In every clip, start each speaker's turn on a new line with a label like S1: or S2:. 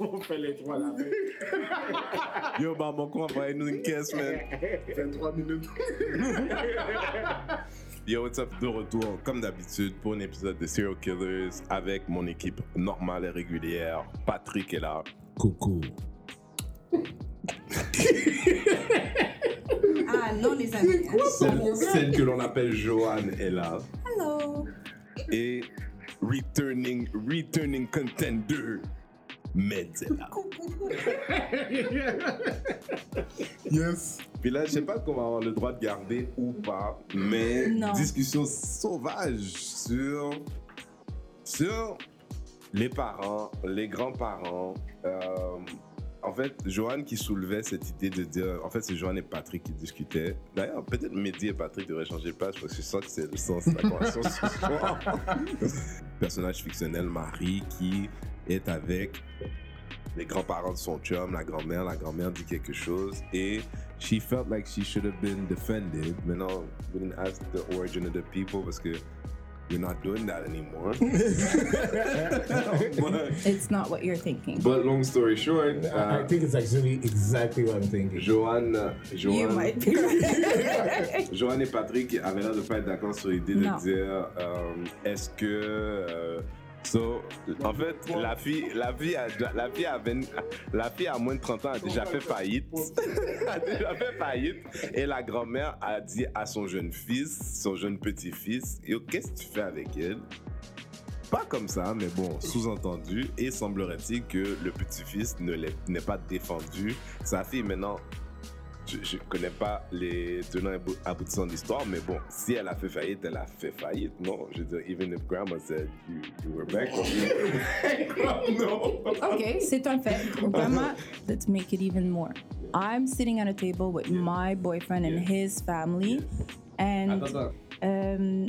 S1: on fait les trois là.
S2: Yo, bah, mon con, envoyez-nous une caisse, man.
S3: 23 minutes.
S2: Yo, what's up? De retour, comme d'habitude, pour un épisode de Serial Killers avec mon équipe normale et régulière. Patrick est là.
S4: Coucou.
S5: Ah non, les amis.
S2: Celle, celle que l'on appelle Joanne est là.
S5: Hello.
S2: Et returning, returning contender, Meds est là. Yes. Puis là, je sais pas qu'on va avoir le droit de garder ou pas, mais
S5: Non.
S2: discussion sauvage sur sur les parents, les grands-parents. Euh, en fait, Joanne qui soulevait cette idée de dire, en fait, c'est Joanne et Patrick qui discutaient. D'ailleurs, peut-être Mehdi et Patrick devraient changer de page parce que je sens que c'est le sens de la conversation ce soir. Personnage fictionnel, Marie, qui est avec les grands-parents de son chum, la grand-mère, la grand-mère dit quelque chose et she felt like she should have been defended. Maintenant, we didn't ask the origin of the people parce que we're not doing that anymore. but,
S5: It's not what you're thinking.
S2: but long story short,
S4: Ah, I
S2: uh,
S4: think it's actually exactly what I'm thinking.
S2: Joanne, uh,
S5: You
S2: Joanne,
S5: might be right.
S2: Joanne et Patrick avaient l'air de pas être d'accord sur l'idée de
S5: Non.
S2: dire euh, est-ce que. euh, so, en fait, la fille, la, fille a, la, fille a vingt- la fille a moins de 30 ans a déjà fait faillite. a déjà fait faillite. Et la grand-mère a dit à son jeune fils, son jeune petit-fils Yo, qu'est-ce que tu fais avec elle pas comme ça, mais bon, sous-entendu, et semblerait-il que le petit-fils ne l'ait- n'est pas défendu. Sa fille, maintenant, je ne connais pas les tenants et abou- aboutissants de l'histoire, mais bon, si elle a fait faillite, elle a fait faillite. Non, je veux dire, even if grandma said you, you were back. non.
S5: okay, sit on fact. Grandma, let's make it even more. I'm sitting at a table with my boyfriend and his family. And euh,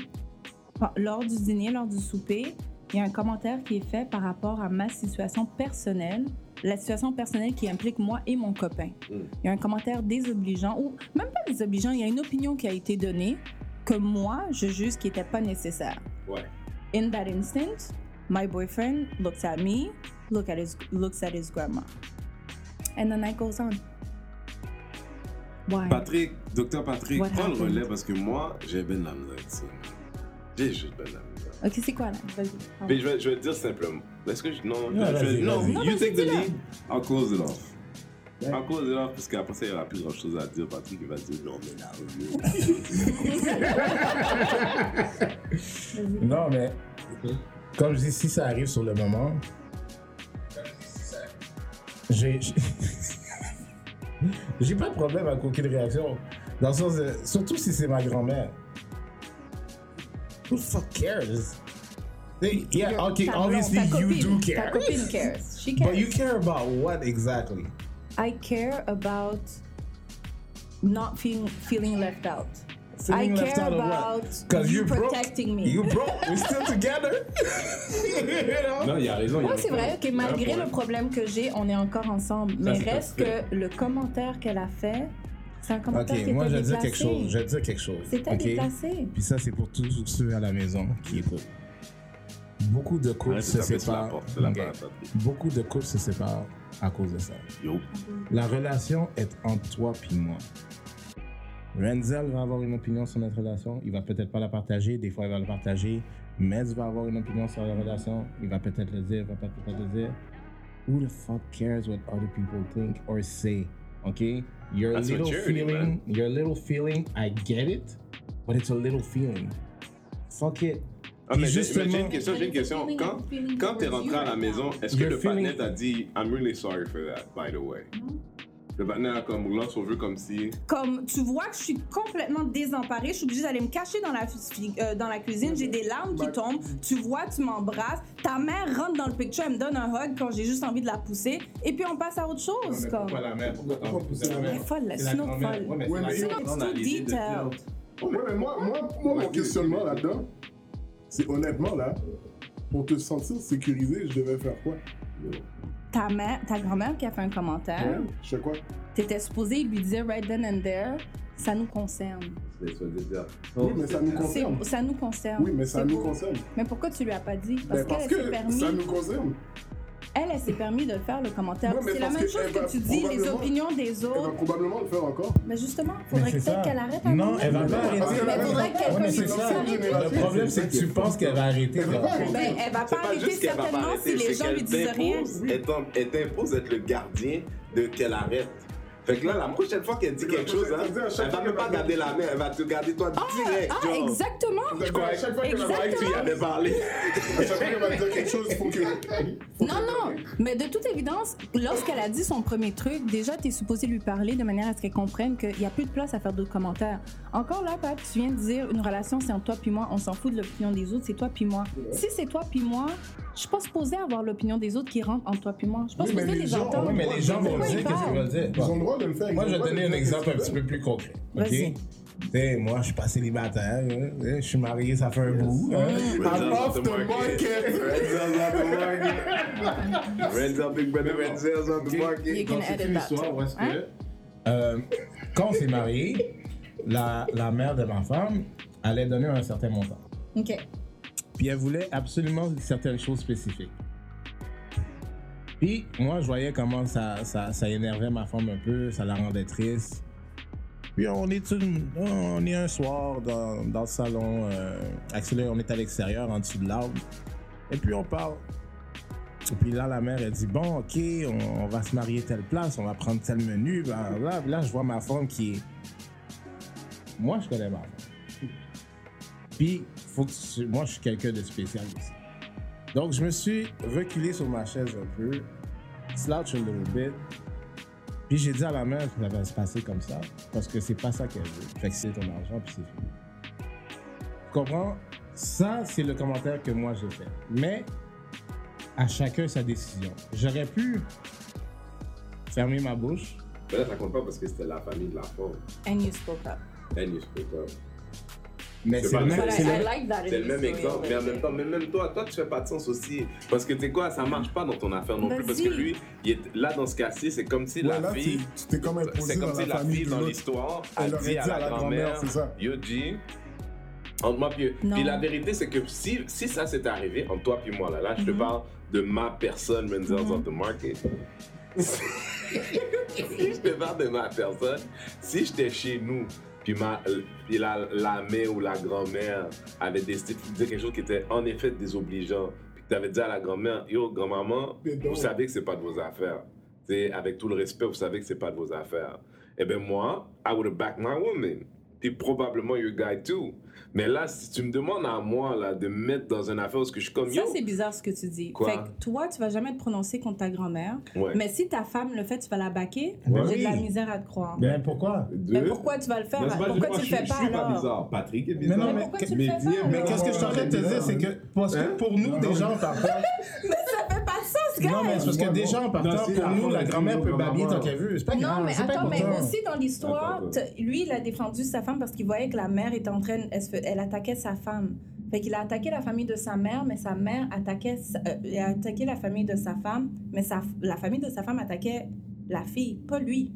S5: lors du dîner, lors du souper, il y a un commentaire qui est fait par rapport à ma situation personnelle, la situation personnelle qui implique moi et mon copain.
S2: Mm.
S5: Il y a un commentaire désobligeant, ou même pas désobligeant, il y a une opinion qui a été donnée que moi, je juge qui n'était pas nécessaire.
S2: Ouais.
S5: In that instant, my boyfriend looks at me, look at his, looks at his grandma. And the night goes on. Why?
S2: Patrick, docteur Patrick,
S5: What
S2: prends le
S5: happened?
S2: relais parce que moi, j'ai ben la misère avec ça. J'ai juste ben la misère.
S5: Ok, c'est quoi là? Vas-y,
S2: Mais je vais, je vais te dire simplement. Est-ce que je. Non,
S4: Non,
S2: je- je-
S4: vas-y,
S2: non,
S4: vas-y.
S5: Non,
S2: you
S5: vas-y,
S2: take the
S5: dis-le.
S2: lead. I'll close it off.
S4: Ouais.
S2: I'll close it off parce qu'après ça, il n'y aura plus grand chose à dire. Patrick, il va dire non, mais là, oui.
S5: vas-y.
S4: Non, mais comme je dis, si ça arrive sur le moment, j'ai j'ai- j'ai pas de problème avec aucune réaction. Dans le sens de, surtout si c'est ma grand-mère. Who the fuck cares? Hey, yeah, okay,
S5: Ta blonde,
S4: obviously
S5: ta
S4: you do
S5: copine, Ta
S4: care.
S5: copine cares. She cares.
S4: But you care about what exactly?
S5: I care about not feeling feeling left out.
S4: Feeling
S5: I
S4: left
S5: care
S4: out of what?
S5: about
S4: 'Cause
S5: you
S4: you broke.
S5: protecting me.
S4: You broke, we're still together. You know?
S2: Non, il y a raison. il y a
S5: Moi,
S2: un
S5: Ah, c'est vrai
S2: problème.
S5: que
S2: Il y
S5: malgré
S2: a un
S5: le problème que j'ai, on est encore ensemble. Mais
S2: c'est
S5: reste que le commentaire qu'elle a fait, c'est un commentaire
S4: Ok,
S5: qui
S4: moi je
S5: était
S4: vais dire
S5: déplacé.
S4: quelque chose. Je vais dire quelque chose.
S5: C'était
S4: ok?
S5: déplacé.
S4: Puis ça, c'est pour tous ceux à la maison qui écoutent. Beaucoup de couples
S2: Arrête de
S4: se
S2: taper sur la
S4: séparent.
S2: porte, c'est la
S4: Ok.
S2: barre à taper.
S4: Beaucoup de couples se séparent à cause de ça.
S2: Yo.
S4: La relation est entre toi puis moi. Renzel va avoir une opinion sur notre relation. Il va peut-être pas la partager. Des fois, il va la partager. Mez va avoir une opinion sur la relation. Il va peut-être le dire. Il va pas peut-être le dire. Who the fuck cares what other people think or say? Okay? Your
S2: That's what
S4: little
S2: charity,
S4: feeling, your little feeling, I get it, but it's a little feeling. Fuck it.
S2: Ah, mais
S4: Puis
S2: j'ai
S4: justement-
S2: mais j'ai une question, j'ai une question.
S5: Feeling-
S2: Quand,
S5: feeling
S2: quand t'es
S5: towards
S2: rentré
S5: you
S2: à la
S5: right
S2: maison,
S5: now.
S2: est-ce que
S4: Your
S2: le
S4: feeling-
S2: partenaire t'a dit I'm really sorry for that, by the way? Le partenaire a comme là, son jeu comme si.
S5: Comme tu vois que je suis complètement désemparée, je suis obligée d'aller me cacher dans la, fi- euh, dans la cuisine, j'ai des larmes qui tombent, tu vois, tu m'embrasses, ta mère rentre dans le picture, elle me donne un hug quand j'ai juste envie de la pousser, et puis on passe à autre chose. comme.
S4: la mère? Pourquoi
S3: t'en veux pousser la
S5: Elle est folle, la snow folle.
S3: Ouais, mais
S5: Sinon, it's too
S3: hein.
S5: detailed.
S3: Ouais, mais moi, moi, moi, mon questionnement là-dedans, c'est honnêtement là, pour te sentir sécurisé, je devais faire quoi
S5: Ta, mère, ta grand-mère qui a fait un commentaire,
S3: Ouais, Je sais quoi
S5: t'étais supposé lui dire right then and there, ça nous concerne.
S3: Oui, mais ça nous
S5: C'est-
S3: concerne.
S5: Ça nous concerne.
S3: Oui, mais ça
S5: C'est
S3: nous
S5: beau.
S3: concerne.
S5: Mais pourquoi tu lui as pas dit? Parce
S3: Ben, parce
S5: qu'elle s'est
S3: que
S5: permis. Oh.
S3: ça nous concerne.
S5: Elle, elle s'est permis de faire le commentaire.
S3: Ouais, mais
S5: c'est la
S3: parce
S5: même
S3: que
S5: chose
S3: elle
S5: que
S3: va
S5: tu dis, les
S3: probablement-
S5: opinions des
S3: Elle va
S5: autres.
S3: eh ben, probablement le faire encore.
S5: Mais justement,
S4: Mais
S5: faudrait
S4: c'est ça.
S5: peut-être qu'elle arrête. Ben, à un
S4: Non,
S5: moment.
S4: elle va pas
S3: Mais
S4: arrêter.
S3: elle
S5: faudrait qu'elle
S4: Ouais, mais c'est
S5: continue.
S4: ça.
S5: Arrête.
S4: Le problème, c'est que tu penses qu'elle va arrêter.
S3: Elle va
S4: là.
S3: pas arrêter.
S5: Ben, elle va
S2: C'est
S5: pas
S2: pas
S5: arrêter
S2: juste qu'elle va pas
S5: certainement si
S2: arrêter,
S5: les
S2: c'est
S5: gens lui
S2: qu'elle
S5: disent rien.
S2: t'impose, elle t'im- elle t'impose d'être le gardien de qu'elle arrête. Fait que là, la prochaine fois qu'elle dit
S3: La
S2: quelque chose,
S3: prochaine
S2: hein,
S3: fois,
S2: elle va
S3: chacun
S2: même
S3: va
S2: pas
S3: dire-
S2: garder la main, elle va te garder toi direct.
S5: Ah,
S2: genre.
S5: exactement.
S2: Je croyais-
S3: Chaque fois
S2: je
S3: qu'elle va-
S2: croyais que tu y avais parlé.
S3: à chaque fois qu'elle va dire quelque chose, il faut que.
S4: Bah.
S3: faut
S5: Non, non, mais de toute évidence, lorsqu'elle a dit son premier truc, déjà, tu es supposé lui parler de manière à ce qu'elle comprenne qu'il n'y a plus de place à faire d'autres commentaires. Encore là, Pat, tu viens de dire une relation, c'est entre toi puis moi, on s'en fout de l'opinion des autres, c'est toi puis moi. Si c'est toi puis moi, je suis pas supposée avoir l'opinion des autres qui rentre entre toi puis moi. Je suis pas
S3: Oui, mais
S5: supposée
S3: les
S5: les
S3: gens
S5: entendre.
S4: Oui, mais les gens vont
S5: Ouais,
S4: dire qu'est-ce
S5: ils
S4: qu'ils
S5: parlent.
S4: veulent dire.
S3: Ils ont le droit de le faire. ils
S4: Moi,
S3: ont
S4: je vais
S3: le
S4: te
S3: droit de
S4: donner un
S3: dire
S4: exemple un
S3: ce
S4: petit
S3: qu'ils
S4: peu plus concret. OK?
S5: Vas-y.
S4: Tu sais, moi, je suis pas célibataire. hein, hein, Je suis marié, ça fait un bout. hein.
S3: veulent. I'm off the market.
S2: Renzel's on the market. Renzel, Big Brother Renzel's on the
S5: You
S2: market.
S5: can
S6: Donc, c'est
S5: edit
S6: une
S5: that.
S6: histoire où est-ce que-
S5: Hein?
S4: Euh, quand on s'est marié, la, la mère de ma femme allait donner un certain montant.
S5: OK.
S4: Puis elle voulait absolument certaines choses spécifiques. Puis moi, je voyais comment ça, ça, ça énervait ma femme un peu, ça la rendait triste. Puis on est, une- on est un soir dans, dans le salon. Euh, Axel, on est à l'extérieur, en dessous de l'arbre. Et puis on parle. Et puis là, la mère, elle dit Bon, ok, on, on va se marier telle place, on va prendre tel menu. blablabla. Puis là, je vois ma femme qui est. Moi, je connais ma femme. Puis, faut que tu- moi, je suis quelqu'un de spécial aussi. Donc, je me suis reculé sur ma chaise un peu, slouch a little bit. Puis, j'ai dit à la mère que ça va se passer comme ça, parce que c'est pas ça qu'elle veut. Fait que c'est ton argent, puis c'est fini. Tu comprends? Ça, c'est le commentaire que moi j'ai fait. Mais, à chacun sa décision. J'aurais pu fermer ma bouche.
S2: Mais là, ça compte pas parce que c'était la famille de la forme.
S5: And you spoke up.
S2: Elle, il se fait pas.
S4: Mais
S2: C'est
S4: c'est
S2: pas
S4: le
S2: le
S4: même-
S2: fait.
S5: But
S4: c'est
S5: I,
S4: le-
S5: I like that in
S2: C'est le
S5: this
S2: même
S5: story,
S2: exemple, mais en
S5: like
S2: même temps, mais même toi, toi, tu fais pas de sens aussi. Parce que tu sais quoi, ça marche pas dans ton affaire non plus. Parce que
S5: Vas-y.
S2: lui, il est- là, dans ce cas-ci, c'est comme si
S3: Ouais,
S2: la
S3: là,
S2: fille.
S3: tu- tu t'es comme imposé
S2: C'est comme
S3: dans
S2: si
S3: la
S2: la
S3: famille
S2: fille
S3: de
S2: dans
S3: l'autre.
S2: l'histoire a
S3: Elle
S2: dit,
S3: aurait
S2: à la, grand-mère,
S3: c'est ça.
S2: Yo, G, entre moi puis eux.
S5: Non.
S2: Puis la vérité, c'est que si, si ça s'est arrivé, entre toi puis moi, là, là, je te parle de ma personne, Menzel's of the Market. si je te parle de ma personne, si j'étais chez nous, puis, ma, puis la, la mère ou la grand-mère avait décidé de dire quelque chose qui était en effet désobligeant, puis que tu avais dit à la grand-mère, yo, grand-maman,
S3: Mais non.
S2: vous savez que c'est pas de vos affaires. T'sais, avec tout le respect, vous savez que c'est pas de vos affaires. Eh ben moi, I would have backed my woman. Puis probablement your guy too. Mais là, si tu me demandes à moi là, de me mettre dans une affaire où ce que je suis comme
S5: Ça,
S2: yo,
S5: c'est bizarre ce que tu dis.
S2: Quoi?
S5: Fait que toi, tu vas jamais te prononcer contre ta grand-mère.
S2: Ouais.
S5: Mais si ta femme le fait, tu vas la baquer.
S4: Ouais.
S5: J'ai de la
S4: Oui.
S5: misère à te croire.
S4: Mais pourquoi?
S2: Deux.
S5: Mais pourquoi tu vas le faire
S6: N'est-ce pas,
S5: Pourquoi
S6: je-
S5: tu
S6: je-
S5: le fais
S6: je
S5: pas
S6: suis pas
S5: alors
S6: bizarre. Patrick est
S4: non,
S6: bizarre.
S5: Mais pourquoi tu le fais pas
S4: Mais
S5: alors?
S4: qu'est-ce que je suis en train de te dire, c'est que, parce
S2: Hein?
S4: que pour nous, des gens, par contre,
S5: Ça fait pas de sens, gars
S4: Non, mais c'est parce que
S6: Moi,
S4: déjà,
S6: moi,
S4: en
S6: non,
S4: partant,
S6: c'est
S4: pour
S6: la
S4: nous,
S6: faute
S4: la
S6: de
S4: grand-mère
S6: nos
S4: peut babiller tant
S6: grands-mères.
S4: qu'elle veut. C'est pas
S5: Non,
S4: grave,
S5: mais
S4: c'est pas
S5: attends, mais
S4: important.
S5: aussi dans l'histoire,
S2: Attends,
S5: t- lui, il a défendu sa femme parce qu'il voyait que la mère était en train. Elle, se fait- elle attaquait sa femme. Fait qu'il a attaqué la famille de sa mère, mais sa mère attaquait. sa- euh, il a attaqué la famille de sa femme, mais sa, la famille de sa femme attaquait la fille, pas lui.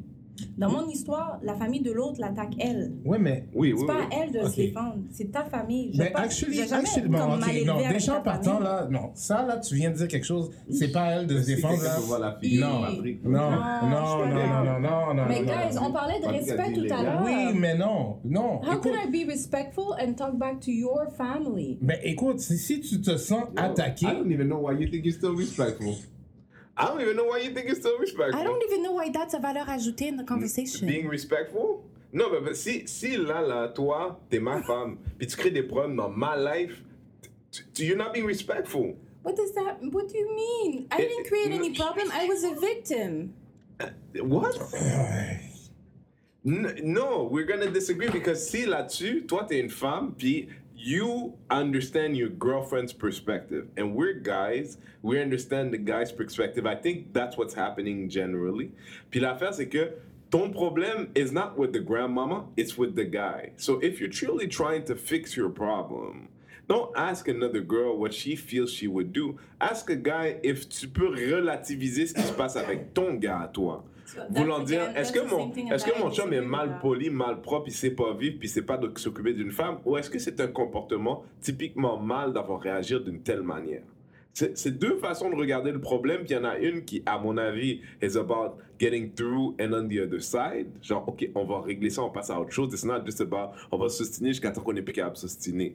S5: Dans mon histoire, la famille de l'autre l'attaque elle.
S4: Ouais, mais.
S2: Oui,
S5: C'est
S2: oui,
S5: pas
S2: oui.
S5: à elle de
S4: Ok.
S5: se défendre, c'est ta famille. Je
S4: Mais
S5: pense-
S4: actually,
S5: j'ai jamais
S4: actually,
S5: comme
S4: bon,
S5: mal
S4: ok,
S5: élevé
S4: non,
S5: avec
S4: déjà en
S5: ta famille.
S4: partant là, non, ça là, tu viens de dire quelque chose, c'est pas à elle de se
S6: Si
S4: défendre
S6: quelqu'un
S4: là.
S6: peut voir la fille,
S4: Non,
S6: Patrick.
S4: non, non,
S5: Non, je suis
S4: non,
S5: pas
S4: non, non, non, non.
S5: Mais
S4: non,
S5: guys,
S4: non.
S5: on parlait de
S6: Parce qu'il a
S5: respect
S6: dit
S5: tout à
S6: les
S5: l'heure.
S4: Oui, mais non, non.
S5: How
S4: écoute,
S5: can I be respectful and talk back to your family?
S4: mais écoute, si, si tu te sens attaqué,
S6: I don't even know why you think you're still respectful.
S2: I don't even know why you think it's so respectful.
S5: I don't even know why that's a valeur ajoutée in the conversation.
S2: Being respectful? Non, mais mais si, si là, là, toi, t'es ma femme, puis tu crées des problèmes dans ma life, tu- tu- you're not being respectful.
S5: What does that? What do you mean? I didn't create any problem. I was a victim.
S2: What? N- No, we're gonna disagree because si là-dessus, toi t'es une femme, puis you understand your girlfriend's perspective, and we're guys, we understand the guy's perspective. I think that's what's happening generally. Puis l'affaire c'est que ton problème is not with the grandmama, it's with the guy. So if you're truly trying to fix your problem, Don't ask another girl what she feels she would do. Ask a guy if tu peux relativiser ce qui se passe avec ton gars à toi. Voulant
S5: that's
S2: dire, est-ce
S5: again, that's
S2: que
S5: the
S2: mon,
S5: same thing
S2: est-ce que
S5: about
S2: mon chum est
S5: executing
S2: mal
S5: that.
S2: poli, mal propre, il sait pas vivre, puis il sait pas de s'occuper d'une femme, ou est-ce que c'est un comportement typiquement mal d'avoir réagi d'une telle manière? c'est c'est deux façons de regarder le problème. Puis il y en a une qui, à mon avis, is about getting through and on the other side. Genre, OK, on va régler ça, on passe à autre chose. It's not just about on va s'ostiner jusqu'à temps qu'on n'est plus capable de s'ostiner.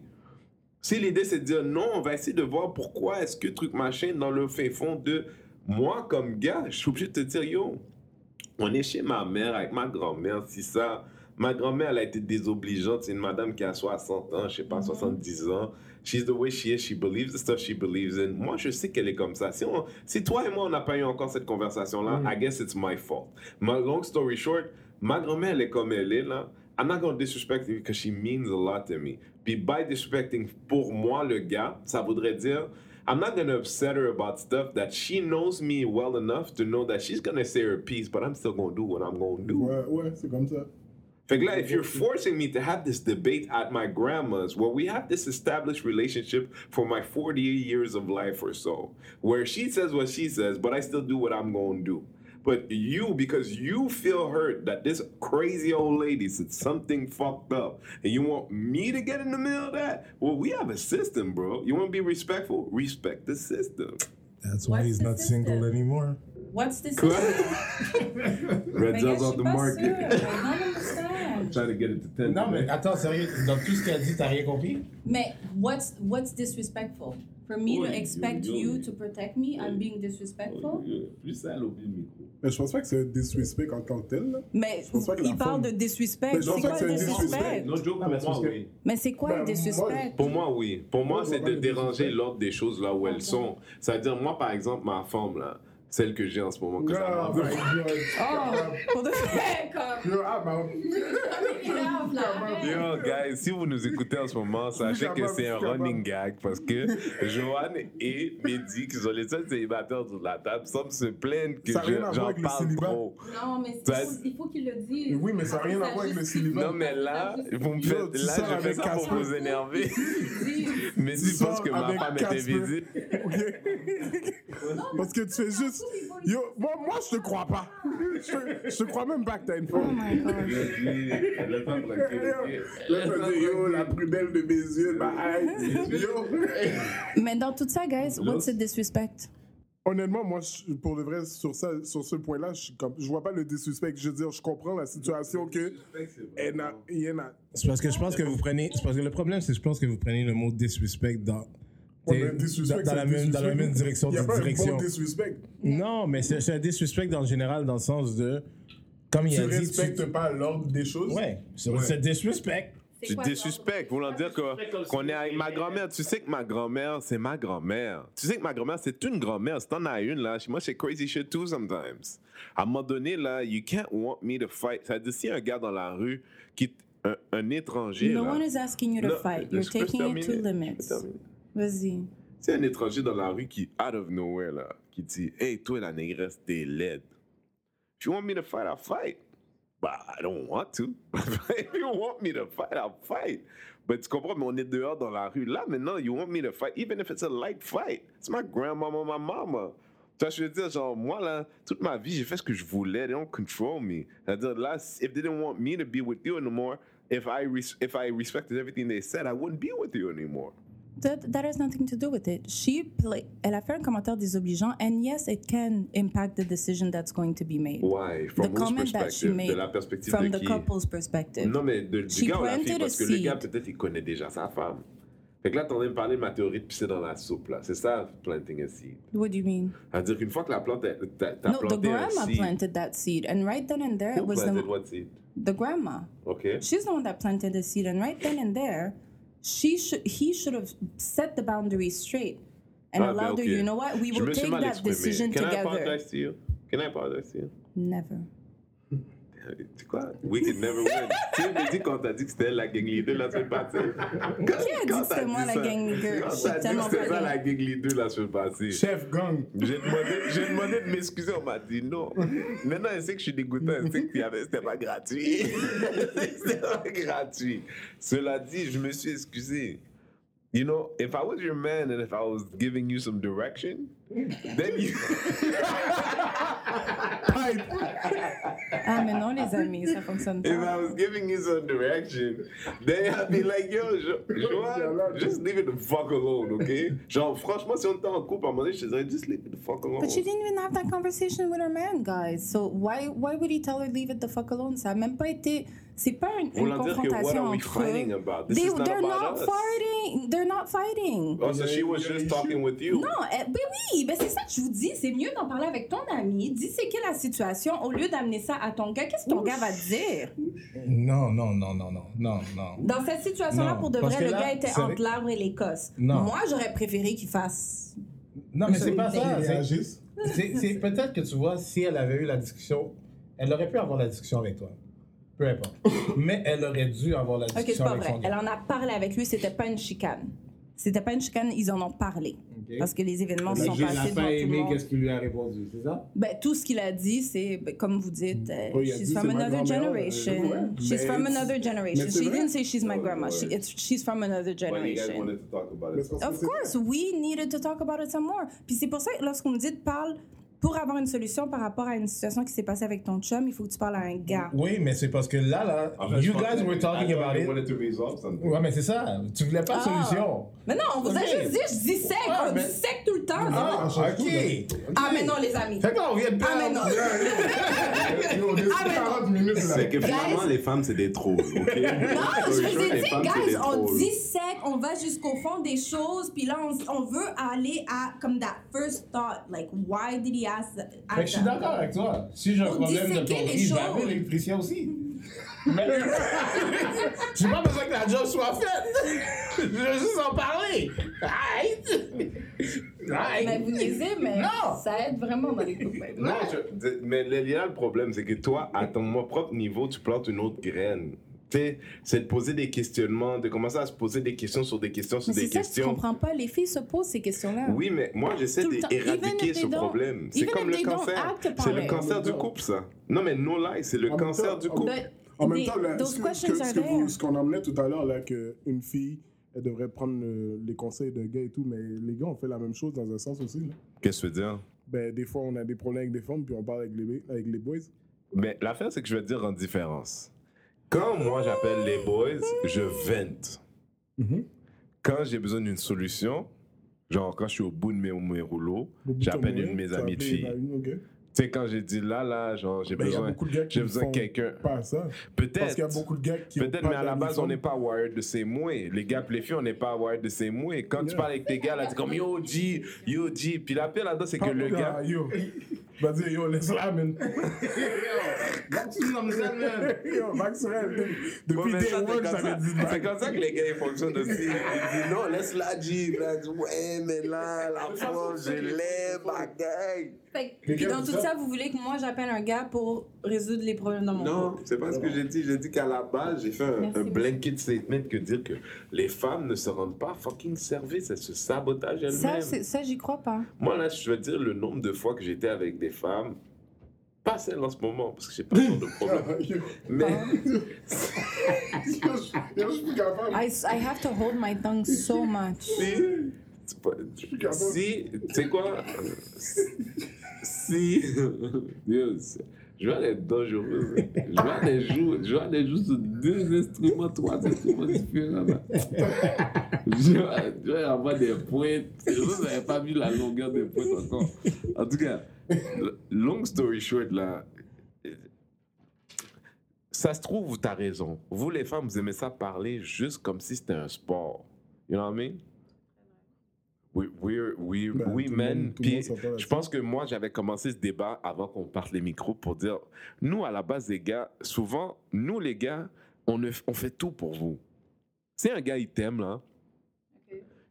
S2: Si l'idée c'est de dire non, on va essayer de voir pourquoi est-ce que truc machin dans le fin fond de moi comme gars, je suis obligé de te dire yo, on est chez ma mère avec ma grand-mère, si ça. Ma grand-mère, elle a été désobligeante. C'est une madame qui a 60 ans, je sais pas, 70 ans. She's the way she is, she believes the stuff she believes in. Moi, je sais qu'elle est comme ça. Si, on- si toi et moi, on n'a pas eu encore cette conversation-là, I guess it's my fault. My long story short, ma grand-mère, elle est comme elle est, là. I'm not going to disrespect her because she means a lot to me. Puis by disrespecting, pour moi, le gars, ça voudrait dire... I'm not going to upset her about stuff that she knows me well enough to know that she's going to say her piece, but I'm still going to do what I'm going to do.
S3: Ouais, ouais, c'est comme ça.
S2: Fait que là, if you're forcing me to have this debate at my grandma's, where we have this established relationship for my 40 years of life or so, where she says what she says, but I still do what I'm going to do. But you, because you feel hurt that this crazy old lady said something fucked up, and you want me to get in the middle of that? Well, we have a system, bro. You want to be respectful? Respect the system.
S7: That's why
S5: What's
S7: he's
S5: the
S7: not single
S5: system?
S7: anymore.
S5: What's this?
S2: Red
S5: Mais gars,
S2: Zell's
S5: je
S2: off
S5: suis
S2: the
S5: pas
S2: market.
S5: sûre. I don't understand.
S2: Trying to get it to 10.
S4: Non, mais attends, sérieux, dans tout ce qu'elle dit, t'as rien compris?
S5: Mais what's what's disrespectful? For me
S2: Oi,
S5: to expect
S2: yo, yo.
S5: you to protect me, I'm being disrespectful.
S2: Plus ça, elle oublie le micro.
S3: Mais je pense pas que c'est un disrespect en tant que tel. là.
S5: Mais
S3: pense pas que
S5: il
S3: la
S5: parle
S3: femme-
S5: de disrespect.
S3: Mais je
S5: C'est
S3: pense pas
S5: quoi
S3: que
S5: le
S3: c'est un
S5: disrespect?
S3: disrespect.
S2: No joke,
S4: Ah, mais
S2: pour
S4: c'est
S2: moi,
S4: parce que-
S2: oui.
S5: Mais c'est quoi
S3: Ben,
S5: le
S3: moi,
S5: disrespect?
S2: Pour moi, oui. Pour moi,
S3: Moi, je
S2: c'est
S3: vois
S2: de
S3: pas le
S2: déranger
S3: disrespect.
S2: l'ordre des choses là où elles sont. C'est-à-dire, moi, par exemple, ma femme, là, celle que j'ai en ce moment, que ça
S3: Ah,
S2: m'a-
S3: my God.
S5: Oh, pour de vrai, comme.
S3: Yo, ah, bah,
S5: grave, là, arrête.
S2: Yo, guys, si vous nous écoutez en ce moment, sachez que c'est un running gag parce que Johan et Mehdi, qui sont les seuls célibataires de la table, semblent se plaindre que
S3: Ça a
S2: je-
S3: rien à voir
S2: j'en
S3: avec le
S2: parle
S3: célibat.
S2: trop.
S8: Non, mais c'est-
S2: Ça-
S8: il faut qu'il le dise.
S3: Oui, mais ça n'a rien à voir avec le célibat.
S2: Non, mais là, vous me
S3: Yo,
S2: faites,
S3: tu sors
S2: là, je fais
S3: avec
S2: ça pour
S3: Casper.
S2: vous énerver.
S8: Dis.
S2: Mehdi
S3: sors
S2: pense que ma
S3: avec
S2: femme est
S3: Casper.
S2: invisible.
S3: Ok. Parce que tu fais juste. Yo, moi, moi je te crois pas. Je, je te crois même pas que t'as une
S5: Oh
S3: femme.
S5: my god.
S3: Là, ça dit, yo, la prudelle de mes yeux, bah, aïe. Yo.
S5: Mais dans tout ça, guys, what's the disrespect?
S3: Honnêtement, moi, je- pour le vrai, sur, ça, sur ce point-là, je, suis comme- je vois pas le disrespect. Je veux dire, je comprends la situation que. elle n'a- Il y en a.
S4: C'est parce que je pense que vous prenez. C'est parce que le problème, c'est que je pense que vous prenez le mot disrespect dans.
S3: Ouais,
S4: t'sais,
S3: mais disrespect,
S4: dans, dans
S3: c'est
S4: la même, dans la
S3: disrespect.
S4: même direction.
S3: Il y a
S4: du-
S3: pas un
S4: direction.
S3: bon disrespect.
S4: Non, mais c'est c'est un disrespect dans le général, dans le sens de. Comme il
S3: Tu
S4: a dit. tu-
S3: respectes pas l'ordre des choses.
S4: Ouais, c'est c'est disrespect.
S8: C'est
S2: Tu
S8: quoi,
S2: désuspectes, voulant dire que- qu'on est avec ma grand-mère. Tu sais que ma grand-mère, c'est ma grand-mère. Tu sais que ma grand-mère, c'est une grand-mère. Si t'en as une, là, moi, c'est crazy shit too sometimes. À un moment donné, là, you can't want me to fight. Ça veut dire, si un gars dans la rue, qui t- un, un étranger,
S5: No
S2: là-
S5: one is asking you to
S2: Non,
S5: fight.
S2: je
S5: You're
S2: peux
S5: taking it to
S2: terminer. Je
S5: limits.
S2: peux terminer.
S5: Vas-y.
S2: Si un étranger dans la rue qui, out of nowhere, là, qui dit, hey, toi, la négresse, t'es laide. If you want me to fight, I'll fight. Bah, I don't want to. If you want me to fight, I'll fight. But tu comprends, mais on est dehors dans la rue. Là, maintenant, you want me to fight, even if it's a light fight. It's my grandmama, my mama. Tu vois, je veux dire, genre, moi, là, toute ma vie, j'ai fait ce que je voulais. They don't control me. C'est-à-dire, là, if they didn't want me to be with you anymore, if I, res- if I respected everything they said, I wouldn't be with you anymore.
S5: That, that has nothing to do with it. She play, elle a fait un commentaire désobligeant, and yes, it can impact the decision that's going to be made.
S2: Why?
S5: The
S2: From whose
S5: comment that she
S2: perspective?
S5: made
S2: De la perspective
S5: from
S2: de
S5: the
S2: qui?
S5: couple's perspective.
S2: Non, mais de, du
S5: She
S2: gars ou la fille,
S5: planted a
S2: parce que le gars,
S5: seed.
S2: peut-être, il connaît déjà sa femme. Fait que là, t'en train de me parler de ma théorie de pisser dans la soupe, là. C'est ça, planting a seed.
S5: What do you mean?
S2: C'est-à-dire qu'une fois que la plante, est- t'as t'as
S5: no, the
S2: planté un
S5: grandma
S2: seed.
S5: planted that seed, and right then and there,
S2: Who
S5: it was
S2: planted
S5: the,
S2: what seed?
S5: the grandma.
S2: OK.
S5: She's the one that planted the seed, and right then and there, she should he should have set the boundaries straight
S2: Ah,
S5: and
S2: ben,
S5: allowed
S2: ok.
S5: her. You know what? We
S2: Je
S5: will
S2: me suis
S5: take
S2: mal
S5: that
S2: exprimé.
S5: decision
S2: Can I
S5: together.
S2: apologize to you? Can I apologize to you?
S5: Never.
S2: C'est quoi? We can never win. tu sais, me dis quand t'as dit que c'était elle la gang leader la semaine passée. Quand,
S5: Qui a dit que c'était moi la gang leader?
S2: Quand
S5: Je suis
S2: t'as dit que
S5: tellement
S2: c'était
S5: pas
S2: ça
S5: gang.
S2: la gang leader la semaine passée.
S3: Chef gang.
S2: J'ai demandé, j'ai demandé de m'excuser, on m'a dit non. Maintenant, elle sait que je suis dégoûtant, elle sait que y avait- c'était pas gratuit. c'était pas gratuit. Cela dit, je me suis excusé. You know, if I was your man and if I was giving you some direction, then you.
S3: Pipe.
S5: Ah, mais non, les amis, ça fonctionne
S2: If I
S5: pas.
S2: was giving you some direction, then I'd be like, yo, Jo- Joanne, just leave it the fuck alone, okay? Genre, franchement, si on était en couple, à un moment donné, je te dirais, just leave it the fuck alone.
S5: But she didn't even
S2: Oh.
S5: have that conversation with her man, guys. So why why would he tell her leave it the fuck alone? Ça a même pas été. C'est pas une, une
S2: Voulant dire que, what
S5: confrontation
S2: are we
S5: entre
S2: fighting
S5: eux.
S2: about? This
S5: They,
S2: is not
S5: they're
S2: about
S5: not
S2: us.
S5: fighting. They're not fighting.
S2: Oh, so she was just talking with you.
S5: Non, eh, ben oui, ben c'est ça que je vous dis. C'est mieux d'en parler avec ton ami. Dis c'est quelle la situation au lieu d'amener ça à ton gars. Qu'est-ce que ton gars va te dire?
S4: Non, non, non, non, non, non, non.
S5: Dans cette situation-là,
S4: Non,
S5: pour de
S4: parce
S5: vrai,
S4: que
S5: le
S4: là,
S5: gars était
S4: c'est-
S5: entre l'arbre et l'écosse.
S4: Non.
S5: Moi, j'aurais préféré qu'il fasse.
S4: Non, mais c'est pas ça.
S9: Ils
S4: c'est-
S9: réagissent.
S4: C'est c'est peut-être que tu vois, si elle avait eu la discussion, elle aurait pu avoir la discussion avec toi. Peu importe. Mais elle aurait dû avoir la
S5: Ok, c'est
S4: discussion
S5: pas
S4: avec
S5: vrai.
S4: son
S5: Elle
S4: gars.
S5: en a parlé avec lui, c'était pas une chicane. C'était pas une chicane, ils en ont parlé. Parce que les événements
S9: Fait
S5: sont
S9: que Gilles n'a
S5: passés devant
S9: pas
S5: tout le
S9: aimé
S5: monde.
S9: qu'est-ce qu'il lui a répondu, c'est ça?
S5: Ben, tout ce qu'il a dit, c'est, ben, comme vous dites, euh,
S9: Oh, il a
S5: she's
S9: dit,
S5: from
S9: c'est ma
S5: another
S9: grand-mère,
S5: generation.
S9: euh, ouais.
S5: She's
S3: Mais
S5: from
S3: c'est-
S5: another generation.
S3: mais c'est
S5: She
S3: vrai.
S5: didn't say she's my
S2: Oh,
S5: grandma. She,
S2: ouais.
S5: it's, she's from another
S2: But you guys
S5: generation.
S2: wanted to talk about
S3: Mais
S2: it.
S3: c'est parce que
S5: Of
S3: c'est-
S5: course, we needed to talk about it some more. Puis c'est pour ça que lorsqu'on me dit de parler pour avoir une solution par rapport à une situation qui s'est passée avec ton chum, il faut que tu parles à un gars.
S4: Oui, mais c'est parce que là, là,
S2: En fait, je
S4: you
S2: pense
S4: guys
S2: que-
S4: were talking
S2: I thought
S4: about
S2: you
S4: it.
S2: wanted to resolve something.
S4: Ouais, mais c'est ça. Tu voulais pas de
S5: Ah.
S4: solution.
S5: Mais non, on vous a
S4: Ok.
S5: juste dit, je dissèque,
S4: Ah,
S5: on
S4: mais-
S5: dissèque tout le temps.
S4: Ah,
S9: on
S4: ok.
S9: change tout, là.
S5: Ah, mais non, les amis.
S4: Fait que là, on vient de
S5: Ah, mais non.
S4: perdre.
S3: Yo, on est sur
S5: Ah, mais non.
S3: 40 minutes là.
S2: C'est que finalement, les femmes, c'est des trolls, ok?
S5: Non, je vous ai dit, guys, on
S2: dit
S5: dissèque, on va jusqu'au fond des choses, puis là, on, on veut aller à, comme that first thought, like, why did he ask, that-
S4: Fait que je suis d'accord avec toi. Si j'ai un
S5: Pour
S4: problème de
S5: disséquer les
S4: plomberie, je vais
S5: choses.
S4: appeler l'électricien aussi. Mais j'ai pas besoin que la job soit faite. Je veux juste en parler. Arrête.
S5: Mais
S4: Arrête.
S5: vous niaisez, mais
S4: Non.
S5: ça aide vraiment dans les couples.
S2: Non, je- d- mais le- là, le problème, c'est que toi, à ton mon propre niveau, tu plantes une autre graine. Tu sais, c'est de poser des questionnements, de commencer à se poser des questions sur des questions sur
S5: Mais c'est
S2: des
S5: ça que je
S2: questions.
S5: comprends pas, les filles se posent ces questions-là.
S2: oui, mais moi, j'essaie
S5: Tout le temps. Even
S2: d'éradiquer
S5: if
S2: ce
S5: they don't-
S2: problème. C'est
S5: even
S2: comme
S5: if
S2: le
S5: they don't
S2: cancer.
S5: act upon
S2: C'est le
S5: it.
S2: cancer du couple, ça. Non, mais no lie, c'est le
S3: En même
S2: cancer
S3: temps,
S2: du
S3: en
S2: couple.
S5: But
S3: En même
S5: they-
S3: temps, là,
S5: those
S3: ce que-
S5: questions
S3: que-
S5: are
S3: ce que
S5: there.
S3: vous- ce qu'on emmenait tout à l'heure, là, qu'une fille, elle devrait prendre euh, les conseils d'un gars et tout, mais les gars, on fait la même chose dans un sens aussi. là.
S2: Qu'est-ce que tu veux dire?
S3: Ben, des fois, on a des problèmes avec des femmes, puis on parle avec les, avec les boys.
S2: Mais Ben, l'affaire, c'est que je vais te dire en différence. Quand moi, j'appelle les boys, je vente. Mm-hmm.
S3: Mhm.
S2: Quand j'ai besoin d'une solution, genre quand je suis au bout de mes, mes rouleaux,
S3: Au bout de
S2: j'appelle
S3: ton
S2: une de
S3: moyen,
S2: mes
S3: tu
S2: amies de
S3: appelles
S2: filles.
S3: une- ok.
S2: Tu sais, quand j'ai dit là, là, genre j'ai
S3: Ben, il y a
S2: besoin,
S3: beaucoup de gars qui
S2: j'ai
S3: ne
S2: besoin de
S3: font
S2: quelqu'un.
S3: pas ça. Parce
S2: Peut-être.
S3: qu'il y a beaucoup de gars qui ont
S2: Peut-être,
S3: pas
S2: mais à la
S3: d'amis
S2: base, on
S3: femmes.
S2: n'est pas wired de ses mouets. Les gars, puis les filles, on n'est pas wired de ses mouets. Quand tu
S3: Yeah.
S2: parles avec tes gars, là, tu comme yo, G, yo, G. Puis la pire là-dedans, c'est que le
S3: Ah,
S2: gars.
S3: Yo. Vas-y, yo, laisse-la, man. Yo, Max Rell,
S2: Ouais,
S3: Depuis
S2: mais
S3: Day
S2: ça, c'est
S3: One,
S2: comme
S3: j'avais
S2: ça.
S3: dit
S2: C'est
S3: Max.
S2: comme ça que les gars ils fonctionnent aussi. Ils disent non, laisse la G. Là, tu- ouais, mais là, la France, je l'aime, ma gang.
S5: Fait que-
S3: Les
S5: puis
S3: gars,
S5: dans
S3: vous
S5: tout
S3: êtes-
S5: ça, vous voulez que moi j'appelle un gars pour résoudre les problèmes dans mon
S2: Non,
S5: couple.
S2: c'est pas ce que j'ai dit. J'ai dit qu'à la base, j'ai fait un,
S5: Merci
S2: un blanket statement que dire que les femmes ne se rendent pas fucking service. Elles se sabotagent
S5: Ça,
S2: elles-mêmes.
S5: c'est- ça j'y crois pas.
S2: Moi, là, je veux dire le nombre de fois que j'étais avec des femmes, pas celles en ce moment, parce que j'ai pas tant de problème.
S3: Yo,
S2: Mais.
S3: yo, je suis plus capable.
S5: I, I have to hold my tongue so much.
S2: si, tu peux- si, tu sais quoi, si, Dieu, c'est- je vais aller dangereux, je vais aller jouer, je vais aller jouer sur deux instruments, trois instruments différents, là. je, vais, je vais avoir des pointes, je vous n'avez pas vu la longueur des pointes encore, en tout cas, long story short, là, euh, ça se trouve, tu as raison. Vous, les femmes, vous aimez ça parler juste comme si c'était un sport. You know what I mean? We, we're, we,
S3: Ben,
S2: we
S3: tout le
S2: men.
S3: monde- tout le
S2: Puis,
S3: monde s'entend là-dessus.
S2: je pense que moi, j'avais commencé ce débat avant qu'on parte les micros pour dire nous, à la base, les gars, souvent, nous, les gars, on, ne- on fait tout pour vous. Si un gars, il t'aime, là,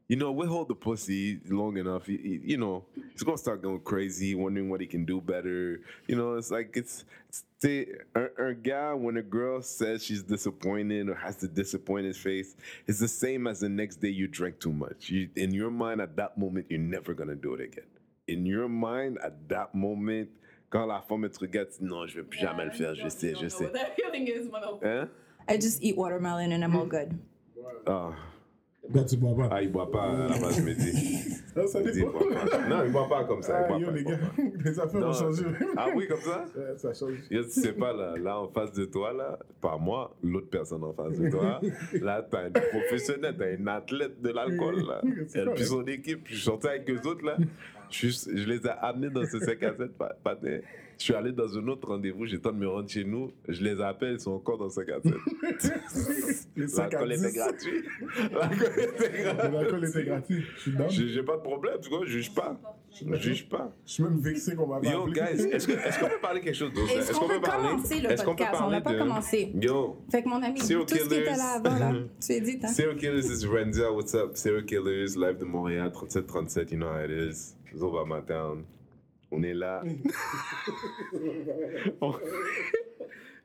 S2: you know, we hold the pussy long enough, he- he- you know, he's gonna start going crazy, wondering what he can do better. You know, it's like it's, it's they, un, un guy when a girl says she's disappointed or has the disappointed face, it's the same as the next day you drank too much. You, in your mind, at that moment, you're never gonna do it again. In your mind, at that moment, quand la femme te regarde, non, je vais plus jamais le faire, je sais, je sais. Hein?
S5: I just eat watermelon and I'm all good.
S2: Ah.
S4: Là, tu bois pas.
S2: Ah, il boit pas à la base, je me dis.
S3: Ah, ça
S2: Il dit, il
S3: dépend.
S2: boit pas. Non, il boit pas comme ça. il
S3: Ah,
S2: boit
S3: yo,
S2: pas,
S3: les
S2: il boit
S3: gars, les affaires
S2: Non.
S3: ont changé.
S2: pas. Ah oui, comme ça
S3: Ouais, ça change.
S2: Yo, tu sais pas, là, là, en face de toi, là, pas moi, l'autre personne en face de toi, là, t'as un professionnel, t'as un athlète de l'alcool, là.
S3: C'est
S2: Elle, puis
S3: correct.
S2: son équipe, puis je sortais avec eux autres, là. Je, suis- je les ai amenés dans ce 5 à 7 pa- patin. Je suis allé dans un autre rendez-vous, j'ai le temps de me rendre chez nous, je les appelle, ils sont encore dans 5 à 7.
S3: Les 5 à
S2: L'alcool
S3: 10.
S2: était gratuit. L'alcool était gratuit.
S3: L'alcool était gratuit. Je suis dedans.
S2: J'ai j'ai pas de problème, tu vois, je juge pas. Je juge pas.
S3: Je suis même vexé qu'on m'a pas
S2: Yo,
S3: appelé.
S2: guys, est-ce que- est-ce qu'on peut parler quelque chose d'autre?
S5: Est-ce qu'on peut commencer le
S2: est-ce qu'on peut
S5: podcast? On n'a
S2: parler
S5: pas
S2: de-
S5: commencé.
S2: Yo,
S5: Fait que mon ami, tout
S2: Serial
S5: ce qui était
S2: killers.
S5: là avant, là, tu es dit, hein?
S2: Serial Killers is Renzel, what's up? Serial Killers, live de Montréal, 37-37, you know how it is. It's over my town. On est là. on...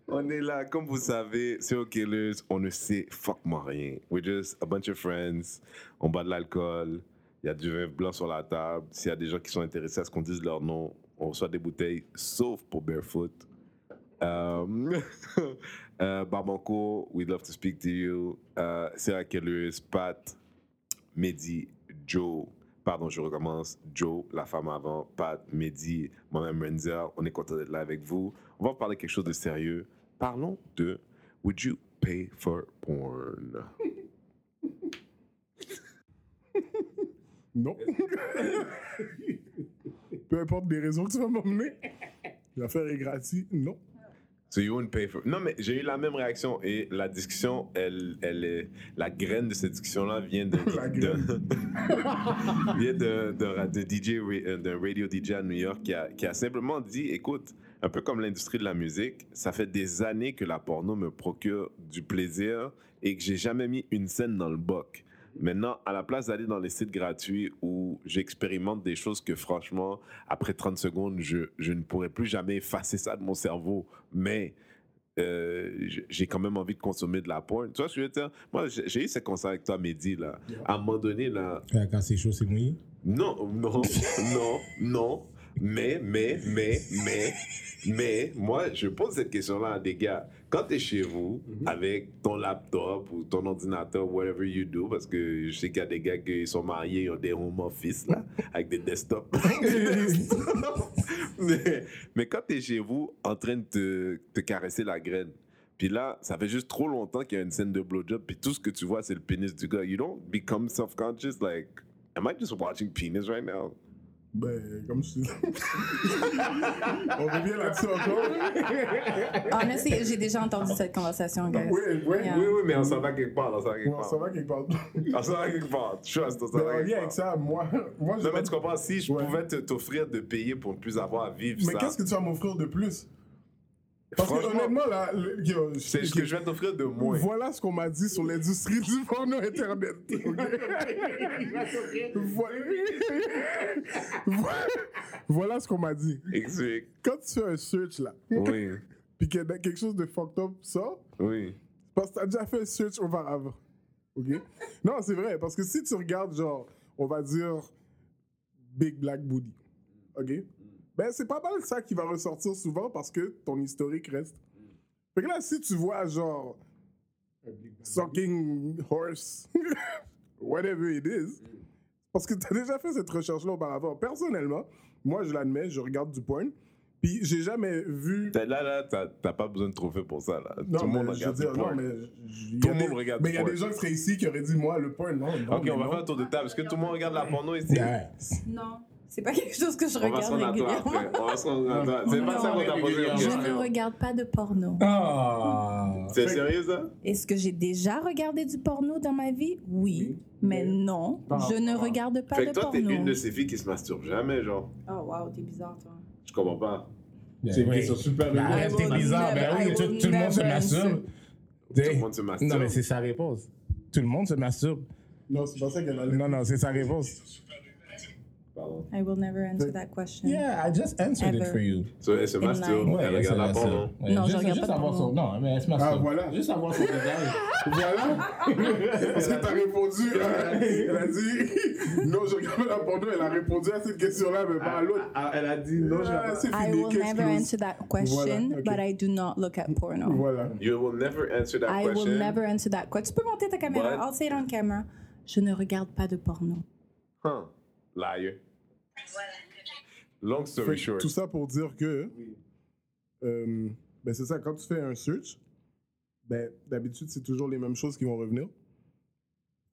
S2: on est là, comme vous savez, Serial Killers, on ne sait fucking rien. We're just a bunch of friends, on boit de l'alcool, il y a du vin blanc sur la table. S'il y a des gens qui sont intéressés à ce qu'on dise leur nom, on reçoit des bouteilles, sauf pour Barefoot. Um, uh, Babanco, we'd love to speak to you. Uh, Sarah Kellers, Pat, Mehdi, Joe. Pardon, je recommence. Joe, la femme avant, Pat, Mehdi, moi-même Renzel. On est content d'être là avec vous. On va parler quelque chose de sérieux. Parlons de Would you pay for porn?
S3: Non. Peu importe les raisons que tu vas m'emmener, l'affaire est gratuite. Non.
S2: So you wouldn't pay for. Non, mais j'ai eu la même réaction et la discussion, elle, elle est. La graine de cette discussion-là vient de.
S3: La
S2: de- vient de, de, ra- de DJ, ra- euh, d'un radio DJ à New York qui a, qui a simplement dit écoute, un peu comme l'industrie de la musique, ça fait des années que la porno me procure du plaisir et que j'ai jamais mis une scène dans le boc. Maintenant, à la place d'aller dans les sites gratuits où j'expérimente des choses que franchement, après 30 secondes, je, je ne pourrais plus jamais effacer ça de mon cerveau, mais euh, j- j'ai quand même envie de consommer de la porn. Tu vois ce que je veux dire? Moi, j'ai j'ai eu ce concert avec toi, Mehdi, là. À un moment donné, là,
S4: Ouais, Quand c'est chaud, c'est mouillé.
S2: non, non, non, non. Mais, mais, mais, mais, mais, moi, je pose cette question-là à des gars. Quand tu es chez vous, avec ton laptop ou ton ordinateur, whatever you do, parce que je sais qu'il y a des gars qui sont mariés, ils ont des home office, là, avec des desktops. Avec des desktops. mais, mais quand tu es chez vous, en train de te, te caresser la graine, puis là, ça fait juste trop longtemps qu'il y a une scène de blowjob, puis tout ce que tu vois, c'est le pénis du gars. You don't become self-conscious, like, am I just watching penis right now?
S3: Ben, comme je dis. On revient là-dessus encore.
S5: Honestly, j'ai déjà entendu cette conversation, guys.
S3: Oui, oui,
S5: Yeah.
S2: Ben Oui, oui, mais on s'en va quelque part, on s'en va quelque
S3: On
S2: part.
S3: s'en va quelque part. Mais
S2: On s'en va quelque part, trust, on s'en
S3: en
S2: va quelque
S3: lien
S2: part.
S3: avec ça, moi, moi
S2: Non,
S3: je.
S2: mais tu comprends, si je
S3: Ouais.
S2: pouvais te- t'offrir de payer pour ne plus avoir à vivre
S3: Mais
S2: ça,
S3: qu'est-ce que tu vas m'offrir de plus Parce que
S2: franchement,
S3: honnêtement, là, le- yo, je-
S2: c'est ce que je vais t'offrir de moins.
S3: Voilà ce qu'on m'a dit sur l'industrie du porno internet. voilà... voilà ce qu'on m'a dit.
S2: Explique.
S3: Quand tu fais un search là,
S2: Oui,
S3: puis que quelque chose de fucked up sort,
S2: oui.
S3: parce que t'as déjà fait un search auparavant. OK? Non, c'est vrai, parce que si tu regardes, genre, on va dire Big Black Booty, OK? Ben, c'est pas mal ça qui va ressortir souvent parce que ton historique reste. Fait que là, si tu vois, genre, Sucking Horse, whatever it is, parce que t'as déjà fait cette recherche-là auparavant. Personnellement, moi, je l'admets, je regarde du porn, puis j'ai jamais vu...
S2: T'as- Là, là, t'as t'as pas besoin de trophée pour ça, là.
S3: Non,
S2: Tout le monde
S3: mais je veux
S2: regarde
S3: dire,
S2: le porn.
S3: non, mais je- il y
S2: Tout
S3: a
S2: le monde
S3: des-
S2: regarde
S3: Mais il y a
S2: le
S3: des
S2: porn.
S3: gens qui seraient ici qui auraient dit, moi, le porn, non, non.
S2: Ok,
S3: mais
S2: on va
S3: non.
S2: faire un tour de table. Est-ce que tout le monde regarde la porno ici?
S4: Yeah.
S10: Non.
S5: C'est pas quelque chose que je
S2: On va se
S5: regarde
S2: rendre à toi
S5: régulièrement.
S2: après. On va se rendre à toi. C'est pas ça qu'on t'a posé comme
S5: Je ne
S2: question.
S5: regarde pas de porno.
S4: Ah!
S2: C'est sérieux, ça?
S5: Est-ce que j'ai déjà regardé du porno dans ma vie Oui, mais non, je ne regarde pas
S2: Fait
S5: de
S2: que toi, t'es
S5: porno.
S2: une de ces filles qui se masturbe jamais, genre.
S5: Oh wow, t'es bizarre toi.
S2: Je comprends pas.
S11: C'est une question super
S4: Bah,
S11: lourde.
S4: arrête, t'es
S5: I will
S4: bizarre.
S5: never-
S4: Ben oui,
S5: I
S4: tout,
S5: will
S4: tout le monde se
S5: never
S4: masturbe.
S2: Tout le monde se masturbe.
S4: Non, mais c'est sa réponse. Tout le monde se masturbe.
S3: Non, c'est pas ça qu'elle allait.
S4: Non, non, c'est sa réponse.
S2: Pardon.
S5: I will never answer that question.
S4: Yeah, I just answered it
S5: Ever.
S4: for you.
S2: So, elle se masturbe,
S4: Ouais,
S2: elle
S4: ça,
S2: regarde la
S4: ça.
S2: porno.
S4: Ouais,
S5: Non, je
S4: juste-
S5: regarde
S4: juste
S5: pas de
S4: avoir
S5: porno.
S4: son- Non, mais elle se masturbe.
S3: Ah, voilà.
S4: Juste avoir son visage.
S3: Voilà. Parce que t'as répondu. euh, Elle a dit, non, je regarde la porno. Elle a répondu à cette question-là, mais pas à l'autre.
S11: Ah, elle a dit non, je la
S3: Ah, c'est
S5: I
S3: fini.
S5: will
S3: Qu'est-ce
S5: never
S3: que
S5: answer that question,
S3: Voilà, ok.
S5: but I do not look at porno.
S3: Voilà.
S2: You will never answer that
S5: I will
S2: question.
S5: never answer that question. Tu peux monter ta caméra.
S2: But-
S5: I'll say it on camera. je ne regarde pas de porno.
S12: Huh. Liar. Long
S3: Fait
S12: story
S3: que
S12: short.
S3: Tout ça pour dire que, euh, ben c'est ça, quand tu fais un search, ben, d'habitude, c'est toujours les mêmes choses qui vont revenir.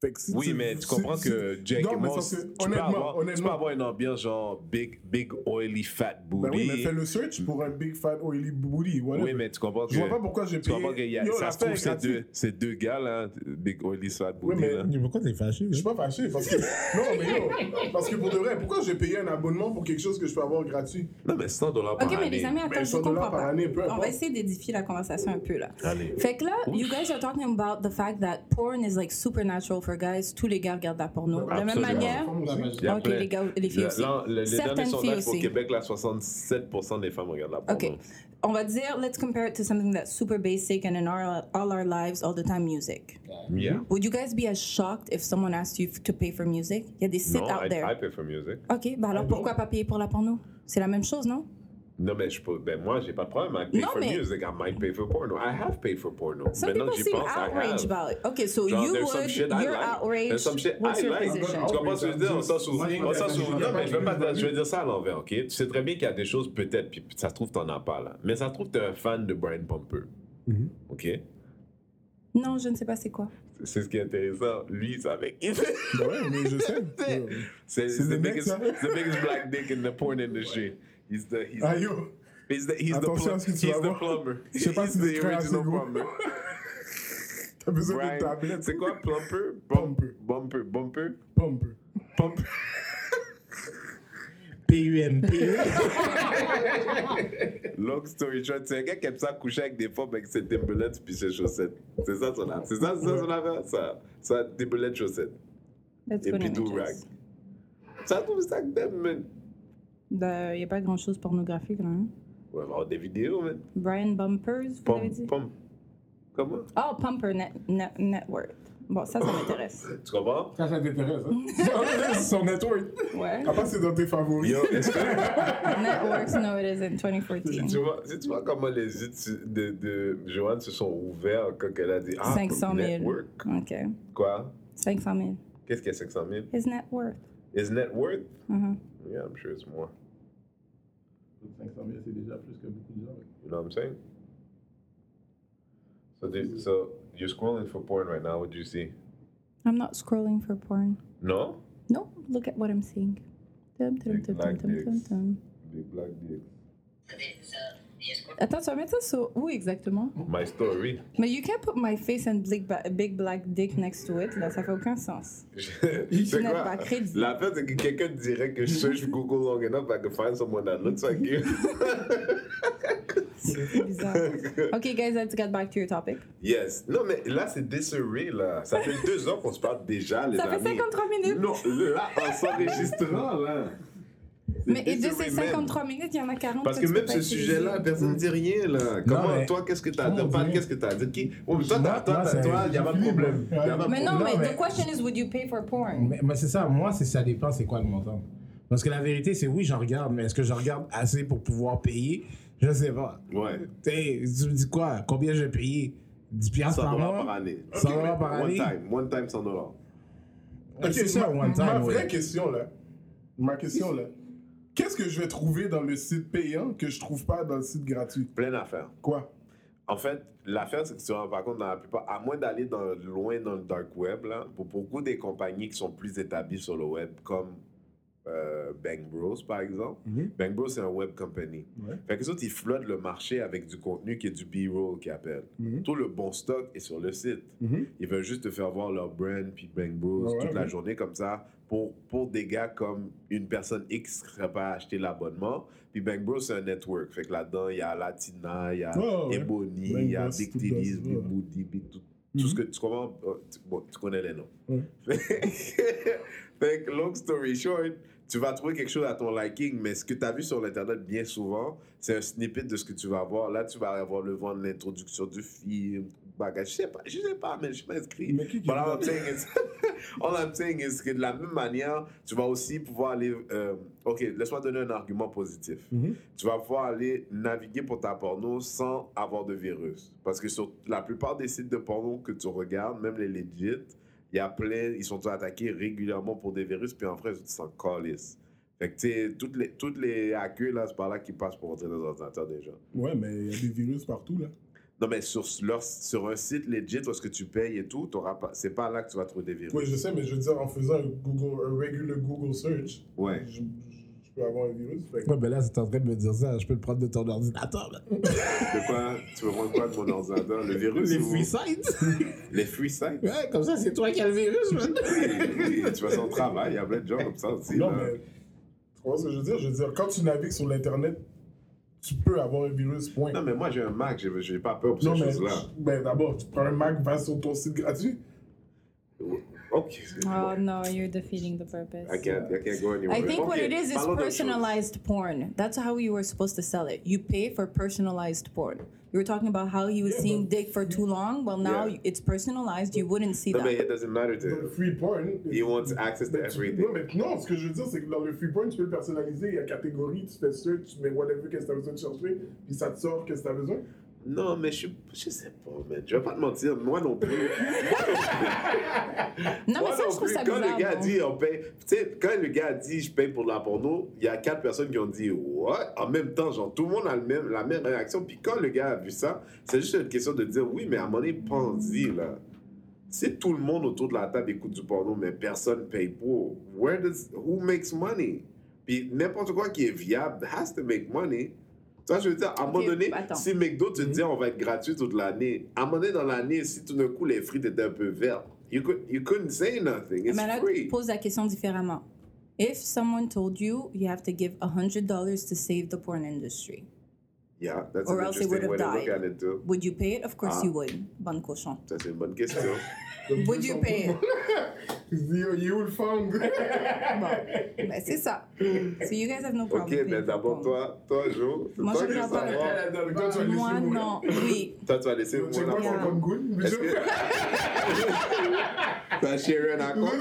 S3: Fait que si
S2: Oui, mais tu
S3: si-
S2: comprends
S3: si-
S2: que Jake
S3: Non,
S2: et
S3: mais
S2: Moss,
S3: ça, c'est-
S2: tu, peux
S3: honnêtement,
S2: avoir, tu peux
S3: honnêtement.
S2: avoir une ambiance genre big, big oily fat
S3: Ben
S2: booty.
S3: oui, mais fais le search pour un big fat oily booty. Voilà.
S2: Oui, mais tu comprends que.
S3: Je vois pas pourquoi j'ai
S2: tu
S3: payé.
S2: comprends qu'il y a.
S3: Yo,
S2: ça se
S3: l'affaire
S2: trouve,
S3: est
S2: ces
S3: gratuite.
S2: deux, ces deux gars, là, big oily fat booty.
S3: mais-
S2: là.
S4: Mais Pourquoi t'es fâché?
S3: Je suis pas fâché parce que. non, mais yo, parce que pour de vrai, pourquoi j'ai payé un abonnement pour quelque chose que je peux avoir gratuit
S2: Non, mais 100 dollars par
S5: Ok, mais les
S2: année.
S5: amis,
S3: Ben,
S5: attends, je
S3: 100
S5: comprends
S3: dollars par
S5: pas.
S3: année, peu
S5: On va
S3: importe.
S5: essayer d'édifier la conversation un peu là.
S2: Allez.
S5: Fait que là, you guys are talking about the fact that porn is like supernatural for guys. Tous les gars regardent la porno. De la même
S2: Absolument.
S5: manière,
S2: Il y a
S5: ok,
S2: plein-
S5: les gars, les filles
S2: Le-
S5: aussi.
S2: l'an- le- les
S5: Certaines
S2: derniers
S5: filles
S2: sondages au
S5: aussi.
S2: Québec, là, 67% des femmes regardent la porno.
S5: Ok. On va dire, let's compare it to something that's super basic and in our, all our lives, all the time, music.
S2: Yeah.
S5: Would you guys be as shocked if someone asked you to pay for music? Il y a des sites
S2: Non,
S5: out
S2: I,
S5: there.
S2: I pay for music.
S5: Ok, bah alors pourquoi pas payer pour la porno? C'est la même chose, non?
S2: Non, mais je peux, ben moi, j'ai pas de problème. I pay
S5: Non,
S2: for
S5: mais-
S2: music. I might pay for porno. I have paid for porno.
S5: Some
S2: Maintenant que
S5: people
S2: j'y
S5: seem
S2: pense, I
S5: outraged
S2: have.
S5: about it. Okay, so
S2: Genre,
S5: you
S2: there's some
S5: would,
S2: shit I
S5: you're
S2: like. There's
S5: outraged.
S2: some shit
S5: What's
S2: I
S5: your
S2: like.
S5: position?
S2: Tu comprends ce que je veux dire? On s'en souvient. On s'en souvient. Non, mais je veux, pas, je veux dire ça à l'envers, OK? Tu sais très bien qu'il y a des choses, peut-être, puis ça se trouve, t'en as pas, là. Mais ça se trouve, t'es un fan de Brian Pumper.
S3: Mm-hmm.
S2: OK?
S5: Non, je ne sais pas c'est quoi.
S2: C'est ce qui est intéressant. Lui, c'est avec...
S3: Ben ouais, mais je sais. Yo.
S2: C'est
S3: C'est
S2: the
S3: le mec,
S2: biggest,
S3: ça.
S2: the biggest black dick in the porn industry. He's the he's
S3: Ah
S2: the,
S3: yo,
S2: he's the, he's the,
S3: Attention
S2: plum-
S3: à ce que tu
S2: he's
S3: vas
S2: the
S3: voir.
S2: plumber.
S3: Je sais pas
S2: he's
S3: si tu
S2: the
S3: crées assez
S2: original
S3: gros.
S2: plumber.
S3: t'as besoin d'une
S2: Brian,
S3: tablette.
S2: c'est quoi plumper?
S3: Plumper.
S2: Bumper, bumper, bumper,
S3: Pump.
S2: bumper.
S4: PUMP.
S2: Long story short, c'est un gars qui aime ça coucher avec des femmes avec ses Timberlands puis ses chaussettes. C'est ça son affaire. C'est ça, c'est ça son affaire. Ça, ça Timberlands chaussettes.
S5: That's
S2: Et
S5: good
S2: puis
S5: images.
S2: do-rag. Ça trouve ça que t'aimes, man.
S5: Il n'y a pas grand-chose pornographique, là. hein?
S2: On va avoir des vidéos, man.
S5: Brian Bumpers, vous
S2: Pom,
S5: l'avez dit?
S2: pom. Comment?
S5: Oh, Pumper Net, Net, Net Worth. Bon, ça, ça m'intéresse.
S2: Tu comprends?
S3: Ça, ça t'intéresse, hein? Son network.
S5: Ouais.
S3: À part c'est dans tes favoris.
S2: Yo, est-ce que...
S5: Networks, no, it isn't. 2014.
S2: Si tu, vois, si tu vois comment les yeux de, de, de Joanne se sont ouverts quand elle a dit Ah,
S5: 500 000.
S2: network.
S5: OK.
S2: Quoi
S5: 500 000.
S2: Qu'est-ce qu'il y a 500 000
S5: His net worth.
S2: Is net worth
S5: Mhm.
S2: Yeah, I'm sure it's more.
S1: 500 000, c'est déjà plus que beaucoup de gens.
S2: You know what I'm saying So, do, so you're scrolling for porn right now. What do you see
S5: I'm not scrolling for porn.
S2: No
S5: No, look at what I'm seeing. Dum, dum,
S2: Big
S5: dum, dum,
S2: black
S5: dum, dum,
S2: dicks.
S5: dum.
S2: Big black dick.
S5: Attends, tu vas mettre ça sur où exactement?
S2: My story.
S5: Mais you can't put my face and big, ba- big black dick next to it, là, ça fait aucun sens.
S2: c'est
S5: n'as
S2: quoi
S5: pas crédit.
S2: La peur, c'est que quelqu'un dirait que je search Google long enough, I can find someone that looks like you.
S5: C'est bizarre. OK, guys, let's get back to your topic.
S2: Yes. Non, mais là, c'est desserré, là. Ça fait deux ans qu'on se parle déjà, les
S5: Ça fait
S2: amis.
S5: 53 minutes.
S2: Non, là, en s'enregistrant, là.
S5: Mais et de
S2: desserré
S5: ces
S2: même.
S5: 53 minutes, il y en a 40.
S2: Parce que
S5: tu peux
S2: même
S5: pas
S2: ce
S5: utiliser.
S2: sujet-là, personne ne dit rien, là. Comment,
S4: mais-
S2: toi, qu'est-ce que t'as dit?
S4: Non,
S2: Pat,
S4: mais-
S2: qu'est-ce que t'as dit? Qui... Oh, mais toi, t'as-
S4: Moi,
S2: toi,
S4: moi,
S2: t'as-
S4: c'est-
S2: toi, il y a pas de problème. Y a pas de
S5: Mais non,
S4: Non,
S5: mais, the
S4: mais-
S5: question is, would you pay for porn?
S4: Mais, mais c'est ça, moi, c'est ça dépend, c'est quoi le montant. Parce que la vérité, c'est oui, j'en regarde, mais est-ce que je regarde assez pour pouvoir payer Je sais pas.
S2: Ouais.
S4: Tu sais, tu me dis quoi Combien je vais payer 10 piastres
S2: 100
S4: par
S2: dollars
S4: mois
S2: par année.
S4: 100
S2: Ok,
S4: dollars par
S2: one
S4: année
S2: time. One time, 100 dollars.
S4: Ouais, C'est ça,
S3: ma,
S4: one time.
S3: ma
S4: ouais.
S3: vraie question là, ma question là, qu'est-ce que je vais trouver dans le site payant que je trouve pas dans le site gratuit
S2: Plein d'affaires.
S3: Quoi
S2: En fait, l'affaire, c'est que tu te rends pas compte dans la plupart, à moins d'aller dans, loin dans le dark web, là, pour beaucoup des compagnies qui sont plus établies sur le web, comme euh, Bang Bros, par exemple.
S4: Mhm.
S2: Bang Bros, c'est un web company. Fait que les autres, ils flottent le marché avec du contenu qui est du B-roll, qu'ils appellent. Tout le bon stock est sur le site.
S3: Mm-hmm.
S2: Ils veulent juste te faire voir leur brand, puis Bang Bros,
S3: Ouais,
S2: toute la
S3: ouais.
S2: journée comme ça, pour, pour des gars comme une personne X qui serait pas acheté l'abonnement. Puis Bang Bros, c'est un network. Fait que là-dedans, il y a Latina, il y a
S3: Ouais, ouais.
S2: Ebony,
S3: Bang
S2: il y a
S3: Bros,
S2: Big
S3: tout
S2: Titties,
S3: dans-
S2: Big
S3: ouais.
S2: Booty, Big tout. Tout ce que tu comprends, euh, tu, bon, tu connais les noms.
S3: Mm-hmm. Ouais.
S2: fait que, long story short, tu vas trouver quelque chose à ton liking, mais ce que tu as vu sur l'Internet bien souvent, c'est un snippet de ce que tu vas voir. Là, tu vas avoir le vent de l'introduction du film, bagage. Je sais pas, je sais pas, mais je suis pas inscrit.
S3: Mais qui qui
S2: But
S3: va-
S2: all I'm saying is- all I'm saying is que de la même manière, tu vas aussi pouvoir aller. euh, ok, laisse-moi donner un argument positif. Tu vas pouvoir aller naviguer pour ta porno sans avoir de virus. Parce que sur la plupart des sites de porno que tu regardes, même les legit, il Il y a plein, ils sont attaqués régulièrement pour des virus, puis en vrai, ils s'en calissent. Fait que, tu sais, toutes les, toutes les accueils, là, c'est par là qu'ils passent pour entrer dans les ordinateurs des gens.
S3: Ouais, mais il y a des virus partout, là.
S2: Non, mais sur, leur, sur un site legit, parce que tu payes et tout, t'auras pas- c'est pas là que tu vas trouver des virus.
S3: Oui, je sais, mais je veux dire, en faisant un, Google, un regular Google search,
S2: Ouais.
S3: je, je peux avoir un virus. Fait que-
S4: Ouais, ben là, c'est en train de me dire ça. Je peux le prendre de ton ordinateur, là.
S2: De quoi Tu veux prendre quoi de mon ordinateur Le virus
S4: Les
S2: ou-
S4: freesides.
S2: Les freesides
S4: Ouais, comme ça, c'est toi qui as le virus, man.
S2: Oui, oui, tu vas son travail, il y a plein de gens comme ça aussi.
S3: non,
S2: là.
S3: mais. Tu comprends ce que je veux dire? Je veux dire, quand tu navigues sur l'Internet, tu peux avoir un virus, point.
S2: Non, mais moi j'ai un Mac, j'ai- j'ai pas peur pour ces
S3: Non, mais,
S2: choses-là.
S3: ben, d'abord, tu prends un Mac, va sur ton site gratuit.
S2: Ok.
S5: Oh no, you're defeating the purpose.
S2: I can't, I can't go anywhere.
S5: I think what
S2: Ok,
S5: it is is
S2: parlons d'autre chose.
S5: personalized porn. That's how you were supposed to sell it. You pay for personalized porn. You were talking about how you were
S3: Yeah,
S5: seeing
S3: but-
S5: dick for too long. Well, now
S2: Yeah.
S5: it's personalized. You wouldn't see
S2: Non, mais
S5: that.
S2: it doesn't matter to
S3: Le
S2: him.
S3: free porn.
S2: euh,
S3: euh,
S2: He wants access to
S3: Ben, tu-
S2: everything.
S3: Non, mais non, ce que je veux dire, c'est que dans le free point, tu peux le personnaliser. Il y a catégorie, tu fais search, tu mets whatever, qu'est-ce que tu as besoin de chercher, puis ça te sort, qu'est-ce que tu as besoin.
S2: Non, mais je, suis- je sais pas, man. Je vais pas te mentir, moi non plus.
S5: Non, mais
S2: Moi
S5: ça,
S2: non
S5: je trouve
S2: plus,
S5: ça
S2: quand
S5: bizarre,
S2: le gars
S5: non?
S2: dit on paye, tu sais, quand le gars dit je paye pour de la porno, il y a quatre personnes qui ont dit what en même temps, genre tout le monde a le même, la même réaction. Puis quand le gars a vu ça, c'est juste une question de dire oui, mais à un moment donné, pense-y là. Si tout le monde autour de la table écoute du porno, mais personne paye pour, where does, who makes money? Puis n'importe quoi qui est viable has to make money. Tu vois, je veux dire, à un moment
S5: Ok,
S2: donné,
S5: attends.
S2: si McDo te
S5: Mhm.
S2: dit on va être gratuit toute l'année, à un moment donné dans l'année, si tout d'un coup les frites étaient un peu vertes, you, could, you couldn't say nothing. It's
S5: Mais là,
S2: free.
S5: pose la question différemment. If someone told you you have to give $100 to save the porn industry,
S2: Yeah, that's
S5: Or
S2: an
S5: else it
S2: interesting
S5: would have
S2: way to look
S5: died.
S2: at it too.
S5: would you pay it? Of course
S2: Ah.
S5: you would. Bon cochon.
S2: Ça, c'est une bonne question.
S3: Le
S5: Would
S3: plus
S5: you
S3: en-
S5: pay it?
S3: Il se dit, yo, you will find.
S5: Bon, ben, c'est ça. So you guys have no problem.
S2: ok,
S5: paying
S2: mais
S5: for
S2: d'abord,
S5: porn.
S2: toi, toi, Jo, c'est
S5: Moi,
S2: toi
S5: je
S2: qui veux
S5: regarde pas le
S2: savoir.
S3: Toi, tu vas laisser
S5: Moi,
S3: mourir.
S5: non. Oui.
S2: Toi, tu vas laisser
S3: Tu sais
S2: mon
S3: quoi,
S2: enfant.
S3: c'est comme good.
S2: Est-ce que. T'as share un account?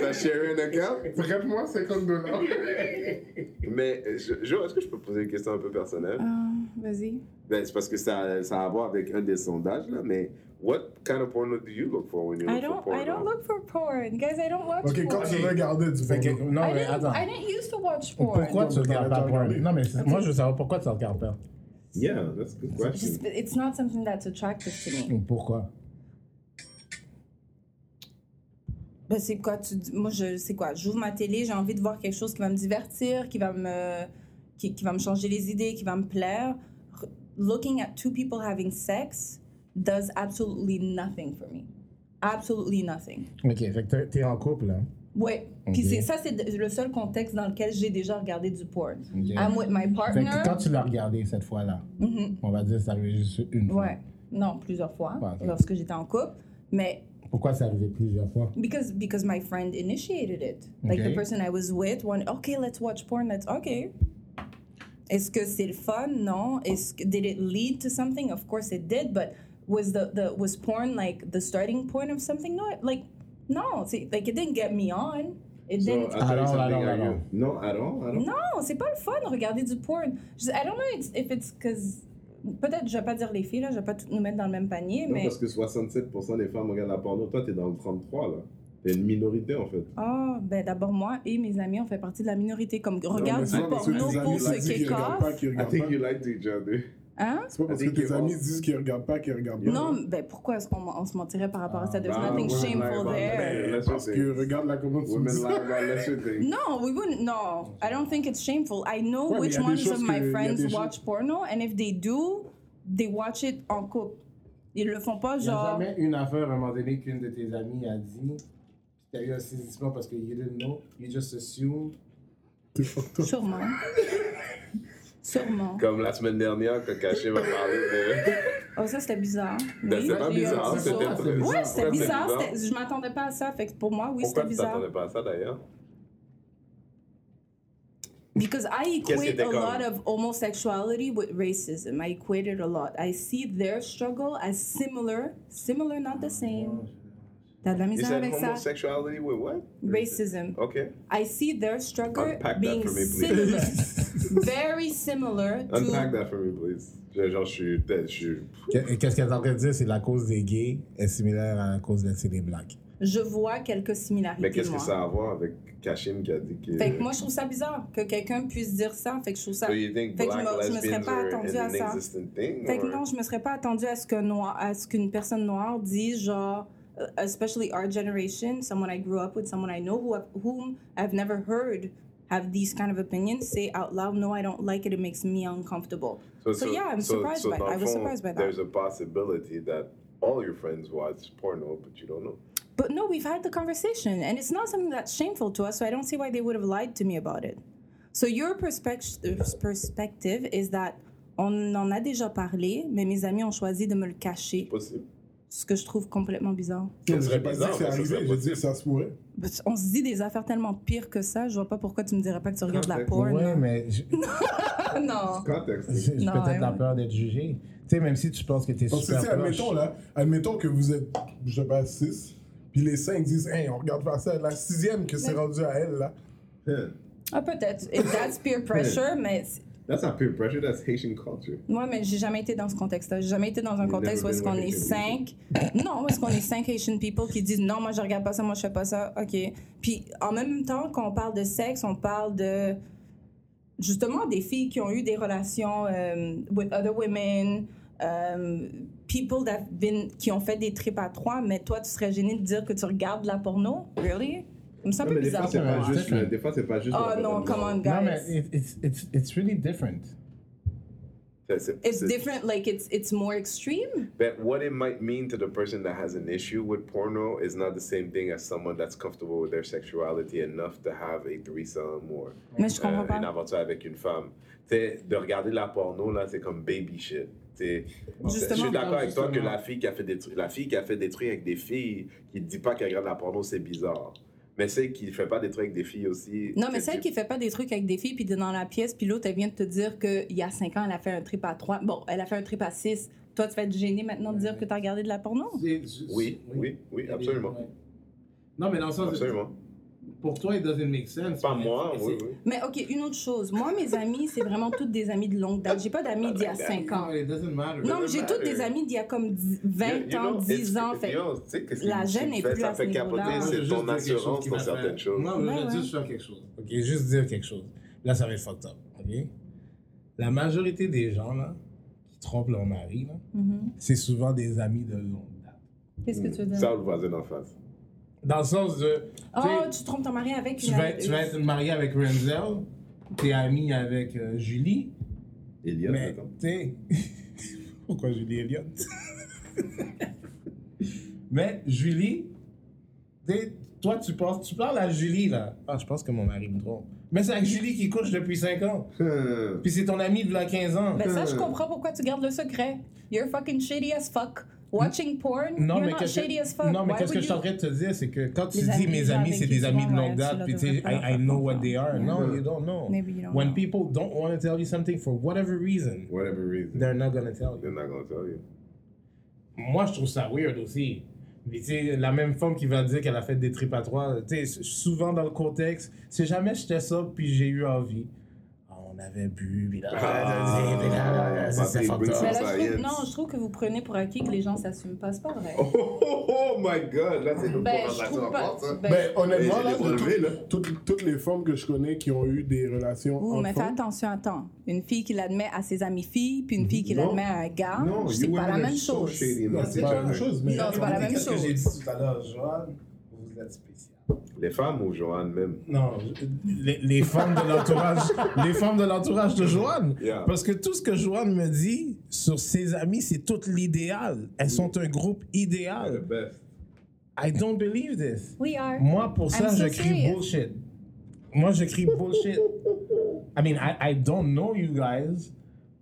S2: T'as share un account?
S3: Prête-moi 50 dollars.
S2: Mais, euh, Jo, Jo, est-ce que je peux poser une question un peu personnelle?
S5: Euh, Vas-y.
S2: Ben, c'est parce que ça, ça a à voir avec un des sondages, là, mais what kind of porno do you look for when you
S5: I
S2: look for
S5: don't.
S2: porn?
S5: I don't look for porn, guys. I don't watch
S3: Ok, quand
S5: porn.
S3: tu regardais du
S4: Fait que-
S3: porno.
S4: non,
S5: I
S4: mais
S5: didn't.
S4: attends.
S5: I didn't used to watch porn.
S4: Pourquoi tu
S3: Non, mais
S4: regardes
S3: t'as
S4: pas porn?
S3: regardé.
S4: Non, mais c'est- moi, je veux savoir pourquoi tu regardes pas.
S2: Yeah, that's a good
S5: Just,
S2: question.
S5: it's not something that's attractive to me.
S4: Pourquoi?
S5: Ben, c'est quoi tu dis- Moi, je sais quoi. J'ouvre ma télé, j'ai envie de voir quelque chose qui va me divertir, qui va me, qui, qui va me changer les idées, qui va me plaire. R- Looking at two people having sex does absolutely nothing for me. Absolutely nothing.
S4: Ok, fait que t'es- t'es en couple, hein. là.
S5: Ouais. Puis
S4: Ok.
S5: c'est ça, c'est de- le seul contexte dans lequel j'ai déjà regardé du porn.
S4: Ok.
S5: I'm with my
S4: Fait
S5: partner.
S4: que quand tu l'as regardé cette fois-là,
S5: Mhm.
S4: on va dire que ça arrivé juste une fois.
S5: Ouais. Non, plusieurs fois
S4: Ouais, ok.
S5: lorsque j'étais en couple, mais
S4: Pourquoi ça arrivé plusieurs fois?
S5: because because my friend initiated it. Like the
S4: Okay.
S5: person I was with wanted, okay, let's watch porn. Let's okay. Est-ce que c'est le fun? Non. Est-ce que- did it lead to something? Of course it did, but was the, the was porn like the starting point of something? No, it- like no, c'est- like it didn't get me on. It
S2: I'll
S5: didn't.
S2: tell you
S4: Alors, alors,
S2: something, are you-
S4: alors.
S2: Ah, Non,
S12: ah,
S2: alors, alors.
S5: Non, c'est pas le fun de regarder du porn. Je, I don't know it's- if it's cause... Peut-être, je vais pas dire les filles, là, je vais pas toutes nous mettre dans le même panier,
S12: Non,
S5: mais...
S12: parce que 67% des femmes regardent la porno. Toi, t'es dans le 33, là. T'es une minorité, en fait.
S5: Ah, ben d'abord, moi et mes amis, on fait partie de la minorité. Comme, regarde
S3: mais c'est
S5: du
S3: pas parce que
S5: porno
S3: tes
S5: pour
S3: amis
S5: ce
S3: disent qu'ils
S5: kick
S3: regardent pas, qu'ils
S2: I
S3: regardent
S2: think
S3: pas.
S2: you like to each other.
S5: Hein?
S3: C'est pas parce
S2: I
S3: que
S2: think
S3: tes
S2: you
S3: amis
S2: all-
S3: disent qu'ils regardent pas, qu'ils regardent pas. ben,
S5: Non, ben pourquoi est-ce qu'on m- on se mentirait par rapport à ça? There's
S2: Ah,
S5: nothing
S2: ouais,
S5: shameful
S2: ouais,
S5: there.
S2: ouais, that's
S3: Parce
S2: what
S3: que
S2: they-
S3: regarde la comment tu me
S2: Women
S3: dis.
S2: lie about that's what they-
S5: No, we wouldn't. No, I don't think it's shameful. I know
S3: Ouais, mais
S5: which
S3: y a des
S5: ones of
S3: choses
S5: my
S3: que- y a
S5: friends
S3: des choses-
S5: watch porno, and if they do, they watch it en couple. Ils le font pas
S4: Il n'y a
S5: genre.
S4: jamais une affaire à un moment donné qu'une de tes amies a dit, puis t'as eu un saisissement parce que you didn't know, you just assume.
S5: Sûrement. Sûrement.
S2: Comme la semaine dernière, quand Caché m'a parlé de.
S5: Oh, ça c'était bizarre.
S2: Ben,
S5: Oui,
S2: c'est pas
S5: j'ai eu un
S2: bizarre,
S5: petit
S2: c'était
S5: saut.
S2: très
S4: bizarre.
S5: Ouais, c'était
S2: Pourquoi c'est
S5: bizarre.
S2: bizarre?
S5: c'était- Je m'attendais pas à ça. Fait que pour moi, oui,
S2: Pourquoi
S5: c'était
S2: tu
S5: bizarre.
S2: t'attendais pas à ça d'ailleurs?
S5: Because I
S2: Qu'est-ce qui
S5: equate
S2: était
S5: a
S2: comme?
S5: lot of homosexuality with racism. I equate it a lot. I see their struggle as similar, similar, not the same. T'as de la
S2: You
S5: misère
S2: said
S5: avec ça?
S2: homosexuality with what?
S5: Racism.
S2: Ok.
S5: I see their struggle
S2: Unpack that
S5: being
S2: for me, please.
S5: similar, very similar
S2: Unpack
S5: to.
S2: that for me, please. Je- Genre, je suis. peut-être- Je suis.
S4: Qu'est-ce qu'elle est en train de dire, c'est la cause des gays est similaire à la cause des blacks.
S5: je vois quelques similarités.
S2: Mais qu'est-ce que
S5: moi.
S2: ça a à voir avec Kashim qui a dit que.
S5: Ah, Fait que moi, je trouve ça bizarre que quelqu'un puisse dire ça. Fait que je trouve ça.
S2: So you think
S5: Fait que je
S2: black
S5: me- je me serais
S2: lesbians
S5: pas
S2: are
S5: attendue à
S2: an
S5: ça.
S2: existing thing?
S5: Fait que
S2: or-
S5: non, je me serais pas attendue à ce que noir, à ce qu'une personne noire dise genre, euh, especially our generation, someone I grew up with, someone I know who I've- whom I've never heard have these kind of opinions, say out loud, no, I don't like it, it makes me uncomfortable. So, yeah, I'm surprised by-
S2: dans le
S5: I was surprised by that.
S2: There's a possibility that all your friends watch porno, but you don't know.
S5: But no, we've had the conversation, and it's not something that's shameful to us, so I don't see why they would have lied to me about it. So your perspective perspective is that on en a déjà parlé, mais mes amis ont choisi de me le cacher,
S2: Possible.
S5: ce que je trouve complètement bizarre.
S2: Ça
S3: J'ai
S2: serait
S3: pas dit
S2: bizarre,
S3: que c'est
S2: mais ça serait
S3: arrivé, j'ai dit
S2: possible.
S3: que ça se pourrait.
S5: Bah, On se dit des affaires tellement pires que ça, je vois pas pourquoi tu me dirais pas que tu regardes la porn.
S4: Ouais,
S5: là.
S4: mais j-
S5: Ah non.
S2: Contexte.
S4: j'ai j'ai
S5: Non,
S4: peut-être
S5: ouais,
S4: la
S5: ouais.
S4: peur d'être jugé. Tu sais, même si tu penses que t'es
S3: Parce que, tu
S4: super
S3: sais,
S4: proche.
S3: admettons, là, admettons que vous êtes, je sais pas, 6, puis les 5 disent, hey, on regarde pas ça. La sixième que c'est rendu à elle, là.
S2: Yeah.
S5: Ah peut-être. If that's peer pressure, mais c'est-
S2: That's not peer pressure, that's Haitian culture.
S5: moi, mais j'ai jamais été dans ce contexte-là. J'ai jamais été dans un
S2: You've
S5: contexte où
S2: never
S5: est-ce
S2: been
S5: qu'on
S2: with
S5: est
S2: Asian
S5: cinq. Non, où est-ce qu'on est cinq Asian people qui disent non, moi je regarde pas ça, moi je fais pas ça. Ok. Puis en même temps qu'on parle de sexe, on parle de justement des filles qui ont eu des relations euh, with other women. euh, people that have been, qui ont fait des trips à trois, mais toi, tu serais gêné de dire que tu regardes de la porno? Really? Ça me semble
S2: Non, mais des fois,
S5: bizarre.
S2: c'est
S5: pour
S2: pas
S5: moi.
S2: juste le- des fois, c'est pas juste.
S5: Oh
S2: le-
S5: non,
S2: le-
S5: come on,
S4: Non, mais
S5: guys.
S4: it- it's, it's, it's really different.
S2: C'est- c'est-
S5: It's
S2: c'est-
S5: different, like it's it's more extreme.
S2: But what it might mean to the person that has an issue with porno is not the same thing as someone that's comfortable with their sexuality enough to have a threesome or
S5: Mais je comprends
S2: euh,
S5: pas.
S2: une aventure avec une femme. Tu sais, de regarder la porno, là, c'est comme baby shit. Tu sais,
S5: Justement.
S2: je suis d'accord avec toi que
S4: Justement.
S2: la fille, qui a fait des trucs, la fille qui a fait des trucs avec des filles qui ne dit pas qu'elle regarde la porno, c'est bizarre. Mais celle qui ne fait pas des trucs avec des filles aussi.
S5: Non, mais
S2: c'est
S5: celle
S2: du-
S5: qui fait pas des trucs avec des filles, puis t'es dans la pièce, puis l'autre, elle vient de te dire qu'il y a cinq ans, elle a fait un trip à trois. Bon, elle a fait un trip à six. Toi, tu vas être gêné maintenant de dire que t'as regardé de la porno?
S13: C'est- c'est-
S2: Oui, oui,
S13: Il y
S2: oui,
S13: a des-
S2: absolument.
S13: Oh. ouais. Non, mais dans le sens.
S2: Absolument.
S13: Pour toi, it doesn't make sense.
S2: Pas
S13: mais
S2: moi,
S13: c'est-
S2: oui,
S13: c'est-
S2: oui.
S5: Mais OK, une autre chose. Moi, mes amis, c'est vraiment toutes des amis de longue date. J'ai pas d'amis d'il y a cinq ans.
S13: It doesn't matter.
S5: Non, mais j'ai toutes des amis d'il y a comme dix- 20
S2: You- you
S5: ans,
S2: know,
S5: 10
S2: it's-
S5: ans.
S2: you
S5: Fait
S2: know, tu sais, qu'est-ce qui-
S5: la
S2: qui
S5: gêne
S2: me
S5: est
S2: fait-
S5: plus à
S2: Ça
S5: ce
S2: fait
S5: niveau-là.
S2: capoter,
S5: Moi,
S13: Je veux
S2: c'est
S13: juste
S2: ton
S13: dire quelque chose
S2: assurance
S13: qui
S2: pour
S13: m'a fait-
S2: certaines choses.
S13: Non, je
S5: Ouais,
S13: veux
S5: ouais.
S13: juste faire quelque chose.
S4: OK, juste dire quelque chose. Là, ça va être fucked up. OK? La majorité des gens, là, qui trompent leur mari, là,
S5: Mhm.
S4: c'est souvent des amis de longue date.
S5: qu'est-ce que tu veux dire?
S2: Ça, ou le voisin d'en face.
S4: Dans le sens de. tu sais,
S5: Oh, tu trompes ton mari avec
S4: tu
S5: une
S4: vas, être, tu vas
S5: amie.
S4: être marié avec Renzel, t'es ami avec euh, Julie,
S2: Elliot,
S4: mais
S2: mettons.
S4: t'es. Pourquoi Julie Elliott Mais Julie, t'es- toi tu penses, tu parles à Julie là. Ah, je pense que mon mari me trompe. Mais c'est avec Julie qui couche depuis 5 ans.
S2: Hmm.
S4: Puis c'est ton ami de là 15 ans.
S5: Ben ça, je comprends pourquoi tu gardes le secret. You're fucking shady as fuck. Watching porn,
S4: Non,
S5: you're
S4: mais
S5: not
S4: qu'est-ce
S5: shady as fuck.
S4: que, non, mais
S5: Why
S4: qu'est-ce que
S5: would
S4: je suis en
S5: you-
S4: train de te dire, c'est que quand tu
S5: Les
S4: dis
S5: amis,
S4: mes
S5: genre,
S4: amis,
S5: avec
S4: c'est
S5: qui
S4: des
S5: tu
S4: amis de
S5: vas, ouais,
S4: longue
S5: tu
S4: date,
S5: leur
S4: puis tu sais,
S5: devrais pas
S4: I, I
S5: leur
S4: know
S5: faire
S4: what they are.
S5: confiance.
S4: No, you don't know.
S5: Maybe you don't
S4: When
S5: know.
S4: people don't want to tell you something for whatever reason,
S2: Whatever reason.
S4: they're not gonna tell
S2: They're
S4: you.
S2: not gonna tell you.
S4: Moi, je trouve ça weird aussi. Puis, tu sais, la même femme qui va dire qu'elle a fait des tripes à trois, tu sais, souvent dans le contexte, c'est jamais j'étais ça, puis j'ai eu envie. Ah, on avait bu, puis là,
S2: Ah.
S4: puis là, Ah, c'est- c'est fucked
S2: Patrick
S4: up.
S2: Brunson.
S5: Ben là, je trouve,
S2: Science.
S5: non, je trouve que vous prenez pour acquis que les gens s'assument pas, c'est pas vrai.
S2: Oh, oh, oh my god, là c'est une
S5: ben, je
S2: conversation
S5: trouve pas.
S2: forte, ça.
S5: ben,
S3: Ben, honnêtement,
S2: j'ai
S3: là,
S2: les bras
S3: de
S2: levés, là.
S3: tout- toutes, toutes les femmes que je connais qui ont eu des relations
S5: ouh, mais fais
S3: enfants,
S5: attention à temps. Une fille qui l'admet à ses amies filles, puis une fille qui
S2: Non.
S5: l'admet à un gars,
S2: Non,
S5: c'est
S2: you
S5: pas la
S2: women
S5: même
S2: are so
S5: chose.
S2: shady, non,
S3: non, c'est pas la même
S2: vrai.
S3: chose. Mais
S5: Non, c'est pas la même
S4: Qu'est-ce que
S5: chose.
S4: j'ai dit tout à l'heure, Joanne? Vous êtes spécial.
S2: Les femmes ou Joanne même.
S4: Non, les, les femmes de l'entourage, les femmes de l'entourage de Joanne.
S2: Yeah.
S4: Parce que tout ce que Joanne me dit sur ses amis, c'est tout l'idéal. Elles sont un groupe
S2: The
S4: idéal.
S2: best.
S4: I don't believe this.
S5: We are.
S4: Moi, pour ça,
S5: I'm so
S4: je crie
S5: serious.
S4: bullshit. Moi, je crie bullshit. I mean, I, I don't know you guys,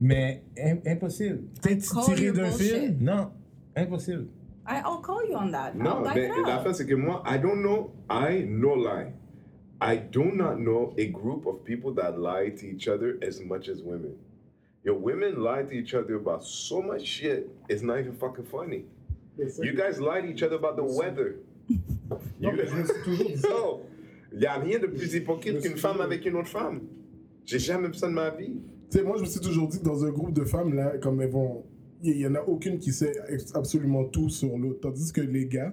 S4: mais im- impossible.
S5: I
S4: Peut-être
S5: call
S4: tiré
S5: you
S4: d'un film?
S5: bullshit.
S4: Non, impossible.
S5: I, I'll call you on that.
S2: Non,
S5: I'll back
S2: mais
S5: it up.
S2: l'affaire c'est que moi, I don't know, I no lie. I do not know a group of people that lie to each other as much as women. Your women lie to each other about so much shit, it's not even fucking funny. You guys lie to each other about the weather. You- Yo, y a rien de plus hypocrite qu'une femme avec une autre femme. J'ai jamais vu ça de ma vie.
S3: tu sais, moi, je me suis toujours dit que dans un groupe de femmes, là, comme elles vont. Il n'y en a aucune qui sait ex- absolument tout sur l'autre. Tandis que les gars,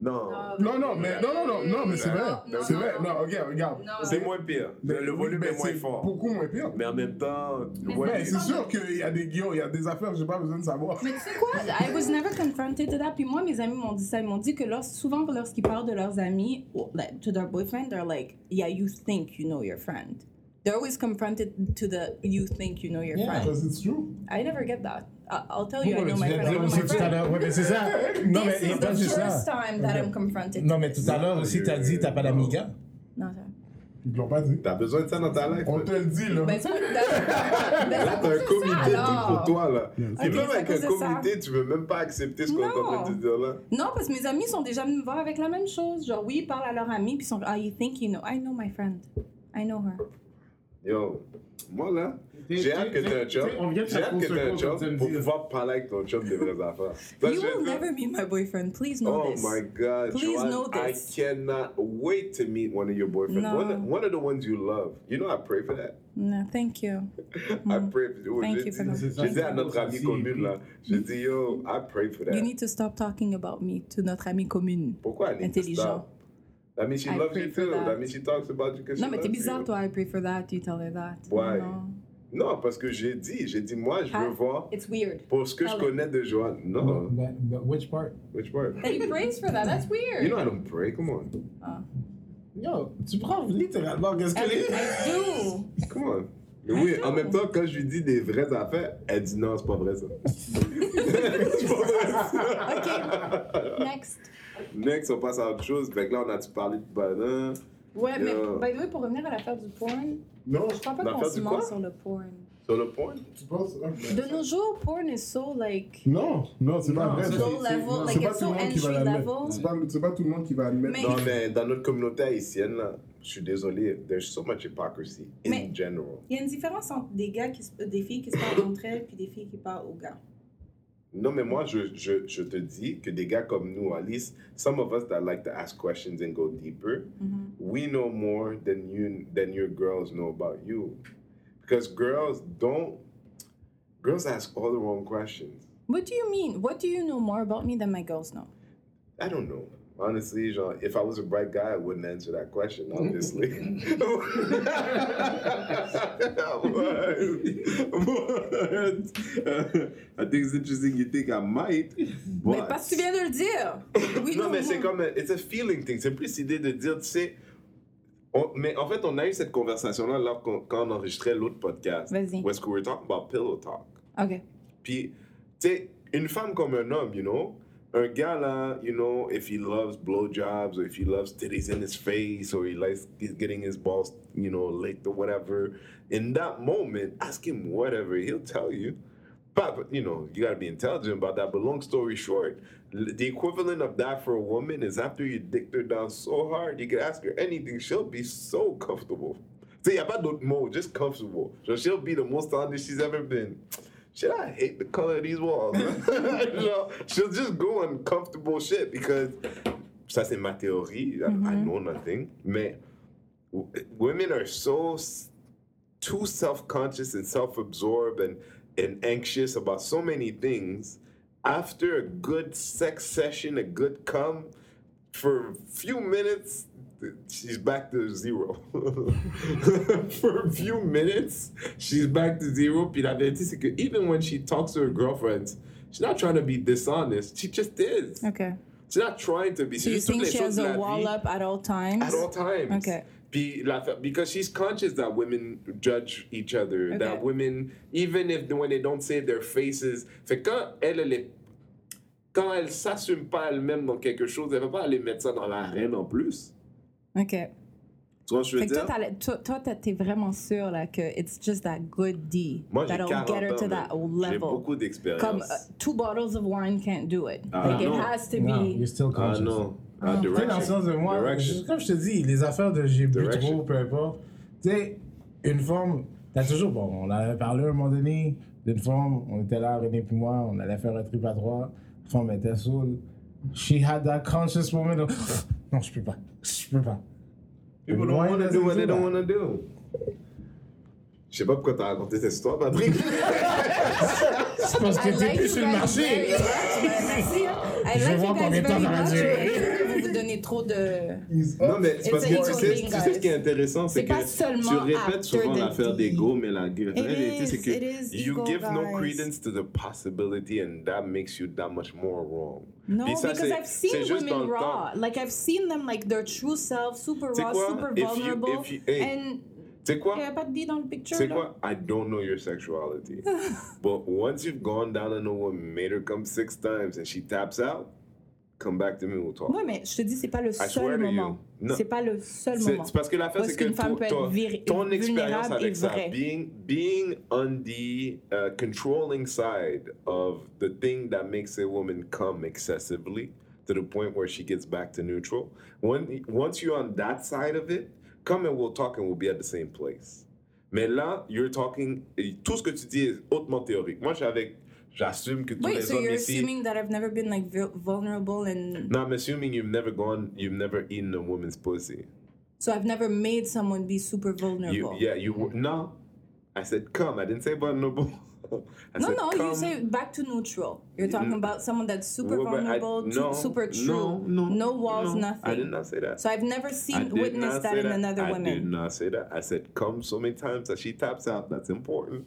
S2: Non.
S3: Non, non, mais, non, non, non, non, mais c'est vrai.
S14: Non,
S3: C'est
S14: non,
S3: vrai.
S14: non.
S3: Non, ok, regarde.
S14: Non.
S2: C'est moins pire. Le, le
S3: oui,
S2: volume
S3: mais
S2: est moins
S3: c'est
S2: fort.
S3: Beaucoup moins pire.
S2: Mais en même temps,
S14: Mais
S2: ouais,
S3: Ben,
S14: mais-
S3: c'est sûr qu'il y a des guillemets, il y a des affaires que j'ai pas besoin de savoir.
S5: Mais tu sais quoi? I was never confronted to that. Puis moi, mes amis m'ont dit ça. Ils m'ont dit que lors- souvent, lorsqu'ils parlent de leurs amis, ou- like, to their boyfriend, they're like, yeah, you think you know your friend. They're always confronted to the you think you know your
S3: Ça,
S5: friend.
S3: c'est true.
S5: I never get that. I- I'll tell you, I
S13: Pourquoi
S5: know my
S13: tu
S5: friend. I
S13: l'as
S5: know
S13: dit
S5: my
S13: aussi tout
S4: Tout à
S2: uh,
S5: friend.
S4: l'heure, ouais, mais c'est ça. Non, mais
S5: This
S4: il y a
S5: is
S4: pas
S5: the
S4: juste
S5: first
S4: ça.
S5: time that I'm confronted.
S4: Non, mais tout à l'heure aussi, t'as dit, t'as pas d'amiga.
S5: Non, ça.
S3: Ils te l'ont pas dit.
S2: t'as besoin de ça dans ta life.
S3: On te le dit, là.
S5: Ben, c'est pas-
S2: Là,
S5: ben, c'est
S2: t'as un
S5: pour
S2: comité
S5: ça,
S2: tout pour
S5: alors.
S2: toi, là. Et
S5: Ok,
S2: même
S5: c'est
S2: avec
S5: à
S2: un
S5: cause de ça.
S2: comité, tu veux même pas accepter ce qu'on est en train de te dire, là.
S5: Non, parce que mes amis sont déjà venus me voir avec la même chose. Genre, oui, ils parlent à leurs amis, puis ils sont Ah, you think you know. I know my friend. I know her.
S2: Yo, moi, là,
S13: T'es-
S2: j'ai hâte que
S13: t'es-
S2: t'aies un
S13: t'es-
S2: job.
S13: on vient de
S2: J'ai hâte que
S13: faire
S2: t'aies un
S13: court
S2: job
S13: circuit,
S2: pour
S13: comme
S2: pouvoir parler avec ton job des vraies affaires. Ça,
S5: you
S2: je
S5: will
S2: veux dire,
S5: never be my boyfriend. Please know
S2: Oh
S5: this.
S2: my God,
S5: Please
S2: Joanne,
S5: know
S2: I
S5: this.
S2: cannot wait to meet one of your boyfriends.
S5: No.
S2: One, one of the ones you love. You know, I pray for that.
S5: No, thank you.
S2: I
S5: Mm.
S2: pray for oh,
S5: Thank
S2: j'ai
S5: you for
S2: dit-
S13: that.
S2: J'ai dit à notre ami
S13: Aussi,
S2: commune,
S13: puis-
S2: là, j'ai dit, yo, I pray for that.
S5: You need to stop talking about me to notre amie commune.
S2: Pourquoi elle est
S5: Intelligent.
S2: That means she
S5: I
S2: loves
S5: pray
S2: you
S5: for
S2: too. That.
S5: that.
S2: means she talks about you 'cause she
S5: Non, mais t'es
S2: loves
S5: bizarre,
S2: you.
S5: toi. I pray for that. You tell her that.
S2: Why?
S5: Non.
S2: Non, parce que j'ai dit, j'ai dit, moi, je veux
S5: Ah.
S2: voir
S5: It's weird.
S2: pour ce que je
S5: Ah oui.
S2: connais de Joanne. Non,
S4: But, but which part?
S2: which part?
S5: That he prays for that. That's
S2: You
S5: weird. Ah.
S2: know I don't pray, come on.
S4: Yo, tu prends littéralement qu'est-ce que
S5: I, I do.
S2: Come on.
S5: Ah,
S2: Mais oui, en même temps, quand je lui dis des vraies affaires, elle dit non, c'est pas vrai ça. C'est pas vrai, ça.
S5: Next.
S2: Next, on passe à autre chose. Fait que là, on a-tu parlé de banan?
S5: Ouais, mais
S2: Yo.
S5: by the way, pour revenir à l'affaire du porn,
S3: Non,
S5: je crois pas
S2: L'affaire
S5: qu'on se
S2: du
S5: ment
S2: quoi?
S5: sur le porn.
S2: Sur le point?
S3: tu penses. ok.
S5: De nos jours, porn is so like.
S3: Non, non, c'est pas
S13: Non,
S3: vrai.
S13: ça,
S3: ça.
S5: Low
S13: c'est-
S5: level,
S13: non,
S5: like
S3: C'est pas
S5: it's
S3: tout le
S5: so
S3: monde qui va
S5: entry
S3: l'admettre.
S5: level.
S3: C'est pas, c'est pas tout le monde qui va admettre.
S5: Mais-
S2: Non, mais dans notre communauté haïtienne, là, je suis désolé, there's so much hypocrisy in
S5: Mais-
S2: general.
S5: Il y a une différence entre des gars qui se- euh, des filles qui se parlent entre elles puis des filles qui parlent aux gars.
S2: Non, mais moi, je, je, je te dis que des gars comme nous, Alice, some of us that like to ask questions and go deeper, we know more than you than your girls know about you. Because girls don't, girls ask all the wrong questions.
S5: What do you mean? What do you know more about me than my girls know?
S2: I don't know. Honestly, Jean, if I was a bright guy, I wouldn't answer that question, obviously. but, I think it's interesting you think I might, but...
S5: Mais parce que tu viens de le dire. Oui,
S2: non, mais c'est
S5: non.
S2: comme. un- It's a feeling thing. C'est plus l'idée de dire, tu sais. on- mais en fait, on a eu cette conversation-là alors qu'on- quand on enregistrait l'autre podcast.
S5: Vas-y.
S2: Où est-ce qu'on talking about pillow talk.
S5: Ok.
S2: Puis, tu sais, une femme comme un homme, you know. Un gars là, you know, if he loves blowjobs or if he loves titties in his face or he likes he's getting his balls, you know, licked or whatever, in that moment, ask him whatever, he'll tell you. But, but, you know, you gotta be intelligent about that. But long story short, l- the equivalent of that for a woman is after you dicked her down so hard, you can ask her anything. She'll be so comfortable. See, about the mode, just comfortable. So she'll be the most honest she's ever been. Shit, I hate the color of these walls. she'll, she'll just go on comfortable shit because ça c'est ma théorie. I- I, know nothing. Mais w- women are so s- too self-conscious and self-absorbed and, and anxious about so many things. After a good sex session, a good come, for a few minutes, she's back to zero. for a few minutes, she's back to zero. Puis la vérité, c'est que even when she talks to her girlfriends, she's not trying to be dishonest. She just is.
S5: Ok.
S2: She's not trying to be.
S5: Do
S2: C'est
S5: you
S2: juste toutes
S5: think
S2: les
S5: she
S2: choses
S5: has
S2: de la
S5: a wall
S2: vie
S5: up at all times?
S2: at all times.
S5: Okay.
S2: Be, like, because she's conscious that women judge each other. That
S5: Okay.
S2: women, even if when they don't say their faces, fait quand elle, elle est- quand elle s'assume pas elle-même dans quelque chose, elle va pas aller mettre ça dans l'arène en plus.
S5: Ok.
S2: Tu vois ce que je veux
S5: Fait que toi,
S2: dire?
S5: t'as la- toi, toi, t'as- t'es vraiment sûr là que it's just that good D
S2: Moi, j'ai
S5: that'll
S2: 40
S5: get her
S2: ans,
S5: to
S2: man.
S5: that
S2: J'ai
S5: level.
S2: beaucoup
S5: Comme
S2: d'expérience.
S5: uh, two bottles of wine can't do it.
S2: Ah,
S5: like
S2: non.
S5: it has to
S4: Non,
S5: be.
S4: you're still
S2: ah
S4: conscious.
S2: non. Ah,
S4: Tu sais, dans le
S2: direction.
S4: sens de moi,
S2: Direction.
S4: comme je te dis, les affaires de j'ai bu
S2: Direction.
S4: trop, peu importe. Tu sais, une forme, t'as toujours, bon, on avait parlé à un moment donné, d'une forme, on était là, René puis moi, on allait faire un trip à trois, la forme était saoule. She had that conscious moment of, non, je peux pas, je peux pas.
S2: People don't
S4: Why
S2: want to
S4: does
S2: do
S4: it
S2: what
S4: do
S2: they don't
S4: that?
S2: want to do. Je sais pas pourquoi t'as raconté cette histoire, Patrick.
S4: C'est parce que
S5: I
S4: t'es
S5: like
S4: plus
S5: you
S4: sur le
S5: guys
S4: marché.
S5: very much, man. Merci. hein. I
S4: Je
S5: like
S4: vois
S5: you
S4: combien
S5: guys
S4: de temps
S5: very
S4: ça va
S5: much.
S4: durer.
S5: man. donné trop de.
S15: Non, mais
S5: It's
S15: c'est parce
S5: a
S15: que tu
S5: equal
S15: sais,
S5: thing,
S15: tu sais ce qui est
S5: guys.
S15: intéressant, c'est
S5: C'est
S15: que
S5: pas seulement
S2: tu répètes
S5: after
S2: souvent
S5: the
S2: l'affaire
S5: deed.
S2: d'ego, mais la la
S5: It
S2: réalité, c'est
S5: is,
S2: que
S5: it is
S2: you
S5: ego,
S2: give no
S5: guys.
S2: credence to the possibility and that makes you that much more wrong.
S5: No,
S2: Puis ça,
S5: because
S2: c'est-
S5: I've
S2: c'est
S5: seen
S2: juste dans
S5: women
S2: le
S5: raw.
S2: temps.
S5: Like I've seen them like their true self, super
S2: C'est
S5: raw,
S2: quoi?
S5: super
S2: If you-
S5: vulnerable.
S2: if you- hey.
S5: And
S2: Tu sais quoi?
S5: il n'y a pas de dit dans le picture.
S2: C'est
S5: là.
S2: quoi? I don't know your sexuality. but once you've gone down on a woman, made her come six times, and she taps out, come back to me, we'll talk.
S5: Ouais, mais je te dis, c'est pas le
S2: swear
S5: seul
S2: to you.
S5: moment.
S2: Non.
S5: C'est pas le seul
S2: C'est
S5: moment.
S2: c'est parce que l'affaire,
S5: Parce
S2: c'est que
S5: qu'une femme
S2: ton,
S5: peut être
S2: ton-
S5: vir-
S2: ton
S5: vulnérable
S2: expérience
S5: et
S2: avec ça,
S5: vraie.
S2: being, being on the uh, controlling side of the thing that makes a woman come excessively to the point where she gets back to neutral, when, once you're on that side of it, come and we'll talk and we'll be at the same place. Mais là, you're talking, et tout ce que tu dis est hautement théorique. Moi, j'avais- j'assume que tous
S5: Wait,
S2: les
S5: so
S2: hommes
S5: you're
S2: ici...
S5: assuming that I've never been like vu- vulnerable and
S2: No, I'm assuming you've never gone, you've never eaten a woman's pussy.
S5: so I've never made someone be super
S2: You,
S5: vulnerable.
S2: yeah, you were. No, I said come. I didn't say vulnerable. I
S5: No,
S2: said,
S5: no,
S2: come.
S5: you say back to neutral. You're talking about someone that's super
S2: Well, but I-
S5: vulnerable, t- super true,
S2: No, no,
S5: walls,
S2: no,
S5: nothing.
S2: I did not say that.
S5: So I've never
S2: I
S5: seen
S2: did not
S5: witnessed that
S2: say
S5: in another
S2: I did
S5: woman.
S2: not say that. I said come so many times that she taps out. That's important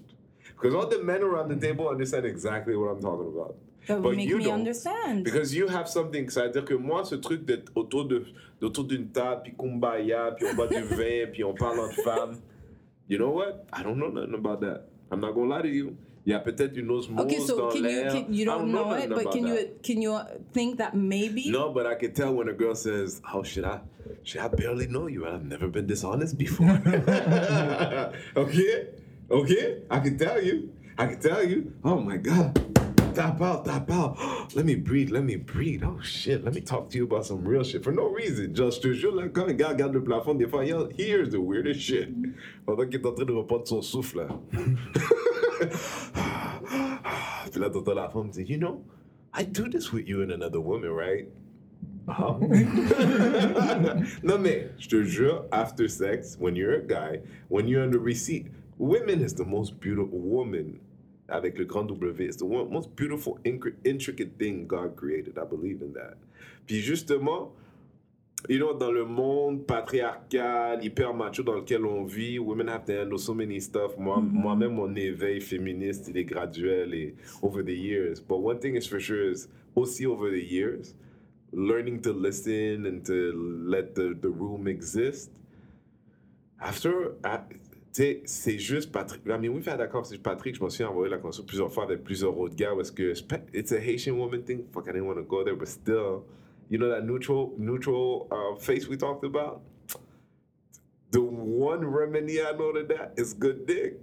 S2: because all the men around the table understand exactly what I'm talking about.
S5: That would
S2: But
S5: make
S2: you
S5: me
S2: don't.
S5: understand.
S2: Because you have something, c'est-à-dire que moi, ce truc d'être autour de autour d'une table, puis kumbaya, puis on boit du vin, puis on parle entre femmes, you know what? I don't know nothing about that. I'm not gonna lie to you. Il y a peut-être une osmose
S5: okay, so
S2: dans
S5: can you
S2: l'air.
S5: can, you
S2: I
S5: don't know
S2: nothing
S5: it, but
S2: about
S5: can
S2: that.
S5: you can you uh, think that maybe
S2: No, but I can tell when a girl says, "Oh shit, I, shit, I barely know you, and I've never been dishonest before." okay, okay, I can tell you, I can tell you. Oh my god, tap out, tap out. let me breathe, let me breathe. Oh shit, let me talk to you about some real shit for no reason. Just to show like quand un gars regarde le plafond des fois, yo, here's the weirdest shit. Pendant qu'il est en train de reprendre son souffle. là. Puis là, t'entends la femme dire, you know. I do this with you and another woman, right? Huh? no man, je te jure, after sex, when you're a guy, when you're on the receipt, women is the most beautiful woman. Avec le grand W, it's the one, most beautiful, incre- intricate thing God created. I believe in that. Puis justement, you know, dans le monde patriarcal, hyper macho dans lequel on vit, women have to handle so many stuff. Moi- Moi-même, mon éveil féministe, il est graduel et over the years. But one thing is for sure is aussi over the years, learning to listen and to let the, the room exist. After, ah, tu sais, c'est juste Patrick. I mean, we've had that conversation with Patrick. Je m'en suis envoyé la conversation plusieurs fois avec plusieurs autres gars parce que c'est pas- it's a Haitian woman thing. Fuck, I didn't want to go there, but still, you know that neutral neutral uh, face we talked about. The one remedy I know to that is good dick.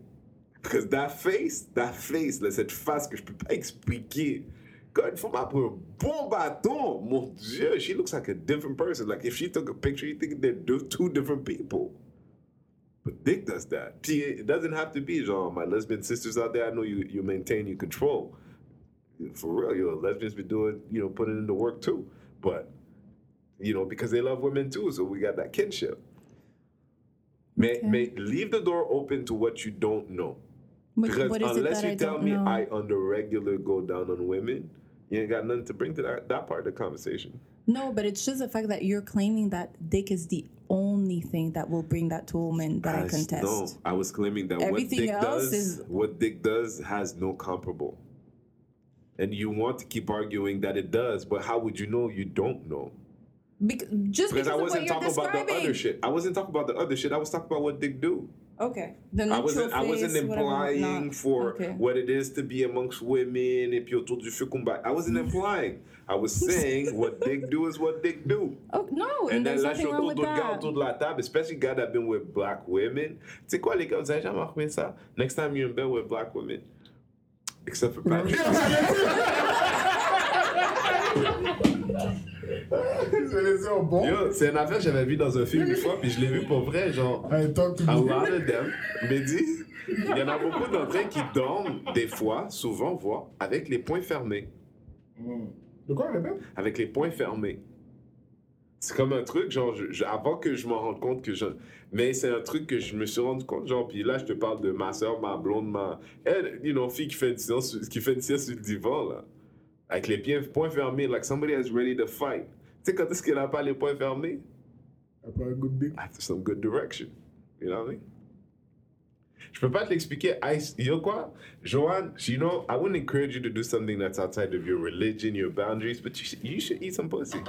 S2: Because that face, that face, là, cette face que je peux pas expliquer. Quand une femme a pris un bon bâton, mon Dieu, she looks like a different person. Like if she took a picture, you think they're do- two different people. But dick does that. P, it doesn't have to be, genre, my lesbian sisters out there, I know you, you maintain your control. For real, your lesbians be doing, you know, putting in the work too. But, you know, because they love women too, so we got that kinship. May, may leave the door open to what you don't know.
S5: what,
S2: Because
S5: what is it
S2: unless
S5: that
S2: you
S5: I
S2: tell
S5: don't
S2: me
S5: know?
S2: I on the regular go down on women, you ain't got nothing to bring to that, that part of the conversation.
S5: No, but it's just the fact that you're claiming that dick is the only thing that will bring that to a woman that I,
S2: s-
S5: contest.
S2: No, I was claiming that
S5: Everything
S2: what Dick
S5: else
S2: does,
S5: is-
S2: what Dick does, has no comparable. And you want to keep arguing that it does, but how would you know? You don't know
S5: Bec- just
S2: because
S5: because,
S2: I
S5: of what
S2: wasn't
S5: you're
S2: talking about
S5: describing.
S2: the other shit. I wasn't talking about the other shit. I was talking about what Dick do.
S5: Okay, the
S2: I
S5: neutral
S2: wasn't. I wasn't
S5: face, whatever,
S2: implying
S5: not-
S2: for
S5: okay.
S2: what it is to be amongst women. If you're told you should come back, I wasn't
S5: Mm.
S2: implying. I was saying what Dick do is what Dick do.
S5: Oh no, and,
S2: And then
S5: there's
S2: là, je suis
S5: nothing wrong
S2: autour
S5: with
S2: d'autres gars
S5: that.
S2: autour de la table, especially guys that been with black women. Tu sais quoi, les gars, vous avez jamais remarqué ça? Next time you're in bed with black women, except for Patrick.
S3: Je vais laisser au bon.
S2: Yo, c'est une affaire que j'avais vu dans un film une fois, puis je l'ai vu pour vrai, genre.
S3: Hey, talk to
S2: A
S3: me.
S2: lot of them. Mais dis, il y en a beaucoup d'entre eux qui dorment, des fois, souvent, voire, avec les poings fermés.
S3: De quoi, répète?
S2: avec les poings fermés. C'est comme un truc, genre, je- je- avant que je m'en rende compte que je. Mais c'est un truc que je me suis rendu compte, genre, puis là, je te parle de ma soeur, ma blonde, ma. Elle, you know, fille qui fait une séance, qui fait une sieste sur le divan, là. Avec les pieds, poings fermés, like somebody is ready to fight. sais, quand est-ce qu'elle n'a pas les points fermés?
S3: Après un good dick.
S2: After some good direction. You know what I mean? Je peux pas te l'expliquer. I, you know quoi? Joanne, you know, I wouldn't encourage you to do something that's outside of your religion, your boundaries, but you should, you should eat some pussy.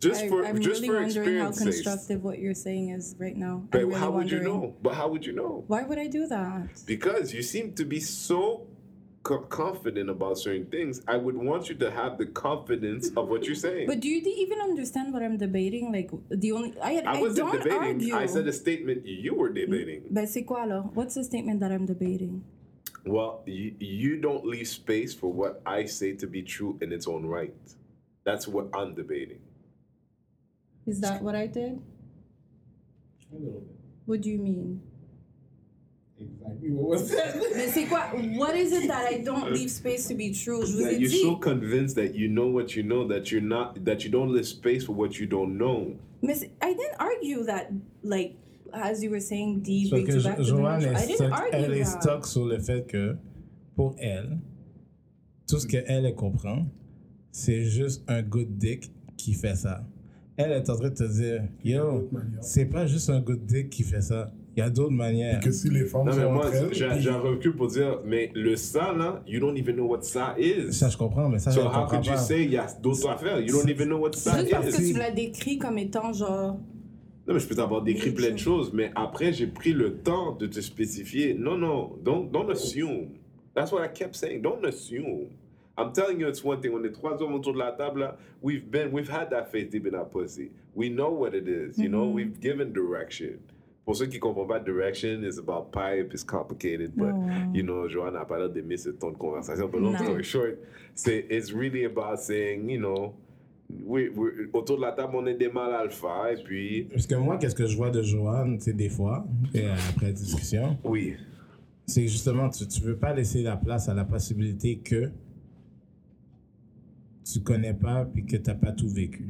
S2: Just
S5: I,
S2: for,
S5: I'm
S2: just
S5: really
S2: for
S5: wondering how
S2: experience sake.
S5: constructive what you're saying is right now.
S2: But
S5: I'm really
S2: how would you
S5: wondering.
S2: know? But how would you know?
S5: Why would I do that?
S2: because you seem to be so co- confident about certain things i would want you to have the confidence of what you're saying
S5: But do you even understand what I'm debating? Like the only I,
S2: i
S5: I,
S2: wasn't
S5: don't
S2: debating
S5: argue.
S2: i said a statement you were debating
S5: But c'est quoi alors? What's the statement that I'm debating?
S2: well you, you don't leave space for what i say to be true in its own right that's what i'm debating
S5: Is that what I did?
S13: A little bit.
S5: What do you mean?
S13: Exactly what was that?
S5: Mais c'est quoi? What is it that I don't leave space to be true? Je vous
S2: that
S5: ai
S2: you're
S5: dit.
S2: so convinced that you know what you know that you're not that you don't leave space for what you don't know
S5: Mais c'est- I didn't argue that, like, as you were saying, D
S4: Parce
S5: brings
S4: que
S5: you back
S4: Jo-
S5: to the
S4: Joanne,
S5: natural. I
S4: est
S5: didn't
S4: stock-
S5: argue
S4: elle est
S5: that.
S4: stock sur le fait que, pour elle, tout ce qu'elle elle comprend, c'est juste un good dick qui fait ça. Elle est en train de te dire, yo, c'est pas juste un good dick qui fait ça. Il y a d'autres manières.
S3: Que si les femmes
S2: non mais
S3: sont
S2: moi
S3: entre elles,
S2: j'ai
S3: puis-
S2: j'ai un recul pour dire mais le ça là you don't even know what ça is
S4: Ça, je comprends, mais ça, je
S2: So how
S4: comprends
S2: could you
S4: pas.
S2: say il y a d'autres affaires? You don't even know what that
S5: Juste parce que
S2: is.
S5: tu l'as décrit comme étant genre.
S2: Non, mais je peux t'avoir décrit plein de choses, mais après, j'ai pris le temps de te spécifier. Non, non, don't, don't assume. That's what I kept saying. Don't assume. I'm telling you, it's one thing. On est trois hommes autour de la table, là. We've been, we've had that faith deep in our pussy. We know what it is, you know? We've given direction. Pour ceux qui comprennent pas, direction is about pipe, it's complicated, but, you know, Joanne a parlé d'aimer ce ton de conversation, but long
S5: Non.
S2: story short, c'est, it's really about saying, you know, we, we, autour de la table, on est des mâles alpha, et puis...
S4: Parce que moi, qu'est-ce que je vois de Joanne, tu sais, des fois, et après discussion,
S2: Oui.
S4: c'est que justement, tu, tu veux pas laisser la place à la possibilité que tu connais pas puis que t'as pas tout vécu.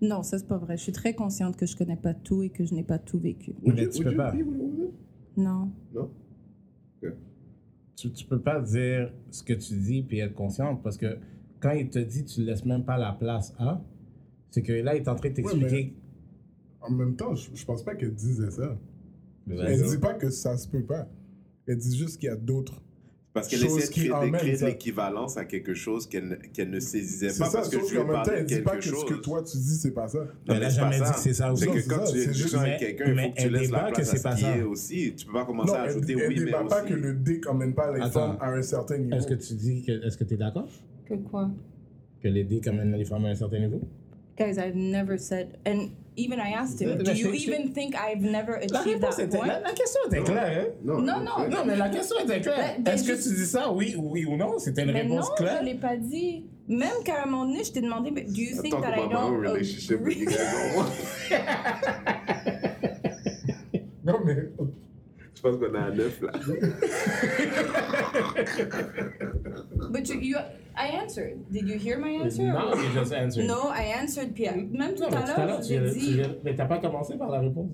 S5: Non, ça c'est pas vrai. Je suis très consciente que je connais pas tout et que je n'ai pas tout vécu.
S4: mais tu peux pas.
S5: Non.
S4: Tu, tu peux pas dire ce que tu dis puis être consciente parce que quand il te dit tu laisses même pas la place à, c'est que là, il est en train de t'expliquer.
S3: En même temps, je, je pense pas qu'elle disait ça.
S2: Ben
S4: Vas-y.
S3: Elle dit pas que ça se peut pas. Elle dit juste qu'il y a d'autres.
S2: Parce qu'elle
S3: Chose
S2: essaie de
S3: qui
S2: créer, de
S3: emmène
S2: créer de
S3: ça.
S2: l'équivalence à quelque chose qu'elle ne, qu'elle ne saisissait
S3: C'est
S2: pas
S3: ça,
S2: parce que
S3: sauf
S2: je lui ai
S3: qu'en même temps,
S2: parlé
S3: elle
S2: de
S3: dit pas
S2: quelque
S3: que
S2: chose.
S3: ce que toi tu dis, c'est pas ça.
S2: Non,
S4: Elle a
S2: mais c'est pas
S4: jamais dit que c'est ça ou
S2: C'est
S4: ça,
S2: que
S3: c'est
S2: quand
S3: ça,
S2: tu es
S3: c'est
S2: juste
S3: juste-
S2: avec
S4: mais-
S2: quelqu'un, il
S4: mais
S2: faut que tu
S4: elle
S2: laisses la
S4: débat que
S2: place à
S4: c'est
S2: ce
S4: pas
S2: qui
S4: ça.
S2: est aussi. Tu peux pas commencer
S3: Non,
S2: à
S3: elle,
S2: ajouter
S3: elle
S2: oui, mais
S3: débat
S2: aussi.
S3: pas que le dick emmène pas les
S4: Attends.
S3: femmes à un certain niveau.
S4: Est-ce que tu dis que. Est-ce que tu es d'accord
S5: Que quoi?
S4: que les dés amènent les femmes à un certain niveau?
S5: Guys, I've never said. And even I asked him, do you even think I've never achieved that point?
S4: question était claire, hein?
S5: Non, non,
S4: Non, mais la question était claire.
S5: Ben, ben,
S4: Est-ce que
S5: juste-
S4: tu dis ça, oui, oui ou non? C'était une
S5: Mais non,
S4: réponse
S5: je
S4: claire.
S5: l'ai pas dit. Même qu'à un moment donné, je t'ai demandé, mais do you think
S2: Talk
S5: that I
S2: about my
S5: don't
S2: own relationship with you
S5: agree?
S2: guys don't want.
S3: Non, mais.
S2: Je pense qu'on est à neuf là.
S5: But you, you, I answered. Did you hear my answer?
S4: Non, you just answered.
S5: No, I answered. Puis même tout
S4: Non, mais tout
S5: à l'heure,
S4: tu
S5: je
S4: viens-
S5: l'ai
S4: tu
S5: dit.
S4: viens- Mais t'as pas commencé par la réponse.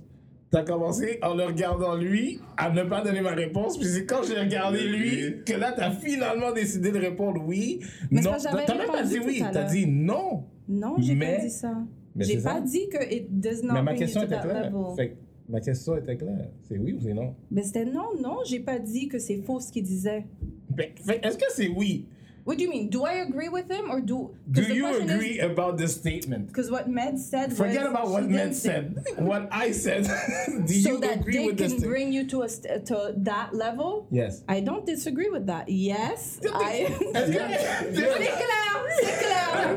S4: T'as commencé en le regardant lui, à ne pas donner ma réponse, puis c'est quand j'ai regardé lui que là t'as finalement décidé de répondre oui.
S5: Mais c'est
S4: non,
S5: parce que j'avais
S4: t'as même pas
S5: répondu
S4: dit
S5: tout
S4: oui,
S5: à
S4: t'as
S5: l'heure.
S4: dit non.
S5: Non, j'ai
S4: Mais-
S5: pas dit ça.
S4: Mais
S5: J'ai
S4: c'est
S5: pas
S4: ça.
S5: dit que it does not
S4: mais ma
S5: bring
S4: question
S5: you to
S4: était
S5: that
S4: claire.
S5: level.
S4: Fait que ma question était claire. C'est oui ou c'est non?
S5: Mais c'était non, non, j'ai pas dit que c'est faux ce qu'il disait.
S4: Ben, fait- Est-ce que c'est oui?
S5: What do you mean? Do I agree with him or do?
S4: Do you agree about this statement?
S5: Because what Med said.
S4: Forget
S5: was
S4: about
S5: she
S4: what
S5: didn't
S4: Matt
S5: say-
S4: said. What I said. Do
S5: so
S4: you
S5: that
S4: agree
S5: dick
S4: with this?
S5: can
S4: thing?
S5: bring you to a st- to that level.
S4: Yes.
S5: I don't disagree with that. Yes, I.
S4: Est-ce que-
S5: C'est clair, c'est clair, c'est très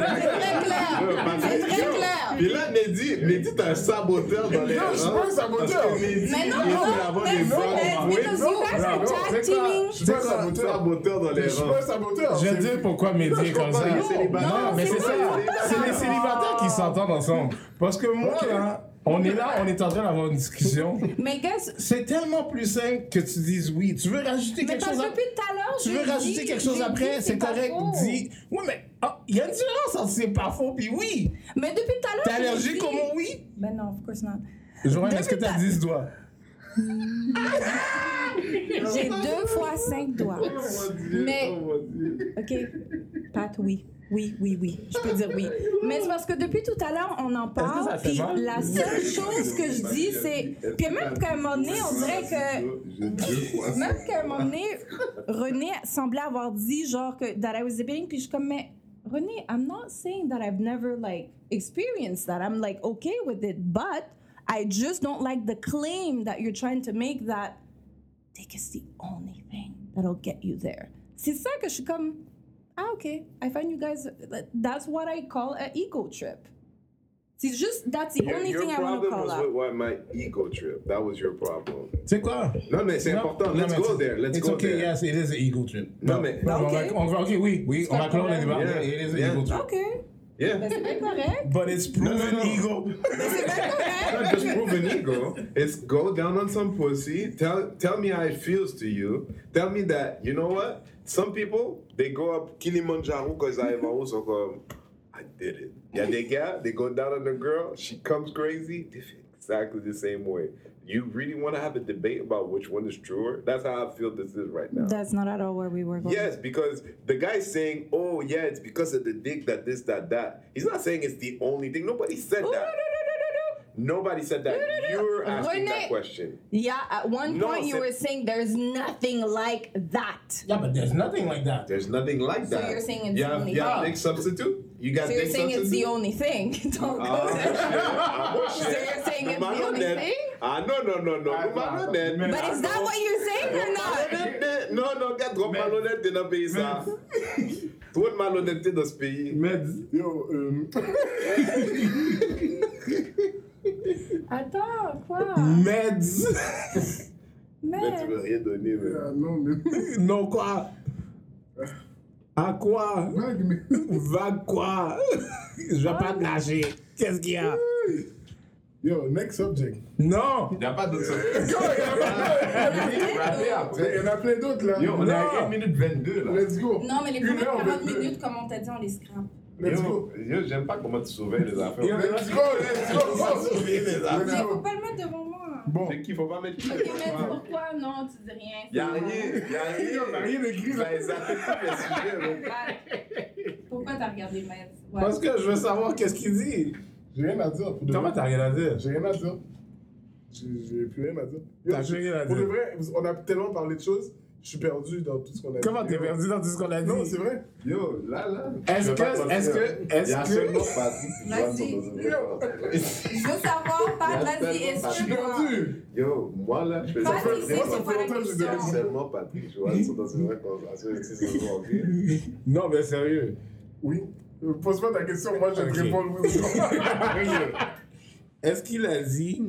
S5: clair, c'est très clair.
S2: Puis là, Mehdi, Mehdi, t'es un saboteur dans les
S3: Non, je suis
S2: rangs.
S3: pas un saboteur.
S2: Parce que Mehdi,
S5: Mais non,
S2: il
S5: non,
S2: veut avoir
S5: mais
S2: des
S5: vous,
S2: femmes.
S5: mais-
S2: Oui,
S5: because you guys are tag teaming.
S2: Je suis pas un saboteur dans
S3: Je
S2: les
S3: suis
S2: rangs.
S3: pas un saboteur.
S4: Je vais
S3: c'est-
S4: te dire pourquoi Mehdi est comme ça.
S2: comprends, il est célibataire.
S4: Non, mais
S5: Non,
S4: c'est
S5: c'est
S4: ça.
S2: pas-
S4: C'est les célibataires qui s'entendent ensemble. Parce que moi, là, on est là, on est en train d'avoir une discussion.
S5: Mais guys,
S4: C'est tellement plus simple que tu dises oui. Tu veux rajouter
S5: mais
S4: quelque
S5: parce
S4: chose
S5: que
S4: à-
S5: depuis tout à l'heure,
S4: Tu
S5: j'ai
S4: veux rajouter
S5: dit-
S4: quelque chose
S5: j'ai dit
S4: après,
S5: que
S4: c'est
S5: pas
S4: correct.
S5: faux.
S4: Dis. Oui, mais ah, il y a une différence entre c'est pas faux puis oui.
S5: Mais depuis tout à l'heure,
S4: T'es
S5: j'ai
S4: allergique
S5: dit-
S4: au mot oui?
S5: Ben non, of course not.
S4: Joanne, est-ce que t'as 10 doigts?
S3: oh
S5: J'ai deux fois cinq doigts. Mais, ok, Pat, oui. Oui, oui, oui, je peux dire oui. Mais c'est parce que depuis tout à l'heure, on en
S13: Est-ce que
S5: parle,
S13: ça fait
S5: puis
S13: mal?
S5: la seule chose que je dis, c'est... Puis même qu'à un moment donné, on dirait que... Même qu'à un moment donné, René semblait avoir dit genre que that I was debating, puis je suis comme, mais René, I'm not saying that I've never like experienced that. I'm like okay with it, but I just don't like the claim that you're trying to make that dick is the only thing that'll get you there. C'est ça que je suis comme, ah ok, I find you guys, that's what I call an ego trip. C'est juste, that's the
S2: Your,
S5: only
S2: your
S5: thing I want to
S2: problem
S5: call
S2: was
S5: out.
S2: with what my ego trip. That was your problem.
S4: C'est quoi?
S2: Non, mais c'est
S4: Non,
S2: important.
S4: non,
S2: Let's
S4: mais
S2: go
S4: it's-
S2: there. Let's
S4: it's
S2: go
S4: okay,
S2: there.
S4: yes, it is an ego trip.
S2: Non,
S4: Bon.
S2: mais-
S4: Bon, on va-
S5: Ok.
S4: on va, ok, oui, oui, on va
S5: pas
S4: clore le
S5: grave.
S4: débat.
S2: Yeah,
S4: It is an
S2: yeah.
S4: ego trip.
S5: Ok,
S2: Yeah.
S5: ben, c'est bien correct.
S4: But it's proven ego.
S2: not just prove an ego. It's go down on some pussy. Tell tell me how it feels to you. Tell me that you know what. Some people they go up Kilimanjaro because I am also go. um, I did it. Yeah, they got they go down on the girl. She comes crazy. They feel exactly the same way. You really want to have a debate about which one is truer? That's how I feel this is right now.
S5: That's not at all where we were going.
S2: Yes, because the guy's saying, "Oh yeah, it's because of the dick that this that that." He's not saying it's the only thing. Nobody said
S5: Ooh, no, no,
S2: that.
S5: no,
S2: Nobody said that.
S5: No, no, no.
S2: You're asking
S5: Renee-
S2: that question.
S5: Yeah, at one
S2: No,
S5: point you
S2: c'est-
S5: were saying there's nothing like that.
S4: Yeah, but there's nothing like that.
S2: There's nothing like
S5: So
S2: that.
S5: you're saying it's
S2: you
S5: the
S2: have,
S5: only
S2: you have
S5: thing.
S2: dick substitute? You got
S5: So you're
S2: dick
S5: saying
S2: substitute?
S5: it's the only thing. Don't
S2: Uh-huh.
S5: go there. So you're saying it's the only thing?
S2: Ah, no, no, no, Ah, no.
S13: Ah,
S2: Ah,
S13: non,
S2: malhonnête.
S13: mais-
S5: But is that what you're saying or not?
S2: Malhonnête, Non, non, regarde, trop malhonnête t'es dans le pays, ça. Trop de malhonnêteté dans ce pays.
S3: Mais dis- yo, euh,
S5: Attends, quoi?
S3: mais dis-
S2: Mais tu veux rien donner, mais...
S3: Ah, non, mais.
S4: Non, quoi?
S3: À quoi
S13: Vague, mais.
S3: Va quoi
S4: Je vais pas te lâcher. Qu'est-ce qu'il y a?
S3: Yo, next subject.
S4: Non!
S12: Il n'y a pas
S3: Euh,
S12: d'autre solution.
S13: Rappelez après.
S3: Il y en a plein d'autres là.
S12: Yo, on est
S4: Non.
S12: à 1 minute 22 là.
S3: Let's go.
S14: Non, mais les
S3: Une
S14: premières
S3: heure,
S14: 40
S3: vingt-deux.
S14: minutes, comme on t'a dit, on les scrape.
S3: Let's go.
S2: Yo, yo, j'aime pas comment tu surveilles les affaires.
S3: Let's go, let's go.
S14: Mais
S3: Let's
S14: faut
S3: go.
S14: pas le mettre devant moi.
S3: Bon,
S2: C'est qu'il faut pas mettre...
S14: Ok, mais dis pourquoi non, tu dis rien.
S2: Y'a rien, y'a rien.
S3: on a rien écrit là.
S2: Ça les affecte Ben, pas le sujet, là.
S14: Ouais. Pourquoi t'as regardé Mads? Ouais.
S4: Parce que je veux savoir qu'est-ce qu'il dit.
S3: J'ai rien à dire. pour de
S4: Comment
S3: vrai.
S4: t'as rien à dire?
S3: J'ai rien à dire. J'ai j'ai plus rien à dire. Yo,
S4: T'as rien à
S3: Pour de
S4: dire.
S3: vrai, vous- on a tellement parlé de choses, je suis perdu dans tout ce qu'on a dit.
S4: Comment t'es
S3: Yo.
S4: perdu dans tout ce qu'on a dit?
S3: Non, c'est vrai.
S2: Yo, là, là.
S4: Est-ce
S2: Je veux
S4: que-
S2: pas te mentir.
S4: est-ce que- est-ce
S2: Il y a
S4: que-
S2: seulement Patrick qui doit
S14: Vas-y.
S2: me donner un conseil.
S14: Je veux savoir, Pat,
S2: Y'a
S14: vas-y, est-ce
S2: tellement
S14: que.
S3: Je suis perdu.
S2: Yo, moi, là, je fais
S14: Vas-y,
S2: ça.
S14: c'est
S2: Moi,
S14: quoi
S2: ça
S14: ta
S2: fait longtemps que je
S14: question?
S2: donne seulement Patrick Joanne ils sont dans une vraie conversation ici, c'est vraiment ok.
S4: Non, mais sérieux.
S3: Oui. Euh, Pose-moi ta question, moi je
S4: Ok.
S3: te réponds oui ou non.
S4: Est-ce qu'il a dit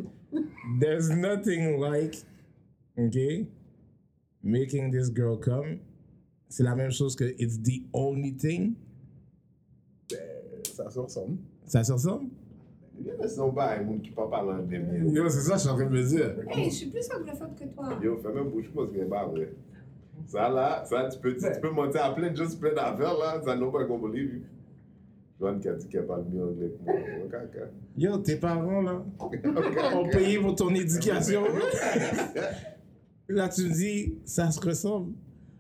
S4: There's nothing like, OK, making this girl come? C'est la même chose que It's the only thing.
S3: Ça se ressemble.
S4: Ça se ressemble?
S2: Viens, laisse-nous pas un monde qui parle pas l'un des miens.
S4: Yo, c'est ça que je suis en train de me dire.
S14: Hey, je suis plus anglophone que toi.
S2: Yo, fais même bouche parce qu'il est pas vrai. Ça, là, ça, tu peux, tu peux monter à plein de choses, plein d'affaires, là. Ça, non, pas qu'on believe. Joanne qui a dit qu'elle parle mieux anglais que moi. Oh, caca.
S4: Yo, tes parents, là,
S2: Oh, caca.
S4: ont payé pour ton éducation. Là, tu me dis, ça se ressemble.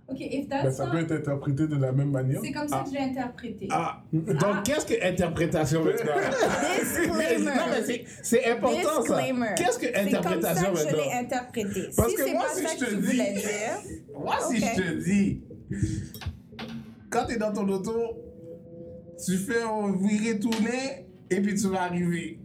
S14: Ok, if that's
S3: Ben, ça
S14: not-
S3: peut être interprété de la même manière.
S14: C'est comme ça que je l'ai interprété.
S4: Ah, donc qu'est-ce que interprétation maintenant?
S5: Disclaimer.
S4: Non, mais c'est- c'est important
S5: Disclaimer.
S4: ça. Qu'est-ce que interprétation
S5: C'est comme ça que je l'ai
S4: maintenant?
S5: interprété.
S4: Parce
S5: si
S4: que
S5: c'est
S4: moi,
S5: pas
S4: si
S5: ça
S4: je
S5: que
S4: te
S5: tu voulais
S4: dis-
S5: dire,
S4: Moi, si
S5: Ok.
S4: je te dis, quand t'es dans ton auto, tu fais un viré tourner et puis tu vas arriver.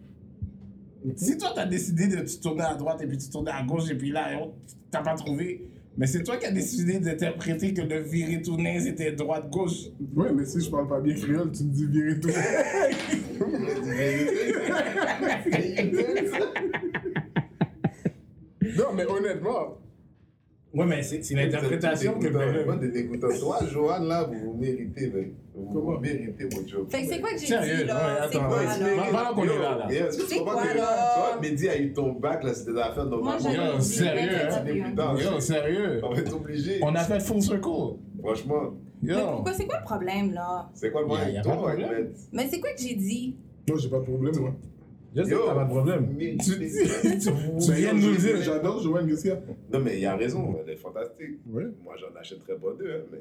S4: Si toi, t'as décidé de te tourner à droite et puis tu tourner à gauche et puis là, et on- t'as pas trouvé, mais c'est toi qui as décidé d'interpréter que le viré tourner, c'était droite-gauche.
S3: Ouais, mais si je parle pas bien créole, tu me dis virer tout. non, mais honnêtement,
S4: Ouais, mais c'est c'est l'interprétation que...
S2: Vous êtes dégoûtant. Vous êtes dégoûtant. Toi, Joanne, là, vous vous méritez, mais vous
S3: Comment?
S2: méritez mon job.
S14: Fait que c'est quoi que j'ai
S4: Sérieux,
S14: dit
S4: ouais,
S14: là? C'est
S4: attends,
S14: quoi
S4: ouais,
S2: il se mérite.
S4: Voilà,
S14: là?
S4: voilà qu'on est là, là.
S2: Yo, yes,
S14: C'est
S2: tu comprends
S14: quoi,
S2: que-
S14: là?
S2: Tu vois, Mehdi a eu ton bac, là, c'était des affaires
S14: Moi,
S2: normales.
S14: j'avais
S4: Yo,
S14: dit
S4: sérieux, hein?
S14: mais
S2: C'est
S14: t'as
S2: des
S14: dit rien.
S2: dégoûtants.
S4: Yo, sérieux.
S2: On va être obligé.
S4: On a fait full circle.
S2: Franchement,
S14: Mais
S4: Yo.
S14: pourquoi c'est quoi le problème là?
S2: c'est quoi le
S4: Y a-
S2: problème
S4: y a
S2: avec toi,
S4: pas de
S2: avec
S4: problème.
S2: Mehdi?
S14: Mais c'est quoi que j'ai dit?
S3: non, j'ai pas de problème, moi.
S4: Je sais
S2: Yo.
S4: que t'as pas de problème.
S2: Mais-
S4: Tu, tu- tu
S3: Mais
S4: viens de
S3: non,
S4: nous le
S3: je-
S4: dire.
S3: J'adore Joanne Garcia.
S2: Non, mais il a raison, elle est fantastique.
S3: Ouais.
S2: Moi, j'en achèterais pas deux, hein, mais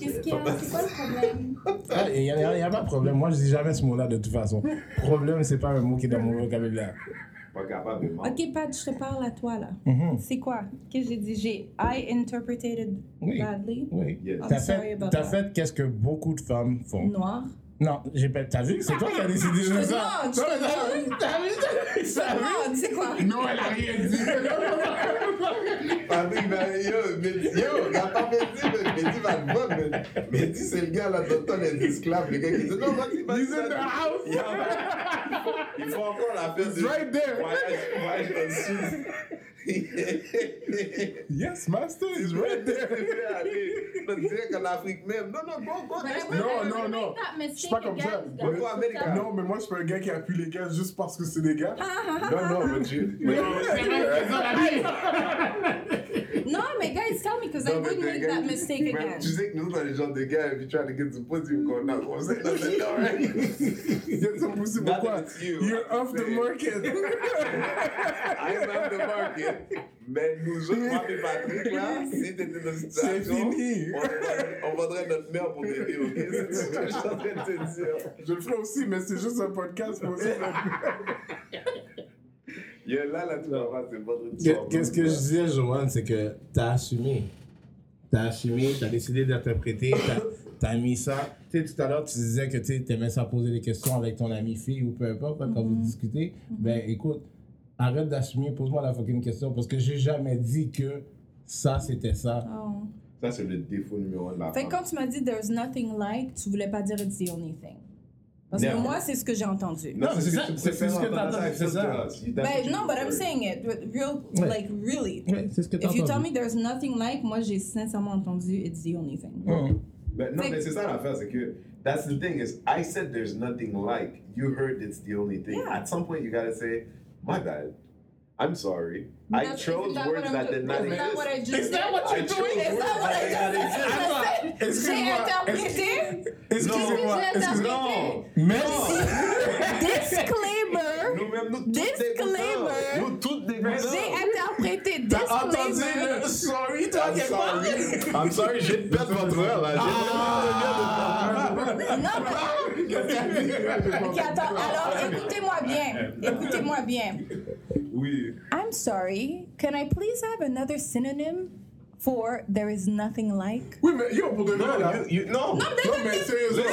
S5: Qu'est-ce qu'il y a? C'est quoi le problème?
S4: Ah, Il n'y a, il y a pas de problème. Moi, je dis jamais ce mot-là de toute façon. Problème, c'est pas un mot qui est dans mon vocabulaire.
S2: Pas capable de mentir.
S5: Ok, Pat, je te parle à toi là.
S4: Mhm.
S5: C'est quoi? Qu'est-ce que j'ai dit? J'ai I interpreted
S4: Oui.
S5: badly.
S4: Oui.
S2: Yes.
S5: I'm
S4: T'as
S5: sorry
S4: fait,
S5: about
S4: t'as
S5: that.
S4: fait qu'est-ce que beaucoup de femmes font.
S5: Noir.
S4: Non, j'ai pas. T'as vu? C'est toi qui as décidé de ça.
S5: demande, je te
S4: mais t'as- T'as vu? T'as vu? T'as vu?
S5: Non, tu sais Ah, quoi?
S4: Ah Non, elle a rien dit.
S16: Patrick, ben, yo, Mehdi, yo, regarde pas Mehdi, mais Mehdi va le voir, mais Mehdi, c'est le gars là dans le temps des esclaves, le gars qui dit non, vas-y, vas-y.
S3: He's in the house.
S16: Il y en a- Ils font encore la fête
S3: ah! It's
S16: de
S3: right there.
S16: voyage, voyage dans le sud.
S3: Yes, master, it's right there.
S16: On dirait qu'en Afrique même, non, non, bon, bon,
S5: Ben,
S16: bon.
S5: ouais,
S3: Non,
S5: ben,
S3: non,
S5: make
S3: non.
S5: that mistake
S3: Je suis pas comme ça.
S5: again,
S16: Go
S5: guys.
S16: to America.
S3: Non, mais moi, je suis pas un gars qui appuie les gars juste parce que c'est des gars.
S5: Ah,
S16: Non, non, mais tu. mais-
S5: Non, mais guys, tell me, because I
S16: Non, mais
S5: wouldn't
S16: t'es
S5: make
S16: gay.
S5: that mistake
S16: Mais
S5: again.
S16: Tu sais que nous, dans les genres de gars, if you try to get some pussy, you go now. On sait, non, c'est non, right?
S3: Il y a ça poussé
S16: That
S3: pourquoi?
S16: is you.
S3: You're off the market.
S16: I'm out the market. Mais nous autres, moi et Patrick, là, si t'étais dans une
S3: C'est
S16: situation,
S3: fini.
S16: on, on vendrait notre mère pour t'aider, ok? C'est ce que je suis en train de te dire.
S3: Je le ferai aussi, mais c'est juste un podcast pour ça.
S16: Yo, là, là, tu vas voir, c'est vendredi soir.
S4: Que-
S5: ben,
S4: Qu'est-ce que je disais, Joanne, c'est que t'as assumé. T'as assumé, t'as décidé d'interpréter, t'as- t'as mis ça. Tu sais, tout à l'heure, tu disais que tu aimais ça poser des questions avec ton ami fille ou peu importe, là, quand
S5: Mm-hmm.
S4: vous discutez. Ben écoute, arrête d'assumer, pose-moi la fucking question parce que j'ai jamais dit que ça c'était ça.
S5: Oh.
S2: Ça, c'est le défaut numéro un de la
S5: Fait
S2: femme.
S5: que quand tu m'as dit there's nothing like, tu voulais pas dire it's the only thing. Parce que
S2: Never.
S5: moi, c'est ce que j'ai entendu.
S4: Non, mais c'est ça, c'est- c'est ce que t'as
S2: t'entends,
S4: entendu, c'est ça.
S5: Ben, non, but I'm saying it. but Real,
S4: Ouais.
S5: like, really.
S4: Ouais, c'est ce que t'as
S5: If you tell
S4: entendu.
S5: me there's nothing like, moi, j'ai sincèrement entendu it's the only thing.
S4: Hum.
S2: Ben, non,
S5: Fait-
S2: mais c'est ça l'affaire, c'est que that's the thing is I said there's nothing like you heard it's the only thing.
S5: Yeah.
S2: At some point you gotta say, my bad, I'm sorry.
S5: But
S2: I
S5: that's-
S2: chose
S5: isn't that
S2: words
S5: what
S2: that
S5: I'm
S2: did
S5: do-
S2: not
S5: isn't that what I
S2: exist.
S5: just did?
S2: I chose words
S5: Is that what I just
S2: that did not exist.
S5: did? I said, J'ai interprété.
S3: Excusez-moi,
S5: J'ai interprété.
S4: Merci.
S5: Disclaimer.
S2: Nous-mêmes, nous toutes des
S5: Disclaimer.
S2: boutons. Nous toutes des boutons.
S5: J'ai interprété
S4: T'as entendu
S5: disclaimer.
S4: le sorry, toi, quelque part?
S2: I'm sorry, j'ai perdu votre heure là. J'ai
S5: Non, mais... Ok, attends. Alors, écoutez-moi bien. Écoutez-moi bien.
S2: Oui.
S5: I'm sorry. Can I please have another synonym for there is nothing like?
S3: Oui, mais yo, pour de vrai, là.
S2: You- you- non.
S3: Non, mais sérieusement.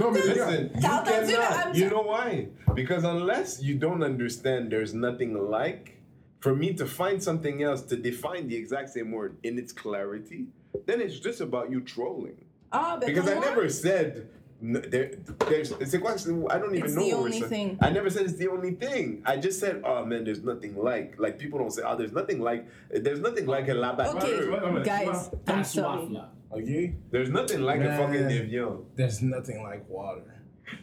S3: Non, mais les gars.
S2: Listen, you
S5: T'as entendu le
S2: cannot.
S5: Hamza?
S2: You know why? Because unless you don't understand, there's nothing like. For me to find something else to define the exact same word in its clarity, then it's just about you trolling.
S5: Ah, ben
S2: Because I
S5: moi,
S2: never said n- there, there's. C'est quoi? c'est- I don't even
S5: It's
S2: know.
S5: the
S2: what we're
S5: only
S2: saying.
S5: thing.
S2: I never said it's the only thing. I just said, oh man, there's nothing like. Like people don't say, oh, there's nothing like. There's nothing like a
S5: Okay,
S2: labatteur.
S5: guys, I'm sorry.
S4: Ok?
S2: There's nothing like a fucking
S4: Man.
S2: Evian.
S4: There's nothing like water.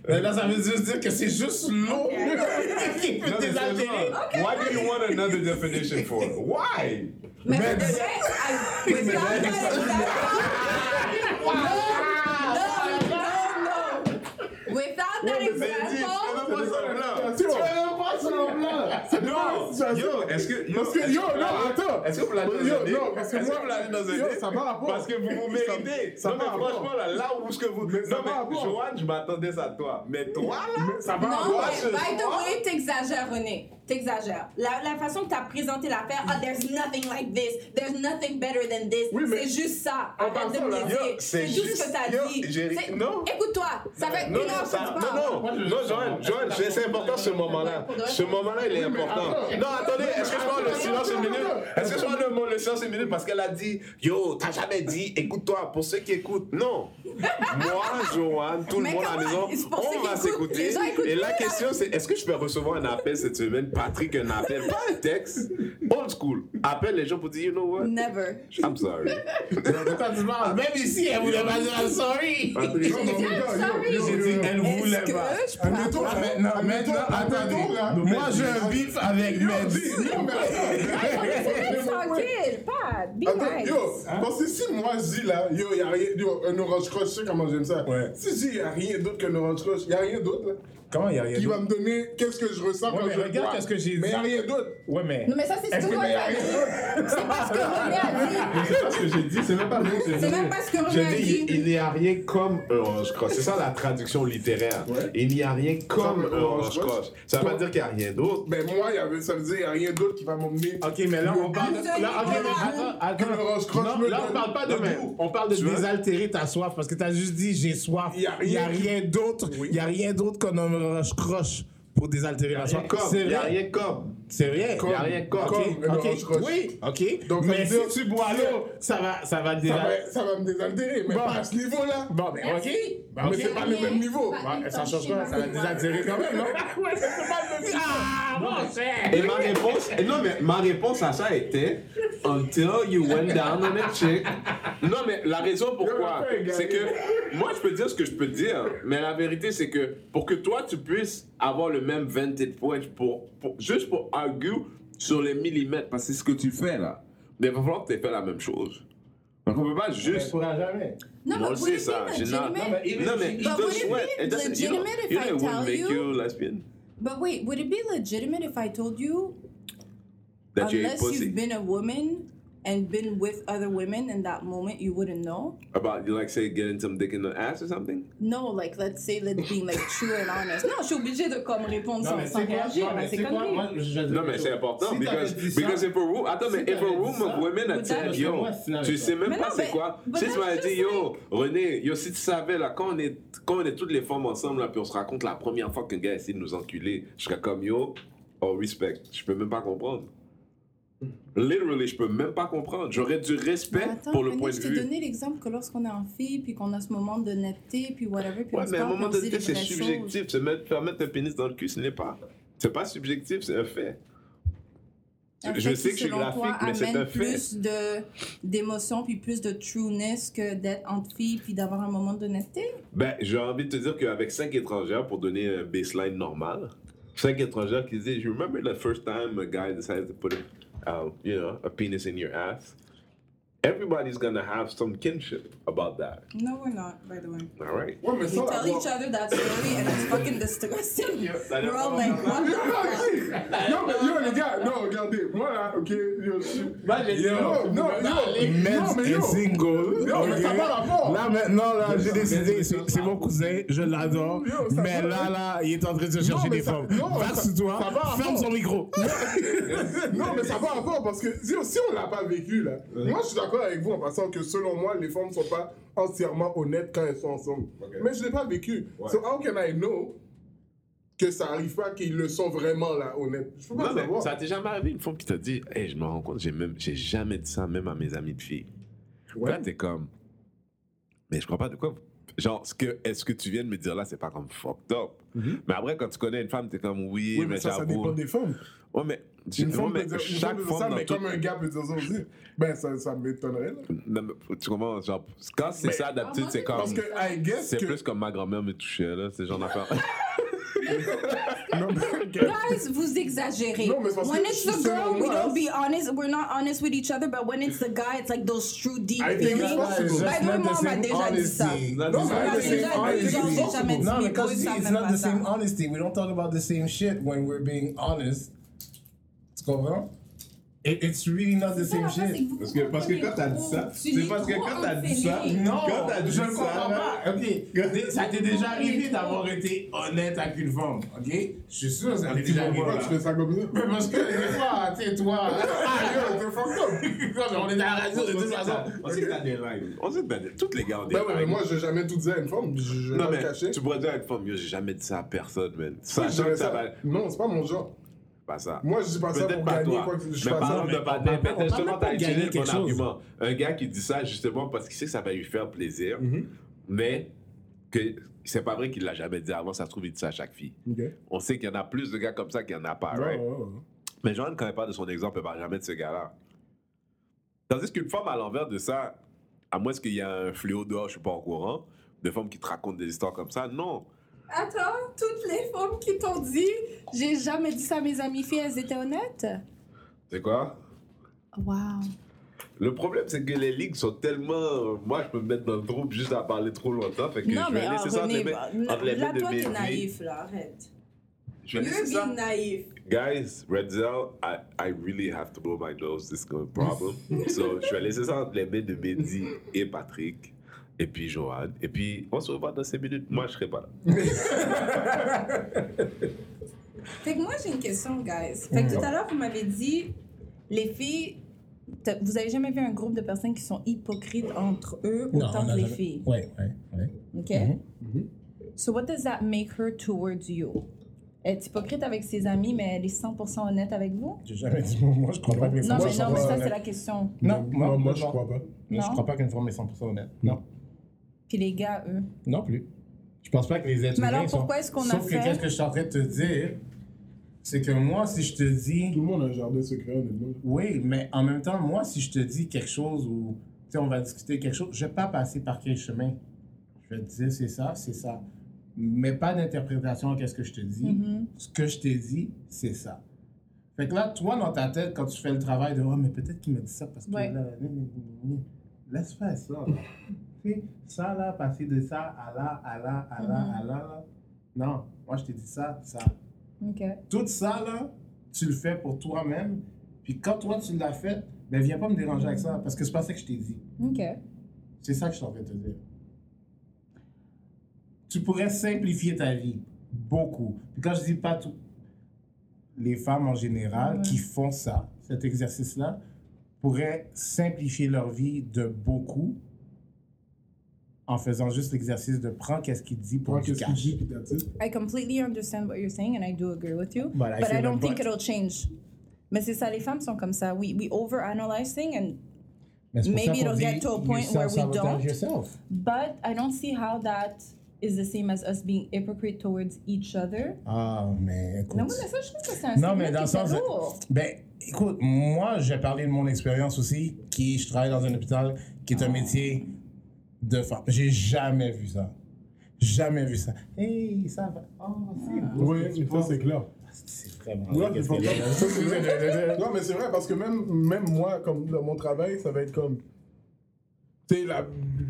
S4: Mais là, ça veut juste dire que c'est juste l'eau qui peut
S2: No, this is
S4: désaltérer.
S2: wrong. Why do you want another definition for it? Why?
S5: Mais pour de vrai, I- without that example, no, no, no, no. Without that example,
S3: Non,
S2: Yo, est-ce que. Yo,
S3: Parce que, yo, non, attends.
S2: Est-ce que vous l'avez dans un
S3: Yo, non,
S2: dé?
S3: parce que
S2: Est-ce
S3: moi,
S2: vous l'avez dans un
S3: yo,
S2: dé?
S3: ça va rapport.
S2: Parce que vous vous
S3: Ça-
S2: méritez.
S3: ça
S2: non,
S3: va
S2: mais
S3: rapport.
S2: franchement, là, là où est-ce que vous.
S3: Mais ça
S2: non,
S3: va
S2: mais
S3: rapport.
S2: Joanne, je m'attendais ça à toi. Mais toi, là.
S3: Ça va
S2: Ah,
S5: non,
S3: avoir.
S5: mais by the way, t'exagères, René. T'exagères. La, la façon que t'as présenté l'affaire, ah, there's nothing like this, there's nothing better than this.
S3: Oui, mais-
S5: c'est juste ça.
S3: En
S5: Arrête de
S3: passant, là,
S5: me
S2: yo,
S5: dire.
S2: c'est
S5: C'est tout
S2: juste-
S5: ce que t'as
S2: yo,
S5: dit.
S2: j'ai-
S5: C'est-
S2: non.
S5: Écoute-toi, ça fait
S2: Non,
S5: une heure
S2: non,
S5: que
S2: ça-
S5: tu parles.
S2: non, non, non, Joanne, Joanne, c'est c'est important ce moment-là. Ce moment-là, il est important. Non, attendez, est-ce que je prends le silence une minute? Est-ce que je prends le, mot- le silence une minute parce qu'elle a dit, yo, t'as jamais dit, écoute-toi, pour ceux qui écoutent. Non. Moi, Joanne, tout le
S5: Mais
S2: monde à la maison,
S5: comment? C'est pour ceux
S2: on
S5: qui
S2: va
S5: écoutent, les
S2: s'écouter.
S5: gens écoutent
S2: Et la
S5: plus, là.
S2: question, c'est est-ce que je peux recevoir un appel cette semaine, Patrick, un appel, pas un texte, old school. Appelle les gens pour dire, you know what?
S5: Never.
S2: I'm sorry.
S4: Même ici, elle voulait pas dire sorry.
S2: Patrick,
S3: Non, mais gars, yo, yo,
S4: J'ai
S3: yo,
S4: dit,
S3: yo.
S4: elle voulait
S5: Est-ce que
S4: pas.
S5: je peux
S3: Admettons,
S5: avoir-
S4: Maintenant, maintenant,
S3: Admettons,
S4: attendez.
S3: là.
S4: Moi, j'ai un bif avec
S3: Yo, dis-
S4: Mehdi.
S3: yo, mais attends.
S17: tranquille, pas. Be
S3: Attends,
S17: nice.
S3: yo, parce que si moi je dis là, yo, y a rien, yo, un orange crush, je sais comment j'aime ça.
S4: Ouais.
S3: Si je dis y a rien d'autre qu'un orange crush, y a rien d'autre là,
S4: Comment il y a rien
S3: qui va
S4: d'autre?
S3: me donner qu'est-ce que je ressens
S4: Ouais,
S3: quand
S4: mais
S3: je le
S4: regarde
S3: bois.
S4: qu'est-ce que j'ai
S3: Mais y
S4: dit.
S3: a rien d'autre.
S4: Ouais, mais.
S17: Non, mais ça, c'est ce
S4: Est-ce
S17: que
S4: que-
S17: René a dit. C'est pas ce que René a dit.
S18: C'est pas ce que j'ai dit, c'est même pas le mot que j'ai dit.
S17: C'est même pas ce que
S18: Je
S17: René a
S18: dis, il
S17: dit.
S18: il n'y a rien comme un orange croche. C'est ça la traduction littéraire. Il n'y a rien comme un orange croche. Ça veut pas dire qu'il n'y a rien d'autre.
S3: Ben moi, y avait, ça veut dire y a rien d'autre qui va m'emmener.
S4: Ok, mais là, on parle.
S17: Absolument.
S4: Là, ok, mais attends,
S3: Que le Rose Cross
S4: attends. Non,
S3: me
S4: là, on
S3: donne-
S4: parle pas de
S3: Non, mais-
S4: goût. On parle de désaltérer ta soif parce que t'as juste dit j'ai soif.
S3: Il y a rien-
S4: Il y a rien d'autre. Il y a rien d'autre qu'un orange croche pour désaltérer la soif.
S18: Comme,
S4: C'est
S18: il n'y a
S4: vrai.
S18: rien comme.
S4: C'est vrai.
S18: Il n'y a rien comme.
S4: Ok,
S3: Comme un
S4: ok.
S3: orange croche.
S4: Oui, ok.
S3: Donc, ça
S4: mais
S3: veut
S4: si
S3: dire-
S4: tu bois l'eau, ça va, ça va
S3: Ça
S4: déjà.
S3: va, ça va me désaltérer, mais
S4: Bon.
S3: pas à ce niveau-là.
S4: Bon, mais ok. Bah, ok.
S3: Mais c'est pas le même niveau.
S17: Bah,
S4: Ouais, ça change pas, ça va désaltérer quand même, non?
S3: hein?
S4: ouais, c'est pas le Ah, mon cher!
S19: Et ma réponse, et non mais ma réponse à ça était until you went down on a chick.
S2: Non, mais la raison pourquoi, c'est que moi, je peux dire ce que je peux dire, mais la vérité, c'est que pour que toi, tu puisses avoir le même vantage point, pour, pour- juste pour argue sur les millimètres, parce que c'est ce que tu fais là. Mais il va falloir que tu aies fait la même chose. Donc, on peut pas
S4: Je
S2: juste.
S4: pourra jamais.
S17: Non,
S2: Moi
S17: mais
S2: aussi, ça,
S17: would it be
S2: j'ai not-
S17: legitimate?
S2: Non, mais, non, mais it
S17: But would
S2: does
S17: it be
S2: sweat. It doesn't, you know,
S17: legitimate if
S2: you
S17: I
S2: know it
S17: tell
S2: wouldn't make
S17: you?
S2: you lesbian.
S5: But wait, would it be legitimate if I told you
S2: That you hate
S5: unless
S2: pussy.
S5: you've been a woman and been with other women in that moment you wouldn't know?
S2: About, like, say, getting some dick in the ass or something?
S5: No, like let's say let's being like true and honest. Non, je suis obligée de comme répondre sans, sans réagir,
S4: ben,
S5: mais c'est comme lui.
S2: Non, mais c'est important, because, because if a room, attends, mais if a
S4: t'avais
S2: room
S4: dit
S2: of
S4: ça,
S2: women a
S5: Would that-
S2: said, yo,
S4: Parce que moi, c'est là,
S2: tu
S4: ça.
S2: sais même
S5: Mais
S2: pas
S5: non,
S2: c'est
S5: mais-
S2: quoi.
S5: but
S2: Si
S5: that's
S2: tu m'avais dit,
S5: just
S2: yo, René, yo, si tu savais, là, quand on est, quand on est toutes les femmes ensemble, là, puis on se raconte la première fois qu'un gars essaie de nous enculer, je serais comme, yo, oh, respect, je peux même pas comprendre. Literally, je peux même pas comprendre. J'aurais du respect
S5: Attends,
S2: pour le
S5: René,
S2: point de
S5: je t'ai
S2: vue.
S5: donné l'exemple que lorsqu'on est en fille, puis qu'on a ce moment de netteté, puis whatever, puis
S2: Ouais,
S5: on se
S2: mais à un
S5: parle,
S2: moment
S5: puis on se dit
S2: donné,
S5: les
S2: c'est
S5: vraies choses.
S2: subjectif. Se mettre, faire mettre un pénis dans le cul, ce n'est pas. C'est pas subjectif, c'est un fait.
S5: Un
S2: Je
S5: fait
S2: sais
S5: qui,
S2: que je suis
S5: selon toi,
S2: graphique, mais c'est
S5: amène
S2: un fait.
S5: plus de- d'émotion, puis plus de trueness que d'être entre filles, puis d'avoir un moment d'honnêteté.
S2: Ben, j'ai envie de te dire qu'avec cinq étrangères, pour donner un baseline normal, cinq étrangères qui disent, You remember the first time a guy decided to put a, uh, you know, a penis in your ass? Everybody's gonna have some kinship about that,
S5: No, we're not, by the way.
S2: all right?
S3: Ouais, mais
S5: We
S3: sans
S5: tell
S3: l'avoir-
S5: each other that story, and it's fucking disgusting.
S2: ça
S5: We're
S2: dépend.
S5: all like, what the
S3: Ah,
S5: fuck?
S3: si. Non, mais yo, les gars, non, regardez, moi là, ok, yo, je suis. Yo, non, yo, non, mais yo.
S4: single.
S3: Non, mais ça
S4: ok?
S3: va rapport.
S4: Là, maintenant, là, j'ai décidé, c'est c'est mon cousin, je l'adore.
S3: Yo, ça
S4: Mais
S3: va.
S4: là, là, il est en train de chercher
S3: mais
S4: des
S3: ça-
S4: femmes.
S3: non,
S4: Va
S3: ça-
S4: sur
S3: ça
S4: toi,
S3: va rapport.
S4: ferme son micro.
S3: Eh, Non, mais ça va rapport parce que si, si on l'a pas vécu là, moi je suis d'accord avec vous en passant que selon moi, les femmes sont pas entièrement honnêtes quand elles sont ensemble. Mais je l'ai pas vécu. So how can I know que ça arrive pas qu'ils le sont vraiment là, honnêtes Je peux pas
S2: Non, mais
S3: savoir.
S2: ça t'est jamais arrivé une femme qui t'a dit, Hey, je me rends compte, j'ai même, j'ai jamais dit ça, même à mes amis de filles. Là, t'es comme, mais je crois pas de quoi. vous- Genre, ce que, est-ce que tu viens de me dire là, c'est pas comme fucked up. Mais après, quand tu connais une femme, t'es comme, oui,
S3: Mm-hmm. Oui,
S2: mais,
S3: mais ça, ça dépend
S2: j'avoue.
S3: des femmes.
S2: Ouais, mais,
S3: Une femme
S2: ouais,
S3: peut
S2: mais
S3: dire, une femme
S2: chaque
S3: peut dire
S2: femme
S3: ça,
S2: dans
S3: mais
S2: tout-
S3: comme un gars peut dire ça aussi, ben ça, ça m'étonnerait. là.
S2: Non, mais tu comprends? Genre, quand c'est ça d'habitude, c'est comme.
S3: Parce que I guess
S2: C'est
S3: que...
S2: plus comme ma grand-mère me touchait, là, c'est genre d'affaire.
S3: Non, mais-
S5: Guys, vous exagérez.
S3: Non, mais c'est parce
S5: when
S3: que
S5: it's
S3: je
S5: the
S3: suis
S5: girl,
S3: selon
S5: we
S3: moi,
S5: don't
S3: hein.
S5: be honest. We're not honest with each other, but when it's the guy, it's like those true deep
S3: I think
S5: feelings.
S3: that's
S5: By
S3: possible.
S5: the way, moi, on m'a déjà dit ça.
S3: Non, mais
S5: On m'a
S3: I think
S5: déjà dit, genre,
S3: it's
S5: j'ai
S3: possible.
S5: jamais dit
S4: Non,
S5: mes
S4: mais quand je
S5: couilles,
S4: dis
S5: ça
S4: it's
S5: me
S4: not the
S5: passe
S4: same
S5: ça.
S4: honesty, we don't talk about the same shit when we're being honest. Tu comprends? It- it's really not the same shit.
S18: Parce que, parce que quand t'as dit ça, c'est parce que quand t'as dit ça,
S4: Non,
S18: quand t'as dit
S4: je
S18: ça,
S4: ne comprends
S18: là,
S4: pas. Ok, ça t'est déjà arrivé d'avoir été honnête avec une femme. Ok, je suis sûr que ça t'est déjà arrivé.
S3: Pourquoi tu fais
S4: là.
S3: ça comme ça
S4: Mais parce que des fois, tu sais, toi, ah, yo, t'es fucked up. Quand on est à la radio, de toute façon.
S19: On sait que t'as des lives.
S2: On sait que t'as des- toutes les gars ont des
S3: Ben ouais, mais
S2: règles.
S3: moi, j'ai jamais tout dit à une femme, je, je
S2: Non,
S3: l'ai
S2: mais
S3: caché.
S2: tu pourrais dire à une femme, yo, j'ai jamais dit ça à personne, man.
S3: Oui,
S2: Sachant que
S3: j'aurais
S2: ça
S3: ça.
S2: va.
S3: Non, c'est pas mon genre.
S2: Pas ça.
S3: Moi, je dis pas ça
S2: Peut-être
S3: pour
S2: pas
S3: gagner
S2: toi.
S3: quoi que je
S2: mais
S3: fasse.
S2: parlant de
S4: mais on parle pas-
S2: peut-être
S4: on parle
S2: justement,
S4: même pas
S2: t'as
S4: de gagner
S2: utilisé ton
S4: quelque chose.
S2: argument. Un gars qui dit ça justement parce qu'il sait que ça va lui faire plaisir,
S3: Mm-hmm.
S2: mais que c'est pas vrai qu'il l'a jamais dit avant, ça se trouve, il dit ça à chaque fille.
S3: Ok.
S2: On sait qu'il y en a plus de gars comme ça qu'il y en a pas, right?
S3: Ouais, ouais, ouais.
S2: Mais Joanne, quand elle parle de son exemple, elle parle jamais de ce gars-là. Tandis qu'une femme à l'envers de ça, à moins qu'il y ait un fléau dehors, je suis pas au courant, de femmes qui te racontent des histoires comme ça, non.
S5: Attends, toutes les femmes qui t'ont dit, j'ai jamais dit ça à mes amies filles, elles étaient honnêtes.
S2: C'est quoi?
S5: Wow.
S2: Le problème, c'est que les ligues sont tellement. euh, Moi, je peux me mettre dans le trouble juste à parler trop longtemps. Fait que
S5: Non,
S2: je vais
S5: mais
S2: laisser ça
S5: ah,
S2: entre
S5: René,
S2: les mains-
S5: bah,
S2: entre les mains
S14: là,
S2: de
S14: toi,
S2: mes
S14: t'es
S2: vies.
S14: naïf, là, arrête.
S2: Je vais
S5: bah,
S14: You're
S2: laisser ça.
S14: being naïf.
S2: Guys, Redzel, I, I really have to blow my nose. This is a problem. so, je vais laisser ça entre les mains de Mehdi et Patrick. Et puis Johan. Et puis, on se revoit dans 5 minutes. Moi, je serai pas là.
S14: Fait que moi, j'ai une question, guys. Fait que tout à l'heure, vous m'avez dit, les filles, t'as- vous avez jamais vu un groupe de personnes qui sont hypocrites entre eux autant
S4: on a
S14: que
S4: jamais-
S14: les
S4: Mm-hmm.
S14: filles.
S4: Ouais, ouais, ouais.
S14: OK? So, what does that make her towards you? Elle est hypocrite avec ses amis, mais elle est 100% honnête avec vous?
S4: J'ai jamais dit, moi, je crois pas que les
S14: Non,
S4: femmes
S14: mais
S4: sont
S14: non, mais ça,
S4: honnêtes.
S14: c'est la question.
S4: Non, moi,
S3: moi,
S4: moi,
S3: je crois pas.
S4: Non, je
S14: Non.
S4: crois pas qu'une femme est 100% honnête. Non,
S14: Puis les gars, eux.
S4: non plus. Je pense pas que les êtres
S14: Mais alors,
S4: humains sont-
S14: pourquoi est-ce qu'on a
S4: Sauf
S14: fait-
S4: que qu'est-ce que je suis en train de te dire, c'est que moi, si je te dis...
S3: Tout le monde a un jardin secret, honnêtement.
S4: Oui, mais en même temps, moi, si je te dis quelque chose ou tu sais, on va discuter quelque chose, je vais pas passer par quel chemin. Je vais te dire c'est ça, c'est ça. Mais pas d'interprétation à qu'est-ce que je te dis.
S14: Mm-hmm.
S4: Ce que je t'ai dit, c'est ça. Fait que là, toi, dans ta tête, quand tu fais le travail de oh, mais peut-être qu'il me dit ça parce que
S14: Ouais.
S4: là, là, là, là, là. laisse faire ça. là. tu sais, ça là, passer de ça à là, à là, à là, à là, là. Non, moi, je t'ai dit ça, ça.
S14: Mm-hmm.
S5: OK.
S4: Tout ça, là, tu le fais pour toi-même. Puis quand toi, tu l'as fait, ben viens pas me déranger avec ça, parce que c'est pas ça que je t'ai dit.
S5: OK.
S4: C'est ça que je suis en train de te dire. Tu pourrais simplifier ta vie. Beaucoup. Puis quand je dis pas tout, les femmes en général qui font ça, cet exercice-là, pourraient simplifier leur vie de beaucoup en faisant juste l'exercice de prendre qu'est-ce qu'il dit pour
S3: Prends
S4: du
S3: qu'est-ce qu'il
S4: cash.
S3: dit, puis t'as dit.
S5: I completely understand what you're saying and I do agree with you.
S4: But I
S5: but
S4: feel
S5: I don't
S4: like-
S5: think
S4: but-
S5: it'll change. Mais c'est ça, les femmes sont comme ça. We, we overanalyze things and
S4: Mais c'est pour ça
S5: Maybe
S4: qu'on
S5: it'll get
S4: dit,
S5: to a
S4: you
S5: point where we
S4: self-sabotage
S5: don't.
S4: yourself.
S5: But I don't see how that is the same as us being hypocrite towards each other.
S4: Ah, mais écoute.
S5: Non, moi, mais ça, je trouve que c'est un
S4: Non, mais
S5: stigmate
S4: dans le
S5: qui fait
S4: sens.
S5: lourd.
S4: Ben, écoute, moi, j'ai parlé de mon expérience aussi, qui je travaille dans un hôpital qui est un métier de femme. J'ai jamais vu ça. Jamais vu ça. Hey, ça va. Oh, c'est beau.
S3: Oui, ça, c'est clair.
S4: C'est vraiment.
S3: Ouais, mais
S4: Qu'est-ce
S3: faut
S4: qu'elle
S3: pas-
S4: est là?
S3: ça, c'est vrai. Non, mais c'est vrai, parce que même, même moi, comme dans mon travail, ça va être comme. Tu sais, la-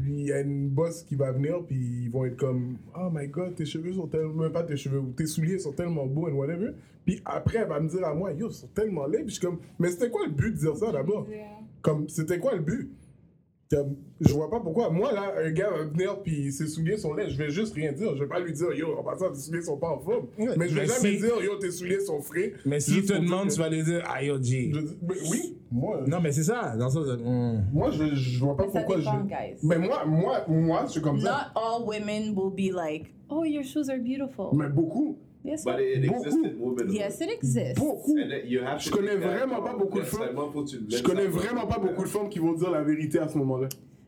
S3: il y a une boss qui va venir, puis ils vont être comme Oh my god, tes cheveux sont tellement. Même pas tes cheveux, ou tes souliers sont tellement beaux, and whatever. Puis après, elle va me dire à moi Yo, ils sont tellement laids. Puis je suis comme Mais c'était quoi le but de dire ça d'abord Comme, c'était quoi le but Comme, je vois pas pourquoi. Moi, là, un gars va venir, puis ses souliers sont laids. Je vais juste rien dire. Je vais pas lui dire, yo, en passant, tes souliers sont pas en forme.
S4: Ouais,
S3: mais je vais
S4: mais
S3: jamais
S4: si-
S3: dire, yo, tes souliers sont frais.
S4: Mais
S3: Juste
S4: s'il te
S3: pour dire
S4: demande,
S3: que-
S4: tu vas lui dire, aïe, oh, G.
S3: Je dis, mais oui, moi,
S4: Non, mais c'est ça. Dans le sens de. hmm.
S3: moi je, je vois pas
S5: Ça
S3: pourquoi je.
S5: dépend, guys.
S3: Mais moi, moi, moi, je suis comme ça.
S5: Not all women will be like, oh, your shoes are beautiful.
S3: Mais beaucoup,
S5: Yes,
S2: But it
S3: Beaucoup.
S2: exists in women.
S5: yes it exists.
S3: beaucoup.
S2: And then you have
S3: Je
S2: to
S3: connais
S2: take that
S3: vraiment pas
S2: out.
S3: beaucoup de
S2: Seulement,
S3: femmes.
S2: faut que tu le mettes
S3: Je connais
S2: ça dans
S3: vraiment
S2: le-
S3: pas beaucoup de femmes qui vont dire la vérité à ce moment-là.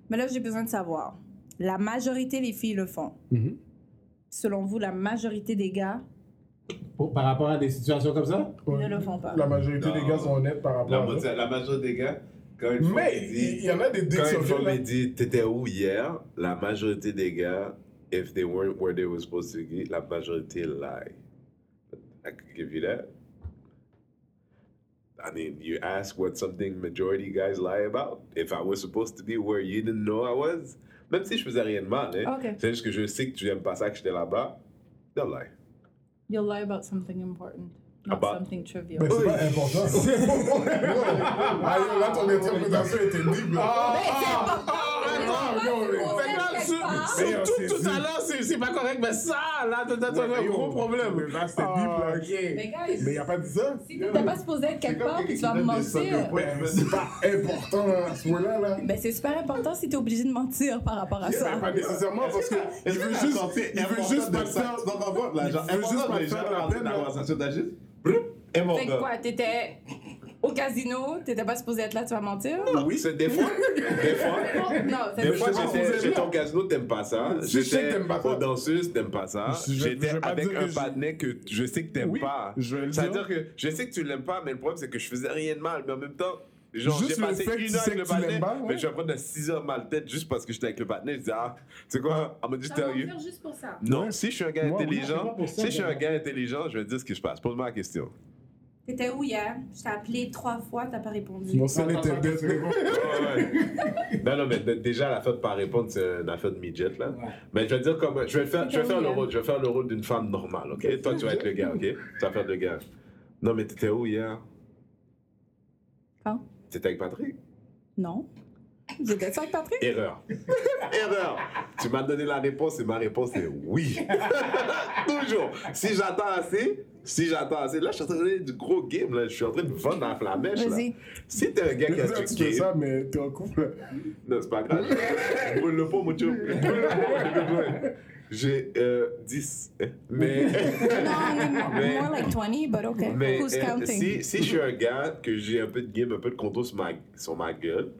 S5: Mais là, j'ai besoin de savoir. La majorité des filles le font.
S3: Mhm.
S5: Selon vous, la majorité des gars
S4: Pour- par rapport à des situations comme ça?
S5: ne le font pas.
S3: La majorité
S2: Non.
S3: des gars sont honnêtes par
S2: La,
S3: rapport à ça.
S2: moitié- la majorité des gars, quand une femme
S3: Mais
S2: me
S3: il
S2: dit,
S3: y en a des dicks
S2: quand une
S3: sur
S2: femme
S3: là.
S2: me dit, t'étais où hier, la majorité des gars, if they weren't where they were supposed to be, la majorité lie. I could give you that. I mean, you ask what something majority guys lie about. If I was supposed to be where you didn't know I was, même si je faisais rien de mal, hein,
S5: Ok.
S2: c'est juste que je sais que tu aimes pas ça que j'étais là-bas, they'll lie.
S5: You'll lie about something important, not
S2: About-
S5: something trivial.
S3: Mais c'est pas important. Ah, yo, là, ton interprétation était deep,
S2: Ah.
S3: là. Mais on
S4: Surtout
S3: s'est
S4: tout
S3: dit.
S4: à l'heure, c'est c'est pas correct, mais ça, là, t'as t'as-
S3: Ouais,
S4: t'as un
S3: mais
S4: gros
S3: yo,
S4: problème. Ah,
S3: mais là, c'était deep,
S5: Mais gars,
S3: Mais il a pas dit ça.
S5: si t'étais pas supposé être quelque part, puis tu vas me mentir.
S3: Ben, c'est pas important hein, à ce moment-là. là.
S5: Ben, c'est super important si t'es obligé de mentir par rapport à
S3: Ben,
S5: ça.
S3: Pas nécessairement parce que il veut juste, il veut juste pas te faire. il veut juste pas te faire la peine. là.
S5: Fait que quoi, t'étais au casino, t'étais pas supposé être là, tu vas mentir?
S2: Oui, c'est des fois. Des fois.
S5: Non,
S2: Des
S5: c'est
S2: fois,
S3: je sais pas si vous
S2: j'étais
S3: êtes
S2: j'étais
S3: là.
S2: au casino, t'aimes pas ça. hein.
S3: Si je sais que
S2: J'étais
S3: t'aimes pas ça.
S2: aux danseuses, t'aimes pas ça.
S3: Je- je-
S2: J'étais
S3: je vais pas
S2: avec
S3: dire
S2: un
S3: que je-
S2: patinet que je sais que t'aimes
S3: Oui,
S2: pas.
S3: je vais le
S2: C'est-à-dire que je sais que tu l'aimes pas, mais le problème, c'est que je faisais rien de mal. Mais en même temps, genre,
S3: Juste
S2: j'ai
S3: le
S2: passé
S3: fait que tu
S2: une
S3: sais
S2: heure avec
S3: que
S2: le
S3: tu l'aimes
S2: patinet,
S3: pas, ouais.
S2: mais je vais prendre 6 heures mal tête juste parce que j'étais avec le patinet. Je dis, ah, tu sais quoi, I'm gonna just tell you.
S14: juste pour ça.
S2: Non, si je suis un gars
S4: Moi, moi, je
S2: intelligent,
S4: sais pas pour ça,
S2: si je suis
S4: mais-
S2: un gars intelligent, je vais dire ce qui se passe. Pose-moi la question.
S14: T'étais où hier? Je t'ai appelé trois fois, t'as pas répondu.
S3: Mon sel était bête.
S2: Non, non, mais d- déjà, l'affaire de pas répondre, c'est une affaire de midget, là. Mais je vais dire comme. Je vais faire, je vais faire le rôle, je vais faire le rôle d'une femme normale, ok? Toi, tu vas être le gars, ok? Tu vas faire le gars. Non, mais t'étais où hier?
S5: Quand?
S2: T'étais avec Patrick?
S5: Non. J'étais ça avec Patrick?
S2: Erreur. Erreur. Tu m'as donné la réponse et ma réponse est oui. Toujours. Si j'attends assez, si j'attends assez. Là, je suis en train de donner du gros game. Là. Je suis en train de vendre dans la flamèche. Là.
S5: Vas-y.
S2: Si t'es un gars qui a
S3: Désolé, tu fais
S2: du game,
S3: ça, mais t'es en couple.
S2: non, c'est pas grave. Brûle le pot, mon chum. Brûle le pot, j'ai besoin. J'ai euh, 10. Mais.
S5: Non, mais more,
S2: Mais-
S5: more like 20, but okay.
S2: Mais
S5: Who's
S2: euh,
S5: counting?
S2: si, si je suis un gars que j'ai un peu de game, un peu de contrôle sur ma, sur ma gueule,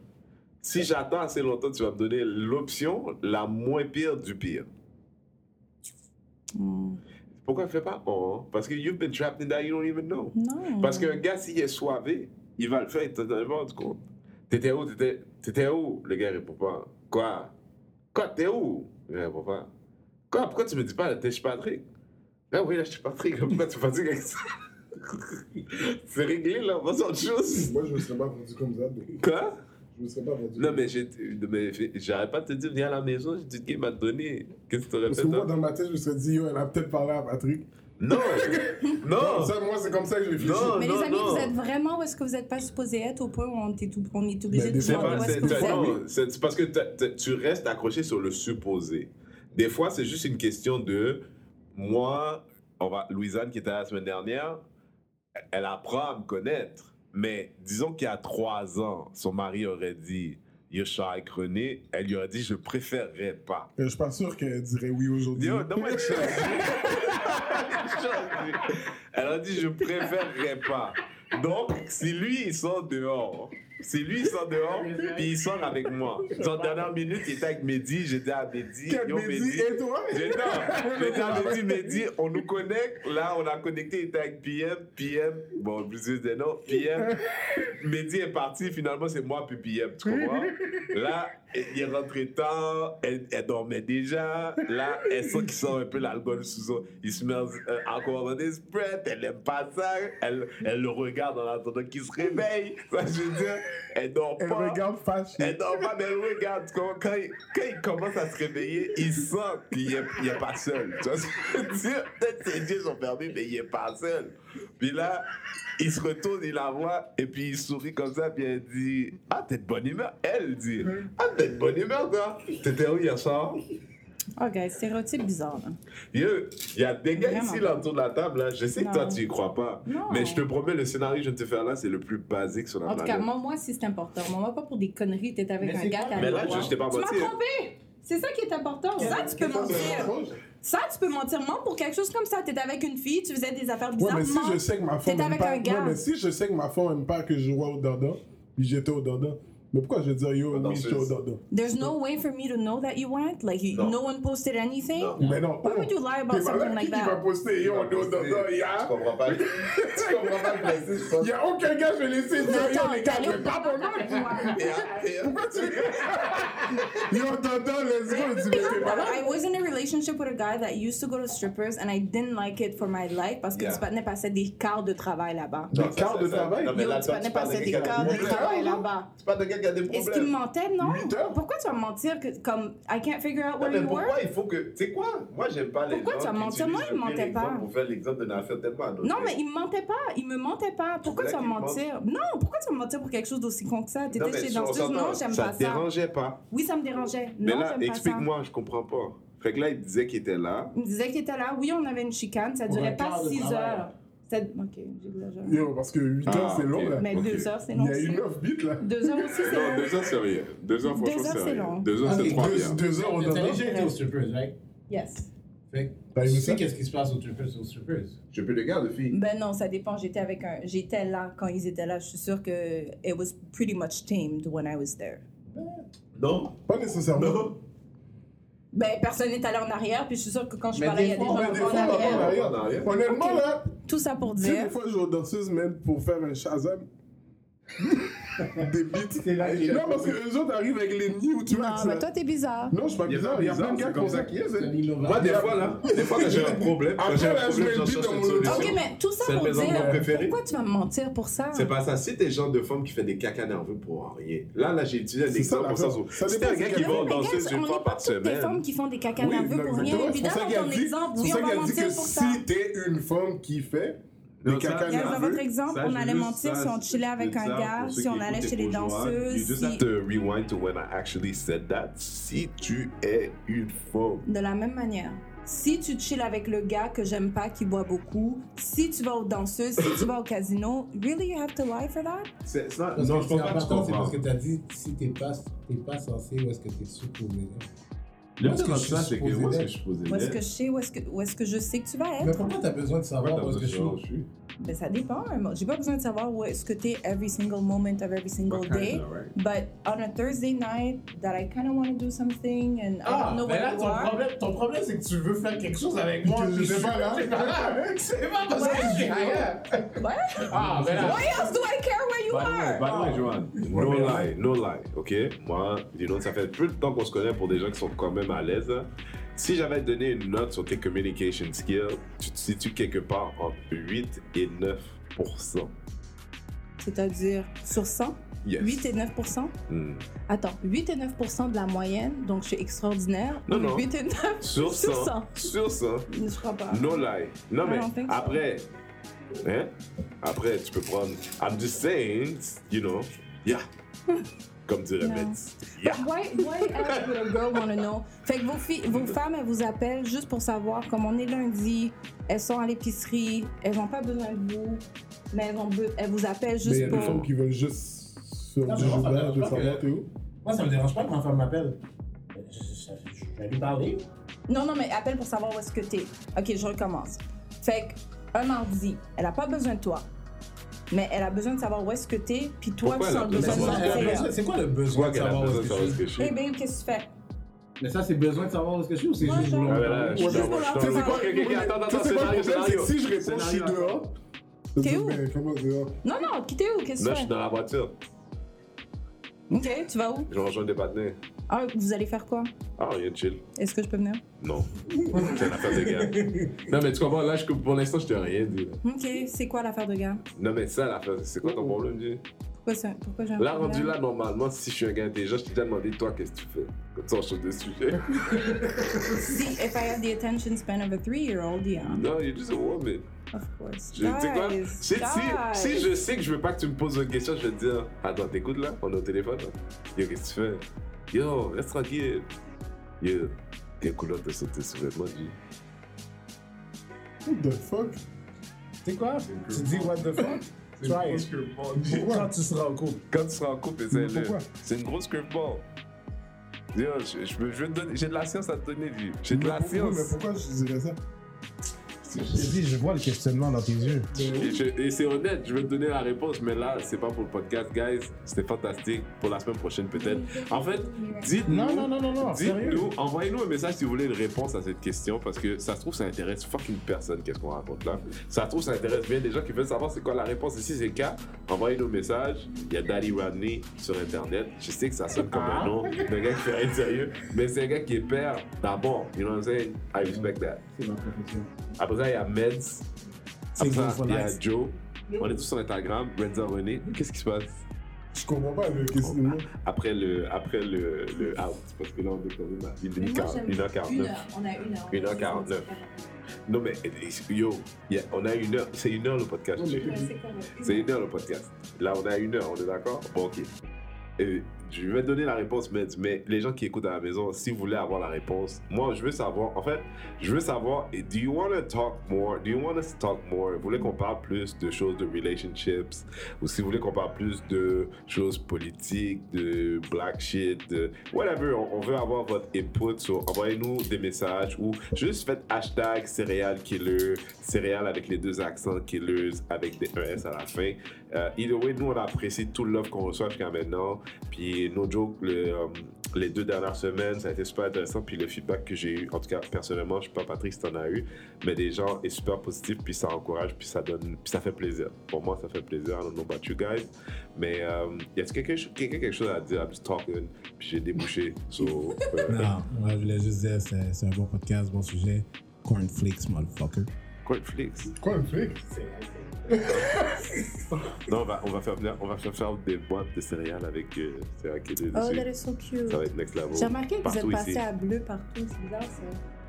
S2: si j'attends assez longtemps, tu vas me donner l'option la moins pire du pire.
S5: Hmm.
S2: Pourquoi ne fais pas oh, hein? Parce que you've been trapped in that you don't even know.
S5: Non.
S2: Parce qu'un gars, s'il est soivé, il va le faire, il t'en donne pas rendu compte. T'étais où? T'étais, t'étais où? Le gars répond pas. Quoi? Quoi? T'es où? Le gars répond pas. Quoi? Pourquoi tu me dis pas? T'es chez Patrick? Ah oui, là, je suis Patrick. Pourquoi tu me fatigues avec ça? C'est réglé, là. On passe à autre chose.
S3: Moi, je me serais pas vendu comme ça. donc
S2: Quoi?
S3: Je me serais pas vendu.
S2: Non, mais, j'ai, mais j'arrête pas de te dire, viens à la maison. J'ai dit, game m'a donné. Qu'est-ce que tu aurais
S3: Parce
S2: fait?
S3: que moi,
S2: toi?
S3: dans ma tête, je me serais dit, yo, elle a peut-être parlé à Patrick.
S2: Non! non!
S3: Ça, moi, c'est comme ça que Euh, je réfléchis.
S2: Non,
S5: Mais
S2: non,
S5: les amis,
S2: non.
S5: vous êtes vraiment où est-ce que vous n'êtes pas supposé être au point où on, est tout- on est obligé de
S3: Ben, des
S5: vous
S2: C'est
S3: fois,
S5: demander
S2: pas,
S5: où est-ce
S2: c'est,
S5: que vous
S2: t'as-
S5: êtes?
S2: non, c'est c'est parce que t'as- t'as- tu restes accroché sur le supposé. Des fois, c'est juste une question de moi, on va, Louisanne qui était là la semaine dernière, elle- elle apprend à me connaître. Mais disons qu'il y a trois ans, son mari aurait dit Yo, je suis avec René, elle lui aurait dit Je préférerais pas.
S3: Euh, Je suis pas sûr qu'elle dirait oui aujourd'hui.
S2: Yo, donne-moi une chance. Une chance. Elle a dit je préférerais pas. Donc, si lui il sort dehors, si lui il sort dehors, puis il sort avec moi. Dans la dernière minute, il était avec Mehdi, j'étais à Mehdi.
S3: Quel
S2: yo,
S3: Mehdi et toi
S2: J'ai- non, j'étais à Mehdi, Mehdi, on nous connecte. Là, on a connecté, il était avec PM, PM. Bon, plus des noms, PM. Mehdi est parti, finalement, c'est moi puis PM, tu comprends? Là, il est rentré tard, elle, elle dormait déjà. Là, elle sent qu'il sent un peu l'alcool sous son. Il se met en- euh, encore dans des spreads, elle aime pas ça. Elle, elle le regarde en attendant qu'il se réveille. Ça, je veux dire, elle dort
S3: Elle
S2: pas.
S3: regarde fâchée.
S2: Elle dort pas, mais elle regarde. Tu comprends? Quand, il, quand il commence à se réveiller, il sent qu'il est, il est pas seul. Tu vois ce que je veux dire? Peut-être ses yeux sont fermés, mais il est pas seul. Puis là, il se retourne, il la voit, et puis il sourit comme ça, puis elle dit Ah, t'es de bonne humeur. Elle dit Ah, t'es de bonne humeur, toi. T'étais où hier soir?
S5: Oh, guys, stéréotype bizarre. là.
S2: Yo, Il y a des gars
S5: Vraiment.
S2: ici là, autour de la table. Là. Je sais que
S5: Non.
S2: toi, tu y crois pas.
S5: Non.
S2: Mais je te promets, le scénario que je vais te faire là, c'est le plus basique sur la
S5: En tout cas,
S2: planète.
S5: moi, moi si c'est important. Moi, pas pour des conneries, t'es avec
S20: Mais
S5: un
S20: c'est
S5: gars
S20: quoi?
S5: qui a
S2: mais
S5: le
S2: là,
S5: droit.
S2: je, je t'ai pas
S5: Tu m'as
S2: menti. hein.
S5: trompé! C'est ça qui est important. Ça, tu peux mentir. Ça, tu peux mentir. Moi, pour quelque chose comme ça, t'étais avec une fille, tu faisais des affaires
S3: Ouais,
S5: bizarres.
S3: mais si
S5: mens.
S3: je sais que ma femme
S5: T'es
S3: aime
S5: avec
S3: pas,
S5: un gars.
S3: Ouais, mais si je sais que ma femme aime pas que je vois au dada, puis j'étais au dada, mais pourquoi je vais dire yo, oui,
S2: danseuse.
S3: je suis au dada?
S5: There's no way for me to know that you went. Like, you-
S2: Non.
S5: no one posted anything.
S2: Non.
S3: Mais non.
S5: Why would you lie about
S3: T'es malade,
S5: something like
S3: qui qui va
S5: that?
S3: poster yo, on est au dada
S2: Tu
S3: hier?
S2: comprends pas.
S13: Tu comprends pas le principe, ça?
S3: Y a aucun gars, je vais laisser dire yo,
S5: Attends,
S3: les gars,
S5: t'allais
S3: mais
S5: au
S3: pas pour moi! Pourquoi tu. Yo, dada, let's go! Tu mais t'es malade?
S5: I was in a relationship with a guy that used to go to strippers and I didn't like it for my life parce que
S2: Yeah.
S5: tu partenaires passaient des quarts de travail là-bas.
S2: Non,
S3: Des
S2: ça,
S3: quarts
S2: c'est
S3: de
S2: ça.
S3: travail?
S2: Non, mais
S5: Yo,
S2: là,
S5: tu
S2: toi,
S5: partenaires
S2: parles
S5: passaient
S2: de
S5: des
S2: quelqu'un qui a
S5: quarts de
S2: problèmes.
S5: travail là-bas.
S2: Tu parles de quelqu'un qui a des
S5: Est-ce qu'il me
S2: problèmes.
S5: mentait? Non.
S3: Huit heures?
S5: Pourquoi tu vas me mentir que, comme, I can't figure
S2: Non,
S5: out where
S2: mais
S5: you were?
S2: pourquoi il faut que. Tu sais quoi Moi, j'aime pas les
S5: Pourquoi
S2: gens
S5: tu as
S2: qui
S5: menti? Moi,
S2: utilisent
S5: il
S2: le
S5: mentait
S2: pire exemple
S5: pas.
S2: Pour faire l'exemple d'une affaire tellement.
S5: Non, mais il me mentait pas. Il me mentait pas. Pourquoi
S2: Tu
S5: tu vas me
S2: voulais
S5: mentir? Non, pourquoi tu vas me mentir pour quelque chose d'aussi con que ça? T'étais chez danseuse? Non, j'aime
S2: ça.
S5: pas
S2: te
S5: ça.
S2: dérangeait pas.
S5: Oui, ça me dérangeait.
S2: Mais
S5: Non,
S2: là,
S5: j'aime pas ça.
S2: explique-moi, je comprends pas. Fait que là, il disait qu'il était là.
S5: Il me disait qu'il était là. Oui, on avait une chicane. Ça
S20: un
S5: durait pas
S20: quart de
S5: 6
S20: travail.
S5: heures. Ça- Ok, j'exagère.
S3: Yo, parce que 8
S2: Ah,
S3: heures, c'est
S2: ok.
S3: long là.
S5: Mais
S2: Ok.
S5: 2 heures, c'est
S3: Il
S5: long.
S3: y a
S5: aussi.
S3: une 9 bits là.
S5: Deux heures aussi, c'est
S2: Non,
S5: long.
S2: deux heures, c'est rien. Deux heures,
S5: Deux
S2: franchement,
S5: heures,
S2: c'est
S5: c'est
S2: rien.
S5: long.
S2: Ah, Deux heures,
S20: Ok,
S2: c'est trois
S3: Deux-
S2: bien.
S3: Deux heures au
S20: T'as
S3: dada.
S20: déjà été aux strippers, right?
S5: Yes.
S20: Fait que
S4: Ben,
S3: T'as
S20: tu
S3: aimé ça?
S20: sais qu'est-ce qui se passe aux strippers, aux strippers.
S2: Je peux le garder, fille.
S5: Ben non, ça dépend. J'étais avec un. J'étais là quand ils étaient là. Je suis sûre que it was pretty much tamed when I was there.
S2: Non.
S3: Pas nécessairement.
S2: Non.
S5: Ben personne n'est allé en arrière. Puis je suis sûre que quand je
S20: Mais
S5: parlais, il y a
S20: des
S5: des gens
S20: fois,
S3: Mais des
S5: en
S3: fois, on va pas en
S5: arrière.
S3: arrière.
S2: En arrière.
S3: Honnêtement là,
S5: Tout ça pour
S3: tu sais, des
S5: dire.
S3: fois, je joue aux danseuses, même pour faire un Shazam. des beats.
S4: C'est là qu'il-
S3: Non, parce que eux autres arrivent avec les new
S21: Non,
S5: Ah,
S3: tracks.
S21: mais
S3: là.
S21: toi, t'es bizarre.
S3: Non, je suis pas bizarre. Il y a plein de gars qui font ça.
S22: qui est.
S4: C'est
S22: c'est-
S4: l'innovation.
S2: Moi, des fois, là, des fois, quand j'ai un problème, quand j'ai un
S3: Après, là, je
S2: problème,
S3: mets
S2: j'en
S3: le beat
S2: cherche
S3: dans
S2: une
S3: mon audio.
S2: solution.
S5: Ok, mais tout
S2: C'est
S5: ça
S2: le
S5: pour
S2: maison de
S5: dire,
S2: mon préféré.
S5: pourquoi tu vas me mentir pour ça?
S2: C'est pas ça. Si t'es le genre de femme qui fait des caca nerveux pour rien. Là, là, j'ai utilisé un
S3: C'est ça,
S2: exemple pour ça.
S3: l'affaire. Ça
S2: Si t'es
S3: dépend
S2: un
S3: du
S2: gars
S3: gars.
S2: qui
S5: Mais
S3: Ils vont
S2: va
S5: non, mais
S2: danser
S5: guys,
S2: une fois
S5: on n'est pas
S2: par
S5: toutes des
S2: semaine.
S5: femmes qui font des caca
S3: Oui,
S5: nerveux pour rien.
S3: exactement.
S5: Puis
S3: C'est pour
S5: dans
S3: ça qu'elle
S5: ton
S3: dit-
S5: exemple, oui,
S3: C'est
S5: on
S3: pour ça
S5: va
S3: qu'elle dit que
S5: mentir pour ça.
S3: si t'es une femme qui fait
S23: Non,
S3: des
S23: ça,
S3: caca
S23: ça,
S5: Regarde, dans votre
S3: nerveux,
S5: exemple,
S23: Ça,
S5: on
S23: j'ai
S5: allait
S23: juste
S5: mentir
S23: ça,
S5: si on chillait avec
S23: je
S5: un
S23: dis ça
S5: gars,
S23: pour ceux
S5: si on
S23: qui
S5: allait
S23: écoutent
S5: chez
S23: les
S5: les
S2: hein.
S23: bourgeois, you
S5: danseuses,
S23: just
S5: si-
S23: have
S2: To rewind to when I actually said that, si tu es une femme,
S5: de la même manière. Si tu chilles avec le gars que j'aime pas, qui boit beaucoup, si tu vas aux danseuses, si tu vas au casino, really you have to lie for that?
S2: c'est c'est not-
S4: Parce
S2: non,
S4: que c'est
S2: je pense pas que tu
S4: important, c'est
S2: comprends.
S4: parce que t'as dit si t'es pas, t'es pas censé ou est-ce que t'es supposé là.
S23: Le
S4: Parce
S23: truc
S4: que
S23: dans
S4: je suis
S23: ça, c'est que moi, ce que je suis
S5: Où est-ce que
S23: supposé
S5: je sais, où est-ce que, où est-ce que je sais que tu vas
S4: Mais
S5: être?
S4: pourquoi t'as besoin de savoir où est-ce que je suis
S23: suis.
S5: Ben, ça dépend. Moi, J'ai pas besoin de savoir où est-ce que t'es every single moment of every single day. But on a Thursday night that I kind of want to do something and I
S4: Ah,
S5: don't know
S2: ben
S4: mais
S5: where
S4: là,
S5: you
S4: ton
S5: are.
S4: problème, ton problème, c'est que tu veux faire quelque chose avec moi.
S3: Que je
S4: puis
S3: sais
S4: suis-
S3: pas, là.
S4: C'est pas là. C'est pas parce que je suis ailleurs.
S5: What?
S4: Ah, mais là.
S5: Why else do I care where you are?
S23: Bah ouais, Joanne.
S2: No lie, no lie, ok? Moi, dis donc, ça fait peu de temps qu'on se connaît pour des gens qui sont quand même à l'aise. hein. Si j'avais donné une note sur tes communication skills, tu te situes quelque part entre 8 et 9
S21: C'est-à-dire, sur 100,
S2: Yes.
S21: 8 et 9
S2: Hmm.
S21: Attends, 8 et 9 de la moyenne, donc je suis extraordinaire.
S2: Non, non.
S21: 8 et 9,
S2: Sur
S21: Sur
S2: 100. Sur 100.
S21: je crois pas.
S2: No lie. Non, mais
S21: don't think so.
S2: après, hein? Après, tu peux prendre. I'm just saying, you know, yeah. Comme dirait
S21: Non.
S2: Metz. Yeah.
S21: Why, why else would a girl want to know? Fait que vos, filles, vos femmes, elles vous appellent juste pour savoir, comme on est lundi, elles sont à l'épicerie, elles n'ont pas besoin de vous, mais elles, ont be- elles vous appellent
S3: mais il y a
S21: juste
S3: des
S21: pour...
S3: femmes qui veulent juste sur
S4: Non,
S3: du
S4: mais moi, ça
S3: Joubert
S4: me dérange
S3: de
S4: pas
S3: savoir
S4: que-
S3: t'es où.
S4: Moi, ça me dérange pas quand ma femme m'appelle. Je, je- je- je vais lui parler.
S5: Non, non, mais appelle pour savoir où est-ce que t'es. Ok, je recommence. Fait que, un mardi, elle a pas besoin de toi, mais elle a besoin de savoir où est-ce que t'es, puis toi,
S2: Pourquoi
S5: tu
S2: elle a
S5: as
S4: Mais
S5: besoin de
S2: besoin
S4: elle
S2: de
S4: a
S2: savoir?
S5: mentir.
S4: besoin- C'est quoi le
S2: Je vois
S4: besoin de
S2: qu'elle a
S4: savoir où
S2: besoin de
S4: est-ce que
S2: savoir
S4: je suis?
S2: ce que je
S5: Hey
S2: suis.
S5: babe, ben, qu'est-ce que tu fais?
S4: Mais ça, c'est besoin de savoir où est-ce que je suis ou c'est
S5: Ouais,
S4: juste
S5: genre.
S4: vouloir
S2: Ah,
S21: ben,
S2: là, je suis
S5: Juste
S2: d'accord,
S5: pour
S2: je suis
S5: leur
S2: d'accord.
S5: faire-
S2: Ok, ok, ok, attends, attends,
S3: Tu sais,
S2: attends,
S3: c'est pas
S2: scénario,
S3: le problème, c'est
S2: scénario.
S3: que si je réponds, je suis
S4: Scénario.
S3: dehors. Je
S5: T'es
S3: dis,
S5: où?
S3: ben, comment dehors?
S5: Non, non, quittez où? Qu'est-ce que
S2: Là, je
S5: tu
S2: suis
S5: fais?
S2: dans la voiture.
S5: Ok, tu vas où?
S2: Je vais rejoindre des partenaires.
S5: Ah, vous allez faire quoi?
S2: Ah, rien de chill.
S5: Est-ce que je peux venir?
S2: Non. C'est une affaire de gars. Non, mais tu comprends, là, je, pour l'instant, je t'ai rien dit. là.
S5: Ok, c'est quoi l'affaire de gars?
S2: Non, mais ça, l'affaire, c'est quoi ton problème, dis?
S5: Pourquoi, c'est- pourquoi j'ai un
S2: Là,
S5: problème?
S2: rendu là, normalement, si je suis un gars intelligent, je t'ai déjà demandé, toi, qu'est-ce que tu fais? Comme ça, on change de sujet.
S5: See, if I had the attention span of a three-year-old, yeah,
S2: Non, il est juste ouais, mais.
S5: of course.
S2: Je, tu sais quoi?
S5: Guys,
S2: Si, si, si
S5: guys.
S2: je sais que je veux pas que tu me poses une question, je vais te dire, attends, t'écoutes là, on est au téléphone. là. Yo, qu'est-ce que tu fais? Yo, reste tranquille. Yo, quelle couleur te saute tes sous-vêtements, dis?
S3: What the fuck?
S4: Tu sais quoi? Tu dis what the fuck? Try it. Quand tu seras en couple.
S2: Quand tu seras en couple,
S3: Mais
S2: essaie-le.
S3: pourquoi?
S2: C'est une grosse curveball. Yo, je, je, veux- je veux te donner- j'ai de la science à te donner, dis. J'ai de
S3: Mais
S2: la
S3: pourquoi-
S2: science.
S3: Mais pourquoi je dirais ça?
S24: Je dis, je vois le questionnement dans tes yeux.
S2: Et, je- et c'est honnête, je vais te donner la réponse, mais là, c'est pas pour le podcast, guys. C'était fantastique. Pour la semaine prochaine, peut-être. En fait, dites-nous.
S24: Non, non, non, non,
S2: Oh,
S24: non, sérieux.
S2: Dites-nous, envoyez-nous un message si vous voulez une réponse à cette question parce que ça se trouve, ça intéresse fucking personne qu'est-ce qu'on raconte là. Ça se trouve, ça intéresse bien des gens qui veulent savoir c'est quoi la réponse. Et si c'est le cas, envoyez-nous un message. Il y a Daddy Rodney sur internet. Je sais que ça sonne comme un nom d'un gars qui fait rien de sérieux, mais c'est un gars qui est père d'abord. You know what I'm saying? I respect that.
S4: C'est ma profession.
S2: Après ça, il y a Meds.
S4: C'est
S2: Après ça,
S4: gros,
S2: il y a
S4: nice.
S2: Joe. On est tous sur Instagram. Renzo René. Qu'est-ce qui se passe?
S3: Je comprends pas le questionnement.
S2: Après le, après le, le out, parce que là, on est quand même à
S5: Mais moi, j'aime
S2: 1h49.
S5: on a une heure.
S2: Une heure quarante neuf. Non, mais yo, y a- on a une heure, c'est une heure le podcast.
S3: Non, mais-
S2: Jay. C'est une heure le podcast. Là, on a une heure, on est d'accord Bon, ok. Euh, je vais donner la réponse, mais, mais les gens qui écoutent à la maison, si vous voulez avoir la réponse, moi, je veux savoir, en fait, je veux savoir, do you want to talk more? Do you want us to talk more? Vous voulez qu'on parle plus de choses de relationships? Ou si vous voulez qu'on parle plus de choses politiques, de black shit, de whatever, on, on veut avoir votre input. So envoyez-nous des messages ou juste faites hashtag céréales killer, céréales avec les deux accents E killers avec des ES à la fin. Euh, either way, nous on apprécie tout l'offre qu'on reçoit jusqu'à maintenant. Puis, no joke, le, euh, les deux dernières semaines, ça a été super intéressant. Puis, le feedback que j'ai eu, en tout cas, personnellement, je ne sais pas, Patrick, si tu en as eu, mais des gens est super positif. Puis, ça encourage, puis ça donne, puis ça fait plaisir. Pour moi, ça fait plaisir. I don't know about you guys. Mais, euh, y a-t-il quelqu'un quelqu'un quelque chose à dire? I'm just talking. Puis, j'ai débouché. So, euh,
S4: Non, moi, je voulais juste dire, c'est c'est un bon podcast, bon sujet. Cornflakes, motherfucker.
S2: Cornflakes.
S3: Quoi, le flic?
S2: Non, on va, on va faire venir- on va faire faire des boîtes de céréales avec euh, céréales qui étaient
S5: Oh,
S2: dessus.
S5: that is so cute.
S2: Ça va être next level.
S5: J'ai remarqué que vous êtes
S2: Partout
S5: passé
S2: ici.
S5: à bleu partout, c'est bizarre ça.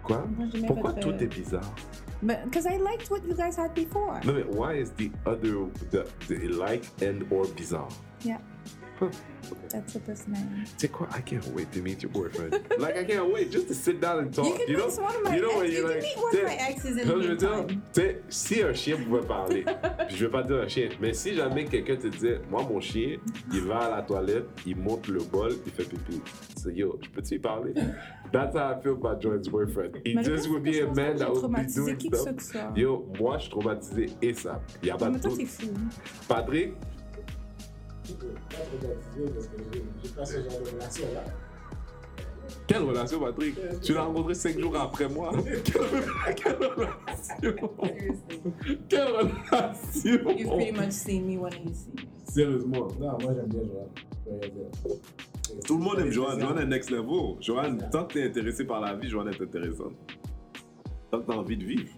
S2: Quoi?
S5: Moi, j'ai même
S2: Pourquoi
S5: pas
S2: tout
S5: fait-
S2: est bizarre?
S5: But, because I liked what you guys had before.
S2: Non mais why is the other the, the like and or bizarre?
S5: That's the personality.
S2: C'est quoi? I can't wait to meet your boyfriend. like I can't wait just to sit down and talk.
S5: you can
S2: You know?
S5: meet one of my
S2: you know when
S5: exes.
S2: you're
S5: You can
S2: like,
S5: meet one of
S2: t'sais,
S5: my exes in the
S2: Comme je veux dire,
S5: meantime.
S2: tu sais, si un chien pouvait parler, puis je veux pas dire un chien, mais si jamais quelqu'un te disait, moi mon chien, il va à la toilette, il monte le bol, il fait pipi. So, yo, je peux-tu y parler? That's how I feel about John's boyfriend. He
S5: Mais le
S2: just
S5: pire,
S2: would
S5: c'est que
S2: be
S5: je
S2: a
S5: pense
S2: man that would be
S5: que j'ai traumatisé
S2: doing
S5: qui que
S2: stuff.
S5: ce soit.
S2: Yo, moi je suis traumatisé et ça. Y a pas
S5: Non,
S2: de
S5: mais toi,
S2: doute.
S5: t'es fou.
S2: Patrick,
S25: euh, J'ai pas ce genre de relation-là.
S2: quelle relation Patrick?
S5: Euh,
S2: Tu l'as rencontré cinq jours après moi. Quelle, quelle relation? Quelle
S5: You've pretty
S2: relation?
S5: much seen me when you see me.
S2: Sérieusement.
S25: Non, moi j'aime bien Joël. Je vais rien dire.
S2: Tout le monde aime Joanne. Joanne est next level. Joanne, tant que t'es intéressé par la vie, Joanne est intéressante. Tant que t'as envie de vivre.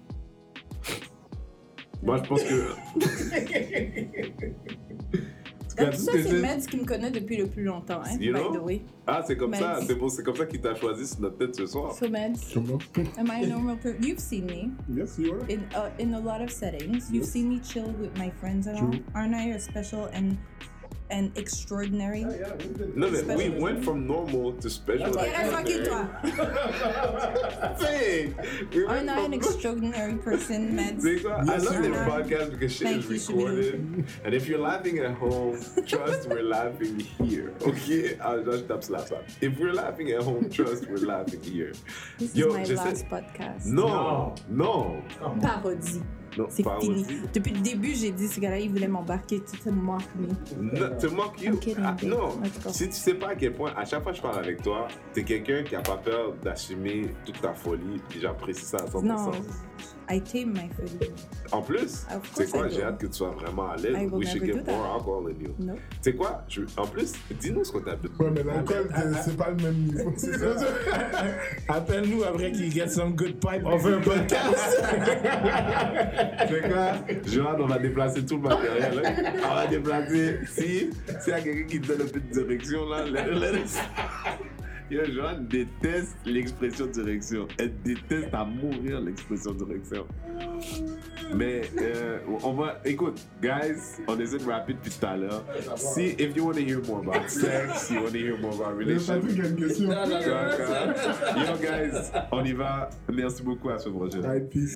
S2: Moi, je pense que. Tu
S5: Donc,
S2: connais
S5: tout
S2: tous
S5: ça,
S2: tes-
S5: c'est Mads qui me connaît depuis le plus longtemps, hein,
S2: You know?
S5: by the way.
S2: Ah, c'est comme
S5: Mais-
S2: ça. C'est bon, c'est comme ça qu'il t'a choisi sur notre tête ce soir.
S5: So, Mads, am I a normal person? You've seen me
S3: Yes, you are.
S5: in, uh, in a lot of settings. You've seen me chill with my friends and all. Aren't I a special and, and extraordinary?
S2: Non, mais we
S5: Special.
S2: went from normal to special.
S5: Et reste tranquille, toi.
S2: Hey, we went
S5: Aren't I an
S2: from-
S5: extraordinary person, Mads?
S2: See, I
S5: Yes,
S2: love
S5: you
S2: this
S5: are.
S2: podcast because shit
S5: Thank you,
S2: is
S5: should be
S2: recorded. And if you're laughing at home, trust we're laughing here. Okay? Ah, I'll just tap slap slap. If we're laughing at home, trust we're laughing here.
S5: This
S2: Yo,
S5: is my
S2: je sais-
S5: last podcast.
S2: Non, non,
S5: Parodie.
S2: non,
S5: C'est
S2: pas
S5: fini.
S2: aussi.
S5: Depuis le début, j'ai dit ce gars-là, il voulait m'embarquer. Tu te moques, mais.
S2: No, to mock you.
S5: I'm kidding,
S2: Ah,
S5: babe.
S2: non,
S5: Let's go.
S2: si tu sais pas à quel point, à chaque fois que je parle avec toi, t'es quelqu'un qui a pas peur d'assumer toute ta folie. Et J'apprécie ça à 100%.
S5: Non. I tame my folie.
S2: En plus,
S5: Of
S2: c'est
S5: course I
S2: quoi,
S5: do.
S2: j'ai hâte que tu sois vraiment à l'aise.
S5: I will
S2: We should
S5: never
S2: get
S5: do that.
S2: more alcohol in you.
S5: Non.
S2: C'est quoi je- En plus, dis-nous ce qu'on t'a
S3: Ouais, mais l'alcool,
S4: Ah,
S3: c'est- c'est pas le même niveau. C'est ça.
S4: Appelle-nous après qu'il get some good pipe. On fait un podcast.
S2: C'est quoi Joanne, on va déplacer tout le matériel. hein. On va déplacer. Si, s'il y a quelqu'un qui te donne un peu de direction, là, let- let us- Yo, Joanne déteste l'expression direction. Elle déteste à mourir l'expression direction. Mais euh, on va. Écoute, guys, on essaie de rapide depuis tout à l'heure. Si, if you want to hear more about sex, you want to hear more about
S3: Le Patrick
S2: relationships.
S3: a une question.
S2: Yo, guys, on y va. Merci beaucoup à ce prochain.
S3: Ah, Alright, peace.